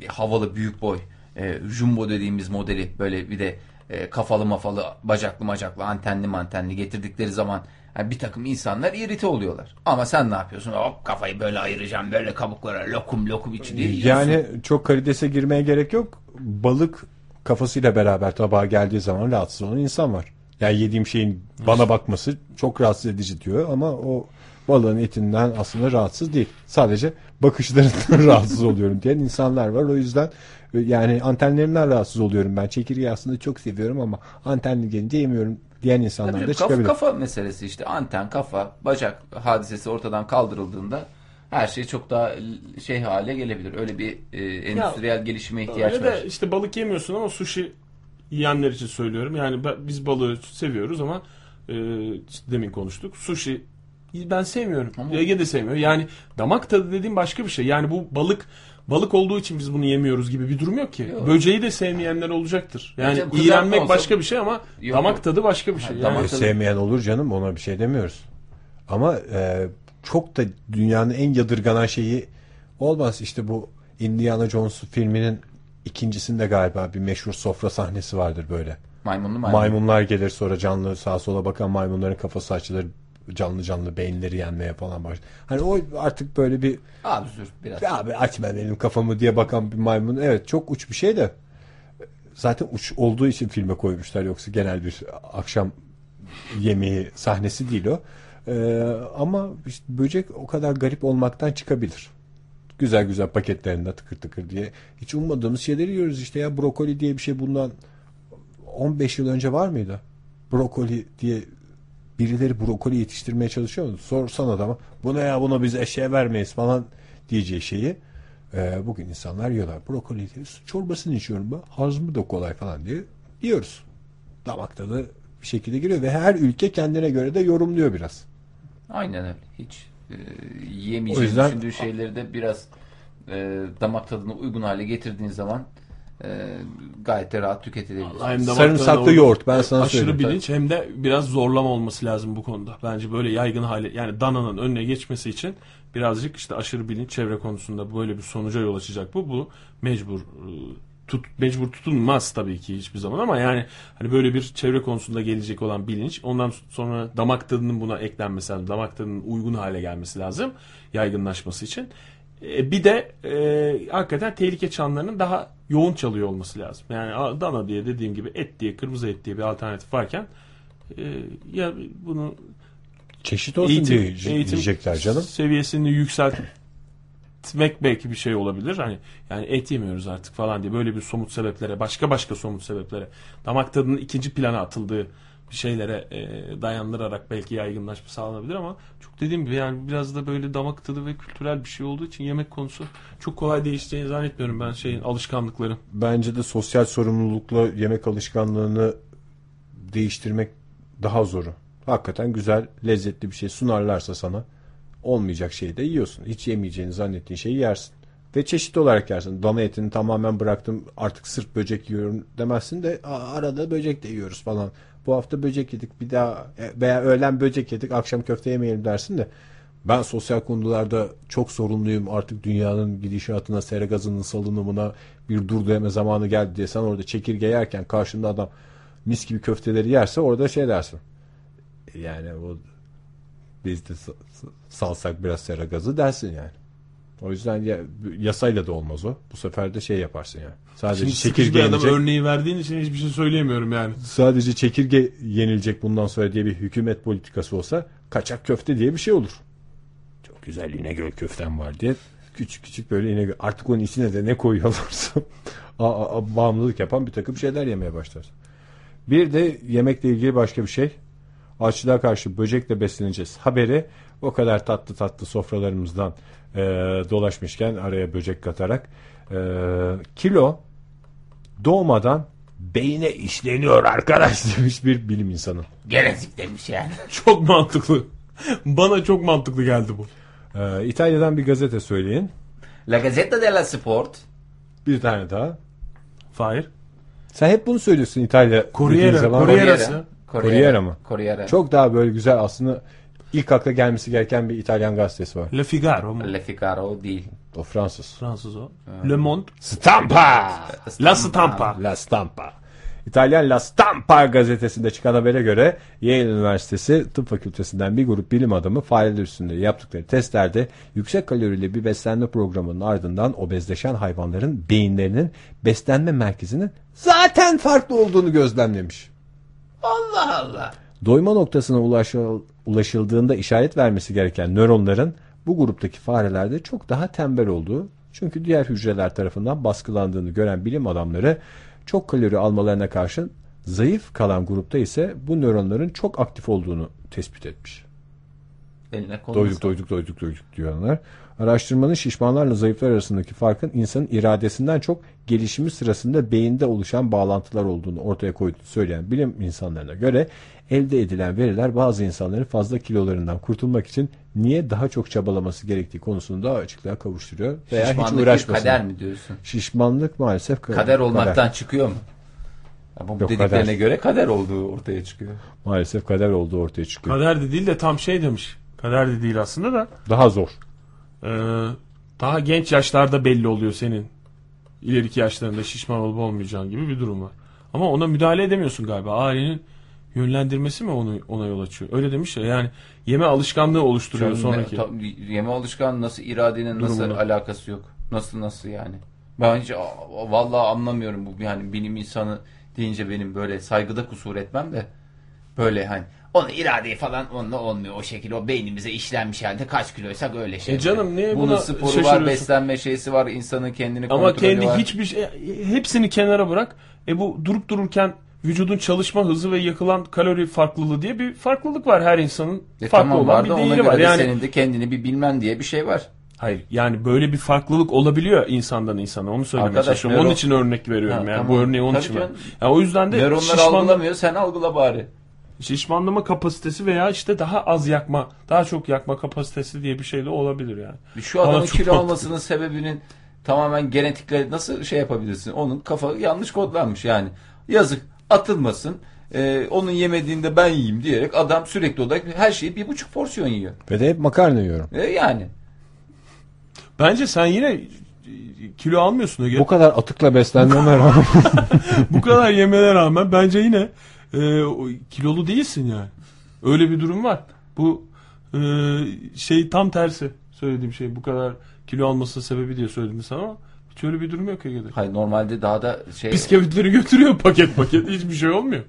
D: bir havalı büyük boy e, jumbo dediğimiz modeli böyle bir de e, kafalı mafalı bacaklı macaklı antenli mantenli getirdikleri zaman yani bir takım insanlar irite oluyorlar. Ama sen ne yapıyorsun? Hop kafayı böyle ayıracağım böyle kabuklara lokum lokum içi diye yiyorsun.
C: yani çok karidese girmeye gerek yok. Balık kafasıyla beraber tabağa geldiği zaman rahatsız olan insan var. Yani yediğim şeyin bana bakması çok rahatsız edici diyor ama o balığın etinden aslında rahatsız değil. Sadece bakışlarından rahatsız oluyorum diyen insanlar var. O yüzden e, yani antenlerinden rahatsız oluyorum ben. Çekirgeyi aslında çok seviyorum ama antenli gelince yemiyorum diyen insanlar
D: Tabii
C: da
D: kafa,
C: çıkabilir.
D: kafa meselesi işte anten kafa bacak hadisesi ortadan kaldırıldığında her şey çok daha l- şey hale gelebilir. Öyle bir e, endüstriyel gelişime ihtiyaç
A: Öyle
D: var.
A: de işte balık yemiyorsun ama sushi yiyenler için söylüyorum. Yani ben- biz balığı seviyoruz ama e, işte demin konuştuk. Sushi ben sevmiyorum. Ege de sevmiyor. Yani damak tadı dediğim başka bir şey. Yani bu balık balık olduğu için biz bunu yemiyoruz gibi bir durum yok ki.
D: Yok.
A: Böceği de sevmeyenler olacaktır. Yani
D: canım, kızartma
A: iğrenmek
D: olsa-
A: başka bir şey ama
D: Yok,
A: damak
D: yok.
A: tadı başka bir şey.
D: damak
A: Yani
C: E, sevmeyen olur canım ona bir şey demiyoruz. Ama e, çok da dünyanın en yadırganan şeyi olmaz. İşte bu Indiana Jones filminin ikincisinde galiba bir meşhur sofra sahnesi vardır böyle.
D: Maymunlu maymun.
C: Maymunlar gelir sonra canlı sağa sola bakan maymunların kafası açılır canlı canlı beyinleri yenmeye falan başlar. Hani o artık böyle bir
D: Absürt biraz.
C: abi açma benim kafamı diye bakan bir maymun evet çok uç bir şey de zaten uç olduğu için filme koymuşlar yoksa genel bir akşam yemeği sahnesi değil o. Ee, ama işte böcek o kadar garip olmaktan çıkabilir. Güzel güzel paketlerinde tıkır tıkır diye. Hiç ummadığımız şeyleri yiyoruz işte ya brokoli diye bir şey bundan 15 yıl önce var mıydı? Brokoli diye birileri brokoli yetiştirmeye çalışıyor mu? Sorsan adama bu ne ya bunu biz eşeğe vermeyiz falan diyeceği şeyi e, bugün insanlar yiyorlar. Brokoli yiyoruz. Çorbasını içiyorum ben. Hazmı da kolay falan diye yiyoruz. Damak tadı bir şekilde giriyor ve her ülke kendine göre de yorumluyor biraz.
D: Aynen öyle. Hiç e,
C: O
D: yemeyeceğini
C: yüzden-
D: düşündüğü şeyleri de biraz e, damak tadına uygun hale getirdiğin zaman e, gayet de rahat tüketilebilir.
A: Hem damak
C: Sarımsaklı
A: tadına
C: yoğurt ben sana
A: Aşırı
C: söyleyeyim.
A: bilinç hem de biraz zorlama olması lazım bu konuda. Bence böyle yaygın hale yani dananın önüne geçmesi için birazcık işte aşırı bilinç çevre konusunda böyle bir sonuca yol açacak bu. Bu mecbur e, tut mecbur tutulmaz tabii ki hiçbir zaman ama yani hani böyle bir çevre konusunda gelecek olan bilinç ondan sonra damak tadının buna eklenmesi lazım. Damak tadının uygun hale gelmesi lazım yaygınlaşması için. E, Bir de e, hakikaten tehlike çanlarının daha yoğun çalıyor olması lazım. Yani a- dana diye dediğim gibi et diye kırmızı et diye bir alternatif varken e, ya bunu
C: Çeşit olsun
A: eğitim,
C: diye
A: eğitim
C: diyecekler canım.
A: seviyesini yükseltmek belki bir şey olabilir. Hani yani et yemiyoruz artık falan diye böyle bir somut sebeplere, başka başka somut sebeplere, damak tadının ikinci plana atıldığı bir şeylere e, dayandırarak belki yaygınlaşma sağlanabilir ama çok dediğim gibi yani biraz da böyle damak tadı ve kültürel bir şey olduğu için yemek konusu çok kolay değişeceğini zannetmiyorum ben şeyin alışkanlıkların.
C: bence de sosyal sorumlulukla yemek alışkanlığını değiştirmek daha zoru. Hakikaten güzel, lezzetli bir şey sunarlarsa sana olmayacak şeyi de yiyorsun. Hiç yemeyeceğini zannettiğin şeyi yersin. Ve çeşitli olarak yersin. Dana etini tamamen bıraktım artık sırf böcek yiyorum demezsin de "Aa, arada böcek de yiyoruz falan. Bu hafta böcek yedik bir daha e, veya öğlen böcek yedik akşam köfte yemeyelim dersin de ben sosyal konularda çok sorumluyum artık dünyanın gidişatına, sera gazının salınımına bir dur deme zamanı geldi diye sen orada çekirge yerken karşında adam mis gibi köfteleri yerse orada şey dersin. Yani o biz de sa- sa- salsak biraz sera gazı dersin yani. O yüzden ya, yasayla da olmaz o. Bu sefer de şey yaparsın yani. Sadece
A: Şimdi
C: çekirge
A: sıkıcı bir adam
C: yenilecek.
A: örneği verdiğin için hiçbir şey söyleyemiyorum yani.
C: Sadece çekirge yenilecek bundan sonra diye bir hükümet politikası olsa kaçak köfte diye bir şey olur. Çok güzel İnegöl köften var diye küçük küçük böyle İnegöl. Artık onun içine de ne koyuyorlarsa a- a- a- bağımlılık yapan bir takım şeyler yemeye başlar. Bir de yemekle ilgili başka bir şey. Açlığa karşı böcekle besleneceğiz haberi o kadar tatlı tatlı sofralarımızdan e, dolaşmışken araya böcek katarak e, kilo doğmadan beyne işleniyor arkadaş demiş bir bilim insanı.
D: Genetik demiş yani.
A: Çok mantıklı. Bana çok mantıklı geldi bu.
C: Ee, İtalya'dan bir gazete söyleyin.
D: La Gazzetta della Sport.
C: Bir tane daha.
A: Fahir.
C: Sen hep bunu söylüyorsun İtalya.
A: Corriere,
C: dediğin zaman.
A: Corriere. Corrierası.
C: Corriere mi?
D: Corriere.
C: Çok daha böyle güzel aslında ilk akla gelmesi gereken bir İtalyan gazetesi var.
A: Le Figaro mu?
D: Le Figaro değil.
C: O Fransız.
A: Fransız o. Le Monde.
C: Stampa!
A: La Stampa.
C: La Stampa. İtalyan La Stampa gazetesinde çıkan habere göre Yale Üniversitesi Tıp Fakültesinden bir grup bilim adamı fareler üstünde yaptıkları testlerde yüksek kalorili bir beslenme programının ardından obezleşen hayvanların beyinlerinin beslenme merkezinin zaten farklı olduğunu gözlemlemiş.
D: Allah Allah.
C: Doyma noktasına ulaşıl- ulaşıldığında işaret vermesi gereken nöronların bu gruptaki farelerde çok daha tembel olduğu çünkü diğer hücreler tarafından baskılandığını gören bilim adamları çok kalori almalarına karşın zayıf kalan grupta ise bu nöronların çok aktif olduğunu tespit etmiş.
D: Eline koluna
C: Doyduk doyduk doyduk doyduk diyorlar. Araştırmanın şişmanlarla zayıflar arasındaki farkın insanın iradesinden çok gelişimi sırasında beyinde oluşan bağlantılar olduğunu ortaya koyduğunu söyleyen bilim insanlarına göre elde edilen veriler bazı insanların fazla kilolarından kurtulmak için niye daha çok çabalaması gerektiği konusunu daha açıklığa kavuşturuyor veya hiç
D: Şişmanlık bir
C: uğraşmasın.
D: Kader mi diyorsun?
C: Şişmanlık maalesef ka-
D: Kader olmaktan çıkıyor mu? Ama bu
C: Yok,
D: dediklerine
C: kader.
D: göre kader olduğu ortaya çıkıyor.
C: Maalesef kader olduğu ortaya çıkıyor.
A: Kader de değil de tam şey demiş. Kader de değil aslında da.
C: Daha zor.
A: e, daha genç yaşlarda belli oluyor senin. ileriki yaşlarında şişman olup olmayacağın gibi bir durum var. Ama ona müdahale edemiyorsun galiba. Ailenin yönlendirmesi mi onu ona yol açıyor? Öyle demiş ya yani yeme alışkanlığı oluşturuyor
D: Canım, e,
A: sonraki.
D: ne- tam- yeme alışkanlığı nasıl iradenin nasıl
A: Durumuna.
D: alakası yok? Nasıl nasıl yani? Ben hiç a- vallahi anlamıyorum bu yani bilim insanı deyince benim böyle saygıda kusur etmem de böyle hani onu iradeyi falan onunla olmuyor o şekilde o beynimize işlenmiş halde kaç kiloysak öyle şey.
A: E canım, niye
D: Bunun
A: buna
D: sporu var
A: şaşırıyorsun?
D: beslenme şeysi var insanın kendini
A: Ama
D: kontrolü
A: kendi
D: var.
A: hiçbir şey hepsini kenara bırak. E bu durup dururken vücudun çalışma hızı ve yakılan kalori farklılığı diye bir farklılık var her insanın.
D: E
A: farklı
D: tamam
A: olan
D: var
A: bir
D: da ona
A: değeri
D: göre
A: var.
D: de
A: Yani
D: senin de kendini bir bilmen diye bir şey var.
A: hayır yani böyle bir farklılık olabiliyor insandan insana. Onu söylemeye
D: Arkadaş,
A: çalışıyorum.
D: nöro-
A: Onun için örnek veriyorum
D: Ha,
A: yani.
D: tamam.
A: Bu örneği onun
D: Tabii
A: için.
D: ki.
A: ver- Yani o yüzden de
D: Nöronlar
A: şişmanlık
D: algılamıyor sen algıla bari.
A: Şişmanlama kapasitesi veya işte daha az yakma, daha çok yakma kapasitesi diye bir şey de olabilir yani.
D: Şu
A: Bana
D: adamın
A: çok
D: kilo
A: mantıklı.
D: almasının sebebinin tamamen genetikle nasıl şey yapabilirsin? Onun kafa yanlış kodlanmış yani. Yazık atılmasın. Ee, onun yemediğinde ben yiyeyim diyerek adam sürekli olarak her şeyi bir buçuk porsiyon yiyor.
C: Ve de hep makarna yiyorum.
D: Ee, yani.
A: Bence sen yine e, kilo almıyorsun Ege.
C: Bu kadar atıkla beslenmeme rağmen
A: Bu kadar yemene rağmen bence yine e, o- kilolu değilsin yani. Öyle bir durum var. Bu e, şey tam tersi söylediğim şey. Bu kadar kilo almasının sebebi diye söyledim sana ama hiç öyle bir durum yok Ege'de.
D: Hayır normalde daha da şey.
A: Biskevitleri götürüyor paket paket hiçbir şey olmuyor.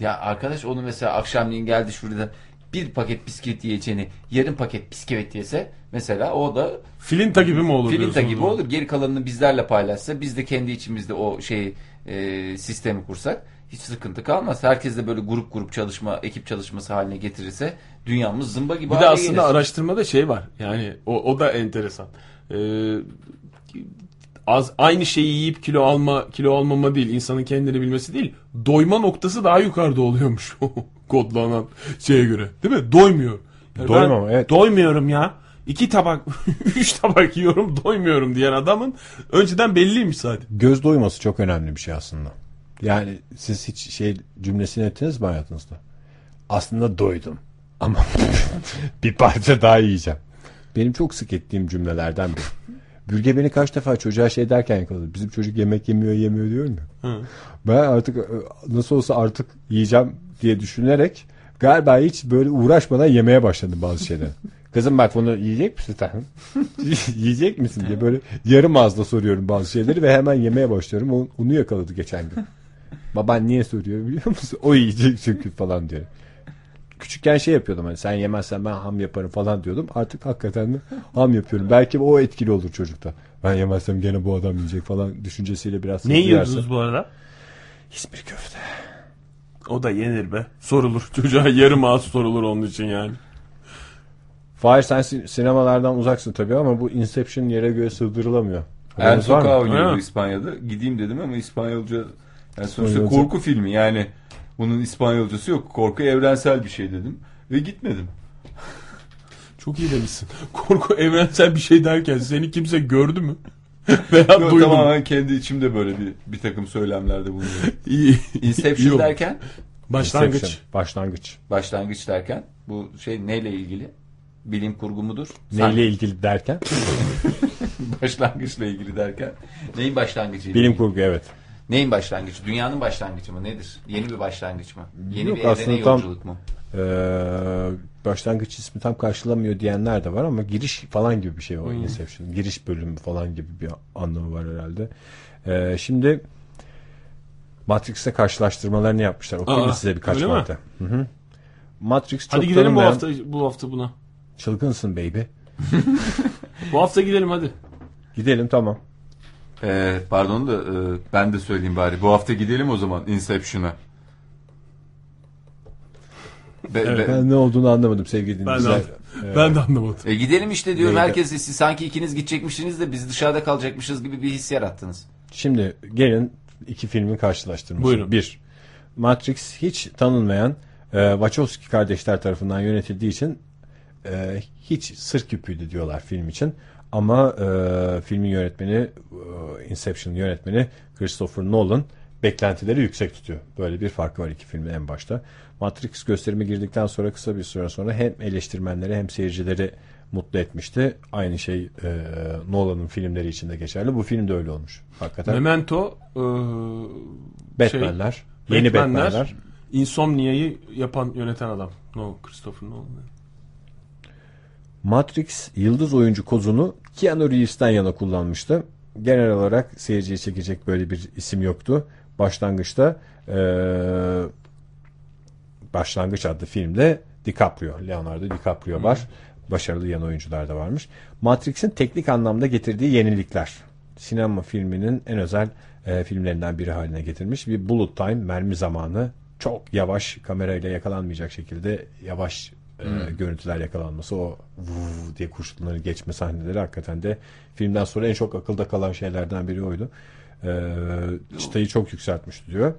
D: Ya arkadaş onu mesela akşamleyin geldi şurada bir paket bisküvit yiyeceğini yarım paket bisküvit yese mesela o da
A: Filinta gibi mi olur
D: Filinta
A: diyorsun o
D: gibi
A: zaman?
D: olur. Geri kalanını bizlerle paylaşsa biz de kendi içimizde o şeyi e, sistemi kursak hiç sıkıntı kalmaz. Herkes de böyle grup grup çalışma, ekip çalışması haline getirirse dünyamız zımba gibi
A: Bir de
D: hale
A: aslında
D: gelir.
A: araştırmada şey var. Yani o, o da enteresan. Ee, az aynı şeyi yiyip kilo alma kilo almama değil, insanın kendini bilmesi değil. Doyma noktası daha yukarıda oluyormuş. Kodlanan şeye göre. Değil mi? Doymuyor. Yani ben
C: Doymam, evet.
A: Doymuyorum ya. İki tabak, üç tabak yiyorum doymuyorum diyen adamın önceden belliymiş zaten.
C: göz doyması çok önemli bir şey aslında. Yani siz hiç şey cümlesini ettiniz mi hayatınızda? Aslında doydum ama bir parça daha yiyeceğim. Benim çok sık ettiğim cümlelerden biri. Bülge beni kaç defa çocuğa şey derken yakaladı. Bizim çocuk yemek yemiyor yemiyor diyorum ya. Ben artık e, nasıl olsa artık yiyeceğim diye düşünerek galiba hiç böyle uğraşmadan yemeye başladım bazı şeyleri. Kızım bak bunu yiyecek misin sen? yiyecek misin diye böyle yarım ağızla soruyorum bazı şeyleri ve hemen yemeye başlıyorum. Onu, onu yakaladı geçen gün. Baban niye soruyor biliyor musun? O yiyecek çünkü falan diyor. Küçükken şey yapıyordum hani sen yemezsen ben ham yaparım falan diyordum. Artık hakikaten de ham yapıyorum. Belki o etkili olur çocukta. Ben yemezsem gene bu adam yiyecek falan düşüncesiyle biraz
A: Ne
C: hızlı yerse-
A: yiyordunuz bu arada?
C: Hiçbir köfte.
A: O da yenir be. Sorulur. Çocuğa yarım ağız sorulur onun için yani.
C: Fahir sen sin- sinemalardan uzaksın tabii ama bu Inception yere göre sığdırılamıyor. Haberiniz var
D: Enzo
C: mı?
A: Ha.
D: oynuyordu İspanya'da. Gideyim dedim ama İspanyolca yani sonuçta
C: İspanyolca.
D: korku filmi yani bunun İspanyolcası yok. Korku evrensel bir şey dedim ve gitmedim.
A: Çok iyi demişsin. Korku evrensel bir şey derken seni kimse gördü mü? Veya
D: Yo,
A: duydu mu?
D: Tamamen kendi içimde böyle bir, bir takım söylemlerde bulunuyorum.
A: İyi.
D: Inception
A: Yok.
D: derken
A: Başlangıç.
C: Inception, Başlangıç.
D: başlangıç derken bu şey neyle ilgili? Bilim kurgu mudur?
C: Neyle ilgili derken?
D: Başlangıçla ilgili derken. Neyin başlangıcı?
C: Bilim kurgu evet.
D: Neyin başlangıcı? Dünyanın başlangıcı mı? Nedir? Yeni bir başlangıç mı? Yeni
C: Yok,
D: bir evrene
C: aslında tam-
D: yolculuk mu?
C: Ee, başlangıç ismi tam karşılamıyor diyenler de var ama giriş falan gibi bir şey o
A: Hmm.
C: Inception. Giriş bölümü falan gibi bir anlamı var herhalde. Ee, şimdi Matrix'le karşılaştırmalarını yapmışlar. Okuyayım
A: Aa,
C: mı size birkaç
A: öyle mi?
C: madde. Hı hı. Matrix çok
A: Hadi gidelim bu
C: tanınmayan-
A: hafta bu hafta buna.
C: Çılgınsın baby.
A: Bu hafta gidelim hadi.
C: Gidelim tamam.
D: Ee, pardon da e, ben de söyleyeyim bari. Bu hafta gidelim o zaman Inception'a. Be- be-
C: Ben ne olduğunu anlamadım sevgili dinleyiciler.
A: anlamadım. Ben de anlamadım.
D: E, gidelim işte diyorum.
C: Neydi?
D: Herkes siz sanki ikiniz gidecekmişsiniz de biz dışarıda kalacakmışız gibi bir his yarattınız.
C: Şimdi gelin iki filmin karşılaştırması.
A: Buyurun.
C: Bir, Matrix hiç tanınmayan e, Wachowski kardeşler tarafından yönetildiği için e, hiç sır küpüydü diyorlar film için. Ama e, filmin yönetmeni, e, Inception yönetmeni Christopher Nolan beklentileri yüksek tutuyor. Böyle bir farkı var iki filmin en başta. Matrix gösterime girdikten sonra kısa bir süre sonra hem eleştirmenleri hem seyircileri mutlu etmişti. Aynı şey e, Nolan'ın filmleri için de geçerli. Bu film de öyle olmuş. Hakikaten.
A: Memento, e,
C: Batman'ler.
A: şey,
C: yeni
A: Batman'ler,
C: Batman'ler.
A: Insomnia'yı yapan yöneten adam. No, Christopher Nolan.
C: Matrix yıldız oyuncu kozunu Keanu Reeves'ten yana kullanmıştı. Genel olarak seyirciye çekecek böyle bir isim yoktu. Başlangıçta eee, Başlangıç adlı filmde DiCaprio, Leonardo DiCaprio var. Başarılı yan oyuncular da varmış. Matrix'in teknik anlamda getirdiği yenilikler. Sinema filminin en özel e, filmlerinden biri haline getirmiş. Bir bullet time mermi zamanı çok yavaş kamerayla yakalanmayacak şekilde yavaş e, görüntüler yakalanması o vuv diye kurşunları geçme sahneleri hakikaten de filmden sonra en çok akılda kalan şeylerden biri oydu. E, çıtayı çok yükseltmişti diyor.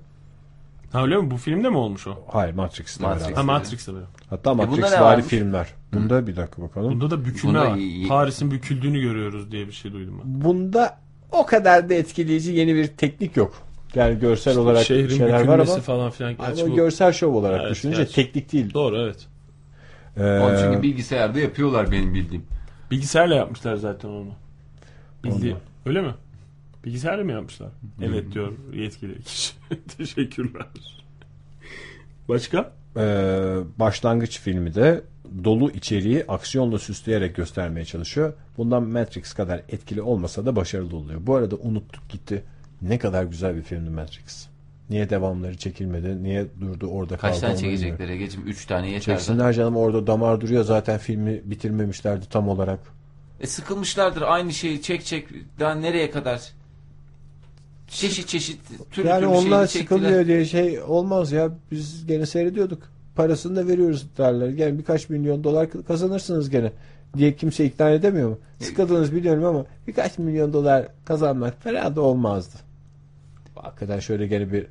A: Ha öyle mi? Bu filmde mi olmuş o?
C: Hayır Matrix'le
D: Matrix.
C: beraber.
A: Ha Matrix'te böyle.
C: Hatta
D: E, bunda
C: Matrix
D: ne
C: vari
D: varmış?
C: filmler. Bunda bir dakika bakalım.
A: Bunda da bükülme
D: Bunda
A: var.
D: iyi-
A: Paris'in büküldüğünü görüyoruz diye bir şey duydum ben.
C: Bunda o kadar da etkileyici yeni bir teknik yok. Yani görsel olarak
A: Şehrin
C: şeyler
A: bükülmesi
C: var ama
A: falan filan.
C: ama
A: Gerçi bu-
C: görsel şov olarak
A: Evet,
C: düşününce
A: gerçi.
C: teknik değil.
A: Doğru evet.
C: Ee,
F: Onun çünkü bilgisayarda yapıyorlar benim bildiğim.
A: Bilgisayarla yapmışlar zaten onu. Bildi.
C: Ondan.
A: Öyle mi? Bilgisayarla mı yapmışlar? Evet diyor yetkili kişi. Teşekkürler. Başka?
C: Ee, başlangıç filmi de dolu içeriği aksiyonla süsleyerek göstermeye çalışıyor. Bundan Matrix kadar etkili olmasa da başarılı oluyor. Bu arada unuttuk gitti. Ne kadar güzel bir filmdi Matrix. Niye devamları çekilmedi? Niye durdu orada kaldı?
D: Kaç tane
C: onu bilmiyorum.
D: çekecekler Ege'cim? 3 tane yeter zaten.
C: Çeksinler canım orada damar duruyor zaten filmi bitirmemişlerdi tam olarak.
D: E, sıkılmışlardır aynı şeyi çek çek daha nereye kadar? Çeşit çeşit türlü
C: yani
D: türlü
C: onlar
D: şeyini çektiler.
C: sıkılıyor diye şey olmaz ya biz gene seyrediyorduk. Parasını da veriyoruz derler. Gene birkaç milyon dolar kazanırsınız gene diye kimse ikna edemiyor mu?
D: E,
C: Sıkıldınız biliyorum ama birkaç milyon dolar kazanmak fena da olmazdı. Hakikaten şöyle gene bir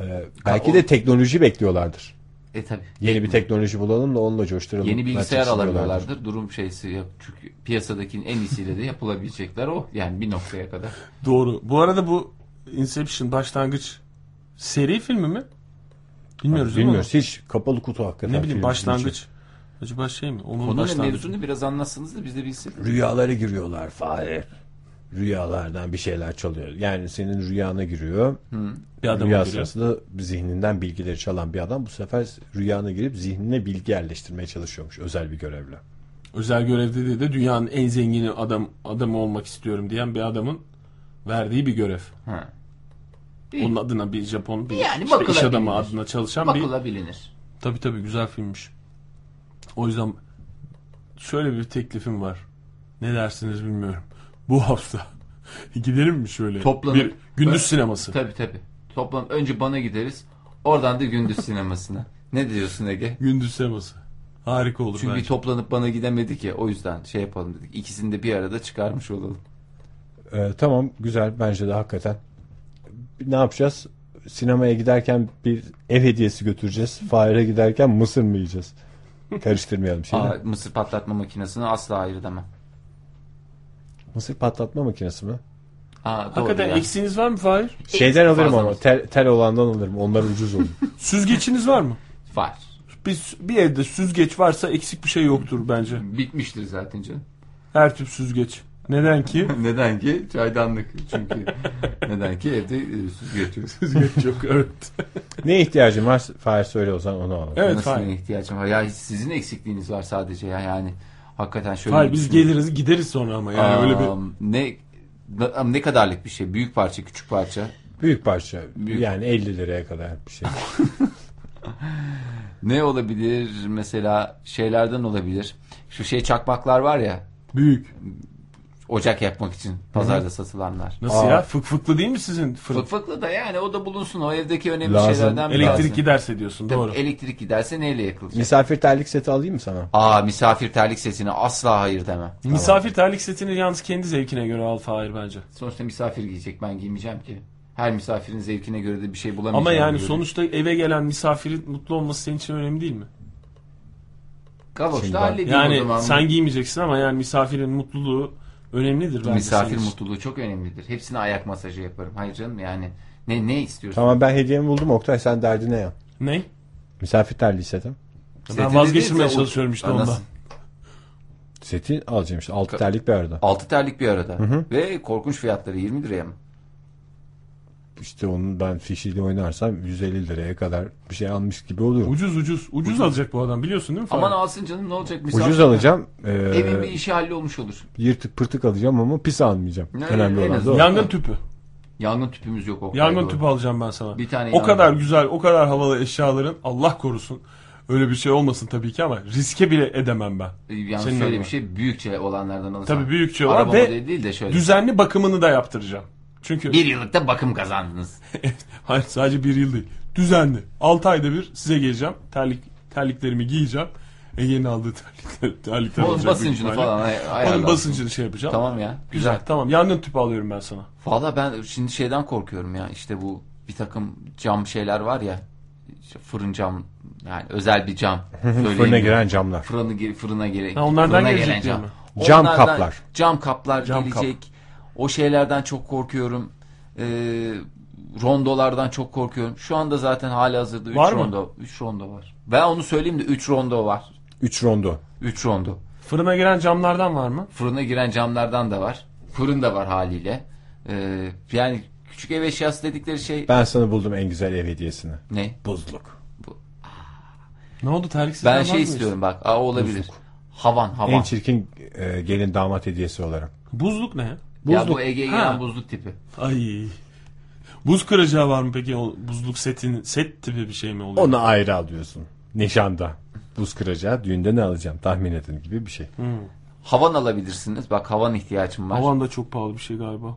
C: e, belki
D: o-
C: de teknoloji bekliyorlardır.
D: E tabi.
C: Yeni bir teknoloji bulalım da onunla coşturalım.
D: Yeni bilgisayar
C: Matrix'i diyorlardır.
D: alamıyorlardır. Durum şeysi yok. Çünkü piyasadakinin en iyisiyle de yapılabilecekler o. Yani bir noktaya kadar.
A: Doğru. Bu arada bu Inception başlangıç seri filmi mi? Bilmiyoruz değil mi
C: Bilmiyoruz hiç kapalı kutu
A: onu?
C: hakikaten.
A: Ne bileyim
C: film
A: başlangıç. Acaba şey mi? Onun
D: Bunun
A: başlangıcı.
D: mevzunu biraz anlatsanız da biz de bilsek.
C: rüyalara giriyorlar Fahir. Rüyalardan bir şeyler çalıyor. Yani senin rüyana giriyor.
A: Bir adam
C: Rüya
A: öldürüyor.
C: sırasında zihninden bilgileri çalan bir adam bu sefer rüyana girip zihnine bilgi yerleştirmeye çalışıyormuş özel bir görevle.
A: Özel görevde de, de dünyanın en zengini adam adamı olmak istiyorum diyen bir adamın verdiği bir görev.
D: Ha.
A: Onun adına bir Japon bir işte
D: Yani
A: iş
D: bakılabilir.
A: adamı adına çalışan bir
D: Bakıla bilinir.
A: Tabii tabii güzel filmmiş. O yüzden şöyle bir teklifim var. Ne dersiniz bilmiyorum. Bu hafta gidelim mi şöyle?
D: Toplanıp-
A: Bir gündüz
D: Ben-
A: sineması.
D: Tabi tabi. Toplam önce bana gideriz. Oradan da gündüz sinemasına. Ne diyorsun Ege?
A: Gündüz sineması. Harika olur
D: Çünkü
A: bence.
D: toplanıp bana gidemedik ya o yüzden şey yapalım dedik. İkisini de bir arada çıkarmış olalım.
C: Ee, tamam güzel bence de hakikaten. Ne yapacağız? Sinemaya giderken bir ev hediyesi götüreceğiz. Fahir'e giderken mısır mı yiyeceğiz? Karıştırmayalım şimdi.
D: Aa, mısır patlatma makinesini asla ayırt edemem.
C: Mısır patlatma makinesi mi?
D: Aa, doğru
A: Hakikaten
D: ya.
A: eksiğiniz var mı Fahir?
C: Şeyden alırım
D: fazla
C: ama
D: mısır.
C: tel, tel olandan alırım. Onlar ucuz olur.
A: Süzgeçiniz var mı?
D: Var.
A: Bir, bir evde süzgeç varsa eksik bir şey yoktur bence.
D: Bitmiştir zaten canım.
A: Her tip süzgeç. Neden ki?
D: Neden ki? Çaydanlık. Çünkü neden ki evde e, süzgeç yok.
A: süzgeç yok evet.
C: ne ihtiyacın var? Fahir söyle o zaman onu alalım.
A: Evet
D: Nasıl
A: Fahir.
D: ihtiyacım var? Ya sizin eksikliğiniz var sadece ya yani. Hakikaten şöyle.
A: Hayır biz
D: düşünün.
A: geliriz gideriz sonra ama yani öyle bir
D: Aa, Ne ne- ne kadarlık bir şey? Büyük parça, küçük parça.
C: Büyük parça.
D: Büyük.
C: Yani 50 liraya kadar bir şey.
D: Ne olabilir? Mesela şeylerden olabilir. Şu şey çakmaklar var ya.
A: büyük.
D: Ocak yakmak için pazarda satılanlar.
A: Nasıl
C: Aa.
A: ya? Fık fıklı değil mi sizin fırın?
D: Fıkfıklı da yani o da bulunsun. O evdeki önemli
C: Lazım.
D: şeylerden bir
A: Elektrik
D: tanesi.
A: giderse diyorsun
D: Tabii
A: doğru.
D: Elektrik giderse neyle yakılacak?
C: Misafir terlik seti alayım mı sana?
D: Aa misafir terlik sesine asla hayır demem.
A: Misafir terlik setini yalnız kendi zevkine göre al Fahir bence.
D: Sonuçta misafir giyecek ben giymeyeceğim ki. Her misafirin zevkine göre de bir şey bulamayacağım.
A: Ama yani
D: diyorum.
A: sonuçta eve gelen misafirin mutlu olması senin için önemli değil mi?
D: Galoş
C: Şimdi
D: da halledeyim o zaman.
A: Yani sen giymeyeceksin ama yani misafirin mutluluğu önemlidir bence.
D: Misafir
A: senin için.
D: mutluluğu çok önemlidir. Hepsine ayak masajı yaparım. Hayır canım yani ne ne istiyorsun?
C: Tamam ben hediyemi buldum Oktay sen derdine ya.
A: Ne?
C: Misafir terliği seti.
A: Ben
D: Setini
A: vazgeçirmeye
D: değil de o-
A: çalışıyorum işte
D: Anasını-
A: ondan.
C: Seti alacağım işte 6 terlik bir arada.
D: Altı terlik bir arada. Ve korkunç fiyatları 20 liraya mı?
C: İşte onun ben fişiyle oynarsam 150 liraya kadar bir şey almış gibi olurum.
A: Ucuz ucuz. Ucuz, alacak bu adam biliyorsun değil mi Fahir?
D: Aman alsın canım ne olacak misafir.
C: Ucuz alacağım.
D: Evin
A: Ee,
C: E,
D: bir işi hallolmuş olur.
C: yırtık pırtık alacağım ama pis almayacağım.
D: Ne,
C: Önemli
D: en
C: olan da
D: azından.
C: o.
A: Yangın tüpü.
D: Yangın tüpümüz yok o.
A: Yangın
D: kadar.
A: tüpü alacağım ben sana.
D: Bir tane
A: o
D: yangın-
A: kadar güzel, o kadar havalı eşyaların Allah korusun. Öyle bir şey olmasın tabii ki ama riske bile edemem ben.
D: Yani
A: Senin
D: şöyle
A: adına.
D: bir şey büyükçe olanlardan alırsan.
A: Tabii büyükçe olan
D: Araba
A: ve
D: modeli değil de şöyle.
A: düzenli bakımını da yaptıracağım. Çünkü
G: Bir yıllıkta bakım kazandınız.
A: hayır sadece bir yıl değil. Düzenli. 6 ayda bir size geleceğim. Terlik terliklerimi giyeceğim. Ege'nin aldığı terlikler, terlikler
G: Onun
A: olacak büyük
G: basıncını
A: ihtimalle.
G: falan ay- ayarlarsın.
A: Onun basıncını şey yapacağım.
G: Tamam ya.
A: Güzel. Tamam. Yangın tüpü alıyorum ben sana.
G: Valla ben şimdi şeyden korkuyorum ya işte bu bir takım cam şeyler var ya işte fırın cam yani özel bir cam.
C: Fırına giren camlar.
G: Fırını, gir- fırına gire,
A: Ha, onlardan
G: fırına
A: gelecek
G: gelen
A: diyor
G: cam.
C: mi? Cam
G: Onlardan-
C: kaplar.
G: Cam kaplar
A: Cam kap.
G: gelecek. O şeylerden çok korkuyorum. Ee, rondolardan çok korkuyorum. Şu anda zaten hali hazırda 3
A: Var mı?
G: rondo. 3 rondo var. Ben onu söyleyeyim de 3 rondo var.
C: 3 rondo.
G: 3 rondo.
A: Fırına giren camlardan var mı?
G: Fırına giren camlardan da var. Fırın da var haliyle. Ee, yani küçük ev eşyası dedikleri şey
C: Ben sana buldum en güzel ev hediyesini.
G: ne?
C: Buzluk.
A: Ne oldu terliksiz?
G: Ben
A: kalmaz
G: şey
A: mıyız?
G: istiyorum bak. Aa olabilir. Havan havan.
C: En çirkin e, gelin damat hediyesi olarak.
A: Buzluk ne?
G: Ya bu Ege'ye gelen
A: Ha.
G: buzluk tipi.
A: Ay. Buz kıracağı var mı peki? O buzluk setin set tipi bir şey mi oluyor?
C: Onu ayrı alıyorsun. Nişanda. Buz kıracağı düğünde ne alacağım tahmin edin gibi bir şey.
G: Havan alabilirsiniz. Bak havan ihtiyacım var.
A: Havan da çok pahalı bir şey galiba.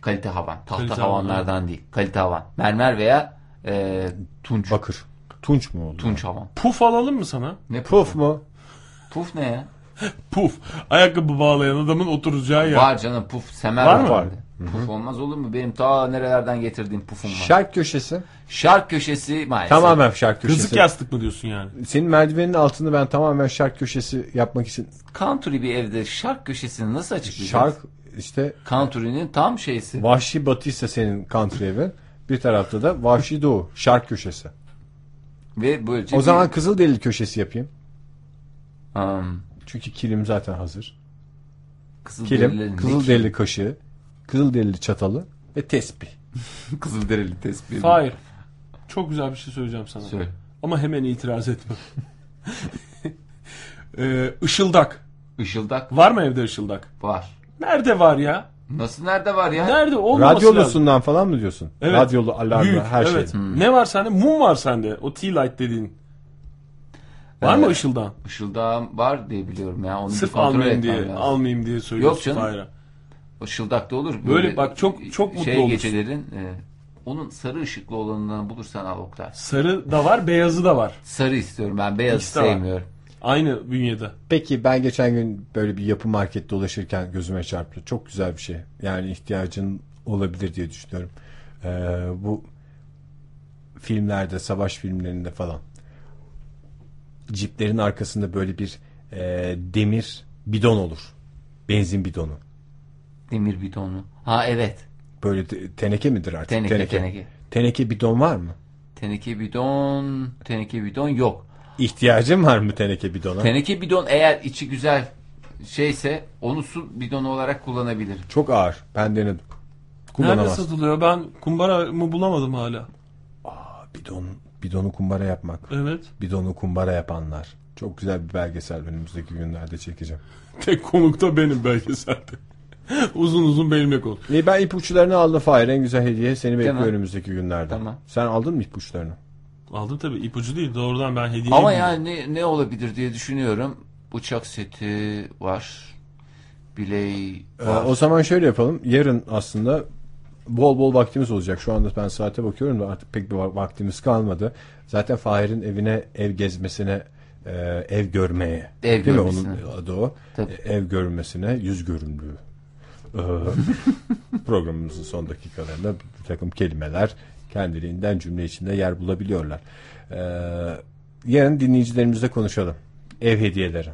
G: Kalite havan. Tahta
A: Kalite
G: havanlardan değil. Kalite havan. Mermer veya e, tunç.
C: Bakır. Tunç mu oldu?
G: Tunç havan.
A: Puf alalım mı sana?
G: Ne puf?
C: Puf mu?
G: Puf ne ya?
A: Puf. Ayakkabı bağlayan adamın oturacağı yer.
G: Var canım puf. Semer
C: Var mı?
G: vardı. Puf olmaz olur mu? Benim ta nerelerden getirdiğim pufum var.
C: Şark köşesi.
G: Şark köşesi maalesef.
C: Tamamen şark köşesi.
A: Kızık yastık mı diyorsun yani?
C: Senin merdivenin altını ben tamamen şark köşesi yapmak için
G: Country bir evde şark köşesini nasıl açıklayacağız?
C: şark işte
G: Country'nin tam şeysi.
C: vahşi batıysa senin country evin bir tarafta da vahşi doğu şark köşesi.
G: Ve böylece
C: O
G: bir-
C: zaman kızıl delil köşesi yapayım.
G: Hmm,
C: Çünkü kilim zaten hazır.
G: kızıl
C: Kilim,
G: derilerin-
C: kızıl delili kaşığı, kızıl delili çatalı ve tespih.
G: Kızıl derili tespih.
A: Hayır. Çok güzel bir şey söyleyeceğim sana.
G: Söyle.
A: Ama hemen itiraz etme. ee, ışıldak.
G: Işıldak
A: Var mı evde ışıldak?
G: var.
A: Nerede var ya?
G: Nasıl nerede var ya?
A: Nerede? Olmaması lazım.
C: Radyolusundan falan mı diyorsun?
A: Evet.
C: Radyolu alarmla
A: Büyük,
C: her şey.
A: evet. Ne var sende? Mum var sende. O tea light dediğin. Var
C: Ee,
A: mı
G: Evet.
A: ışıldan?
G: Işıldağım var diye biliyorum ya. Onu bir
A: Sırf
G: kontrol
A: almayayım
G: etmem
A: diye,
G: lazım.
A: almayayım diye söylüyorsun
G: Yok canım.
A: Fahir'e.
G: Işıldak da olur.
A: Böyle bak çok- çok mutlu
G: şey
A: olursun.
G: gecelerin e, onun sarı ışıklı olanından bulursan al Oktay.
A: Sarı da var, beyazı da var.
G: Sarı istiyorum ben. Beyaz
A: İkisi de var.
G: sevmiyorum.
A: Aynı bünyede.
C: Peki ben geçen gün böyle bir yapı market dolaşırken gözüme çarptı. Çok güzel bir şey. Yani ihtiyacın olabilir diye düşünüyorum. Ee, bu filmlerde, savaş filmlerinde falan ciplerin arkasında böyle bir e, demir bidon olur. Benzin bidonu.
G: Demir bidonu. Ha evet.
C: Böyle te- teneke midir artık?
G: Teneke, teneke.
C: Teneke bidon var mı?
G: Teneke bidon. Teneke bidon yok.
C: İhtiyacın var mı teneke bidona?
G: Teneke bidon eğer içi güzel şeyse onu su bidonu olarak kullanabilirim.
C: Çok ağır. Ben denedim.
A: Nerede
C: Kullanamaz.
A: satılıyor? Ben kumbara mı bulamadım hala.
C: Bidon, bidonu kumbara yapmak.
A: Evet.
C: bidonu kumbara yapanlar. Çok güzel bir belgesel önümüzdeki günlerde çekeceğim.
A: Tek konuk da benim belgeselde. uzun uzun benimle konuş.
C: İyi ben ipuçlarını aldım Fahir. En güzel hediye seni bekliyor
G: Tamam.
C: önümüzdeki günlerde.
G: Tamam.
C: Sen aldın mı ipuçlarını?
A: Aldım tabii. ipucu değil. Doğrudan ben hediye
G: Ama
A: edeyim.
G: yani ne, ne olabilir diye düşünüyorum. Bıçak seti var. Bileği
C: Ee,
G: var.
C: o zaman şöyle yapalım. Yarın aslında bol bol vaktimiz olacak. Şu anda ben saate bakıyorum da artık pek bir va- vaktimiz kalmadı. Zaten Fahir'in evine ev gezmesine e, ev görmeye.
G: Ev
C: değil mi?
G: görmesine.
C: Onun adı o.
G: Tabii.
C: E, Ev görmesine yüz görümlüğü. Ee, programımızın son dakikalarında bir takım kelimeler kendiliğinden cümle içinde yer bulabiliyorlar. Ee, yarın dinleyicilerimizle konuşalım. Ev hediyeleri.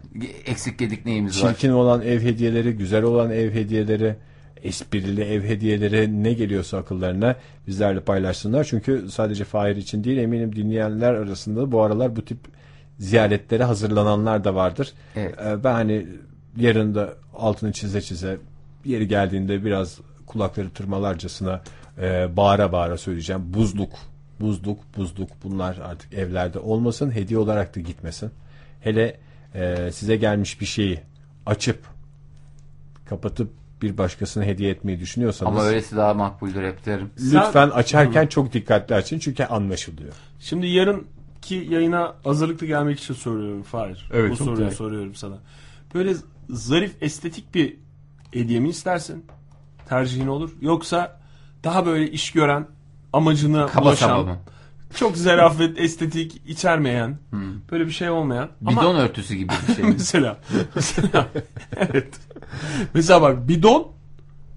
G: Eksik gedik neyimiz var?
C: Çirkin olan ev hediyeleri, güzel olan ev hediyeleri, esprili ev hediyeleri ne geliyorsa akıllarına bizlerle paylaşsınlar. Çünkü sadece Fahir için değil eminim dinleyenler arasında bu aralar bu tip ziyaretlere hazırlananlar da vardır.
G: Evet.
C: Ee, Ben hani yarın da altını çize çize yeri geldiğinde biraz kulakları tırmalarcasına e, bağıra bağıra söyleyeceğim. Buzluk, buzluk, buzluk bunlar artık evlerde olmasın. Hediye olarak da gitmesin. Hele e, size gelmiş bir şeyi açıp kapatıp bir başkasına hediye etmeyi düşünüyorsanız
G: Ama öylesi daha makbuldür hep derim.
C: lütfen açarken çok dikkatli açın çünkü anlaşılıyor.
A: Şimdi yarınki yayına hazırlıklı gelmek için soruyorum Fahir.
D: Evet,
A: Bu
D: çok
A: soruyu
D: güzel.
A: soruyorum sana. Böyle zarif estetik bir hediye mi istersin? Tercihin olur. Yoksa daha böyle iş gören amacına
G: Kaba
A: ulaşan,
G: saba mı?
A: çok zarafet, estetik, içermeyen,
D: Hmm.
A: böyle bir şey olmayan. Ama
G: Bidon örtüsü gibi bir şey.
A: mesela, mesela evet. Mesela bak bidon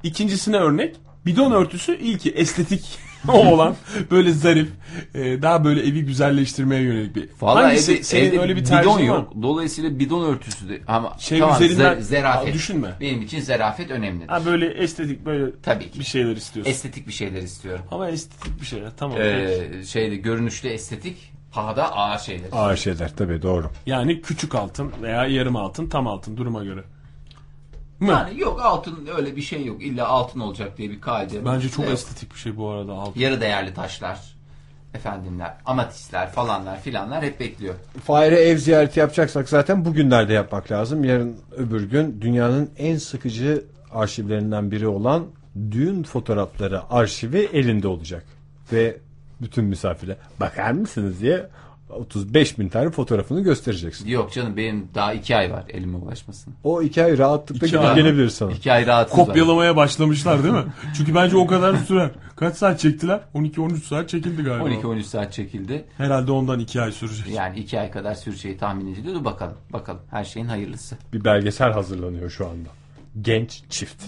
A: ikincisine örnek. Bidon örtüsü ilki estetik olan böyle zarif, e, daha böyle evi güzelleştirmeye yönelik bir.
G: Vallahi
A: Hangisi
G: evde,
A: senin
G: evde
A: öyle bir tercihin
G: bidon
A: var mı?
G: yok. Dolayısıyla bidon örtüsü de ama
A: Şey
G: tamam, ze-
A: üzerinden-
G: zerafet.
A: Aa, düşünme.
G: Benim için zerafet önemli.
A: Ha böyle estetik böyle
G: Tabii ki.
A: bir şeyler istiyorsun.
G: Estetik bir şeyler istiyorum.
A: Ama estetik bir şeyler tamam. peki.
G: Ee, şeyde görünüşte estetik, pahada ağır şeyler.
C: Ağır şeyler tabii doğru.
A: Yani küçük altın veya yarım altın, tam altın duruma göre. Mı?
G: Yani yok altın öyle bir şey yok. İlla altın olacak diye bir kaide.
A: Bence çok
G: Yok.
A: estetik bir şey bu arada altın.
G: Yarı değerli taşlar, efendimler, amatistler falanlar filanlar hep bekliyor.
C: Fahir'e ev ziyareti yapacaksak zaten bugünlerde yapmak lazım. Yarın öbür gün dünyanın en sıkıcı arşivlerinden biri olan düğün fotoğrafları arşivi elinde olacak. Ve bütün misafire bakar mısınız diye 35 bin tane fotoğrafını göstereceksin.
G: Yok canım benim daha iki ay var elime ulaşmasına.
C: O iki ay rahatlıkla
A: İki
C: gidip
A: ay.
C: gelebilir sana.
G: İki ay rahatsız var.
A: Kopyalamaya başlamışlar değil mi? Çünkü bence o kadar sürer. Kaç saat çektiler? 12-13 saat çekildi galiba.
G: 12-13 saat çekildi.
A: Herhalde ondan 2 ay sürecek.
G: Yani iki ay kadar süreceği tahmin ediliyordu. Bakalım bakalım her şeyin hayırlısı.
C: bir belgesel hazırlanıyor şu anda. Genç çift.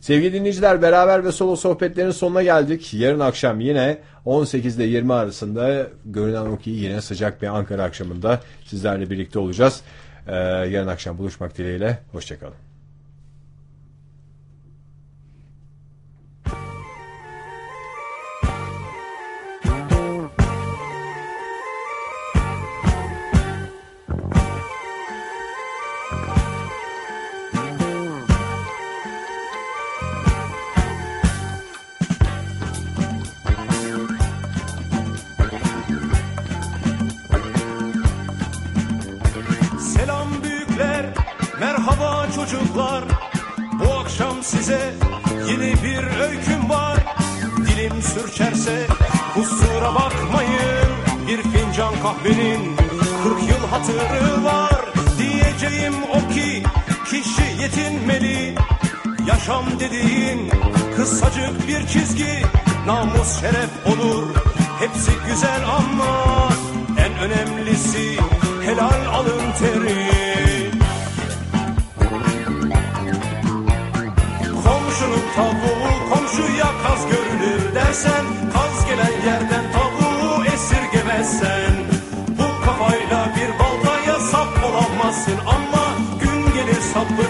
C: Sevgili dinleyiciler beraber ve solo sohbetlerin sonuna geldik. Yarın akşam yine 18 ile 20 arasında görünen o ki yine sıcak bir Ankara akşamında sizlerle birlikte olacağız. Ee, yarın akşam buluşmak dileğiyle. Hoşçakalın.
H: Selam büyükler, merhaba çocuklar. Bu akşam size yeni bir öyküm var. Dilim sürçerse kusura bakmayın. Bir fincan kahvenin 40 yıl hatırı var. Diyeceğim o ki kişi yetinmeli. Yaşam dediğin kısacık bir çizgi. Namus şeref olur. Hepsi güzel ama en önemlisi helal alın teri Komşunun tavuğu komşuya kaz görünür dersen Kaz gelen yerden tavuğu esirgemezsen Bu kafayla bir baltaya sap olamazsın ama Gün gelir sapı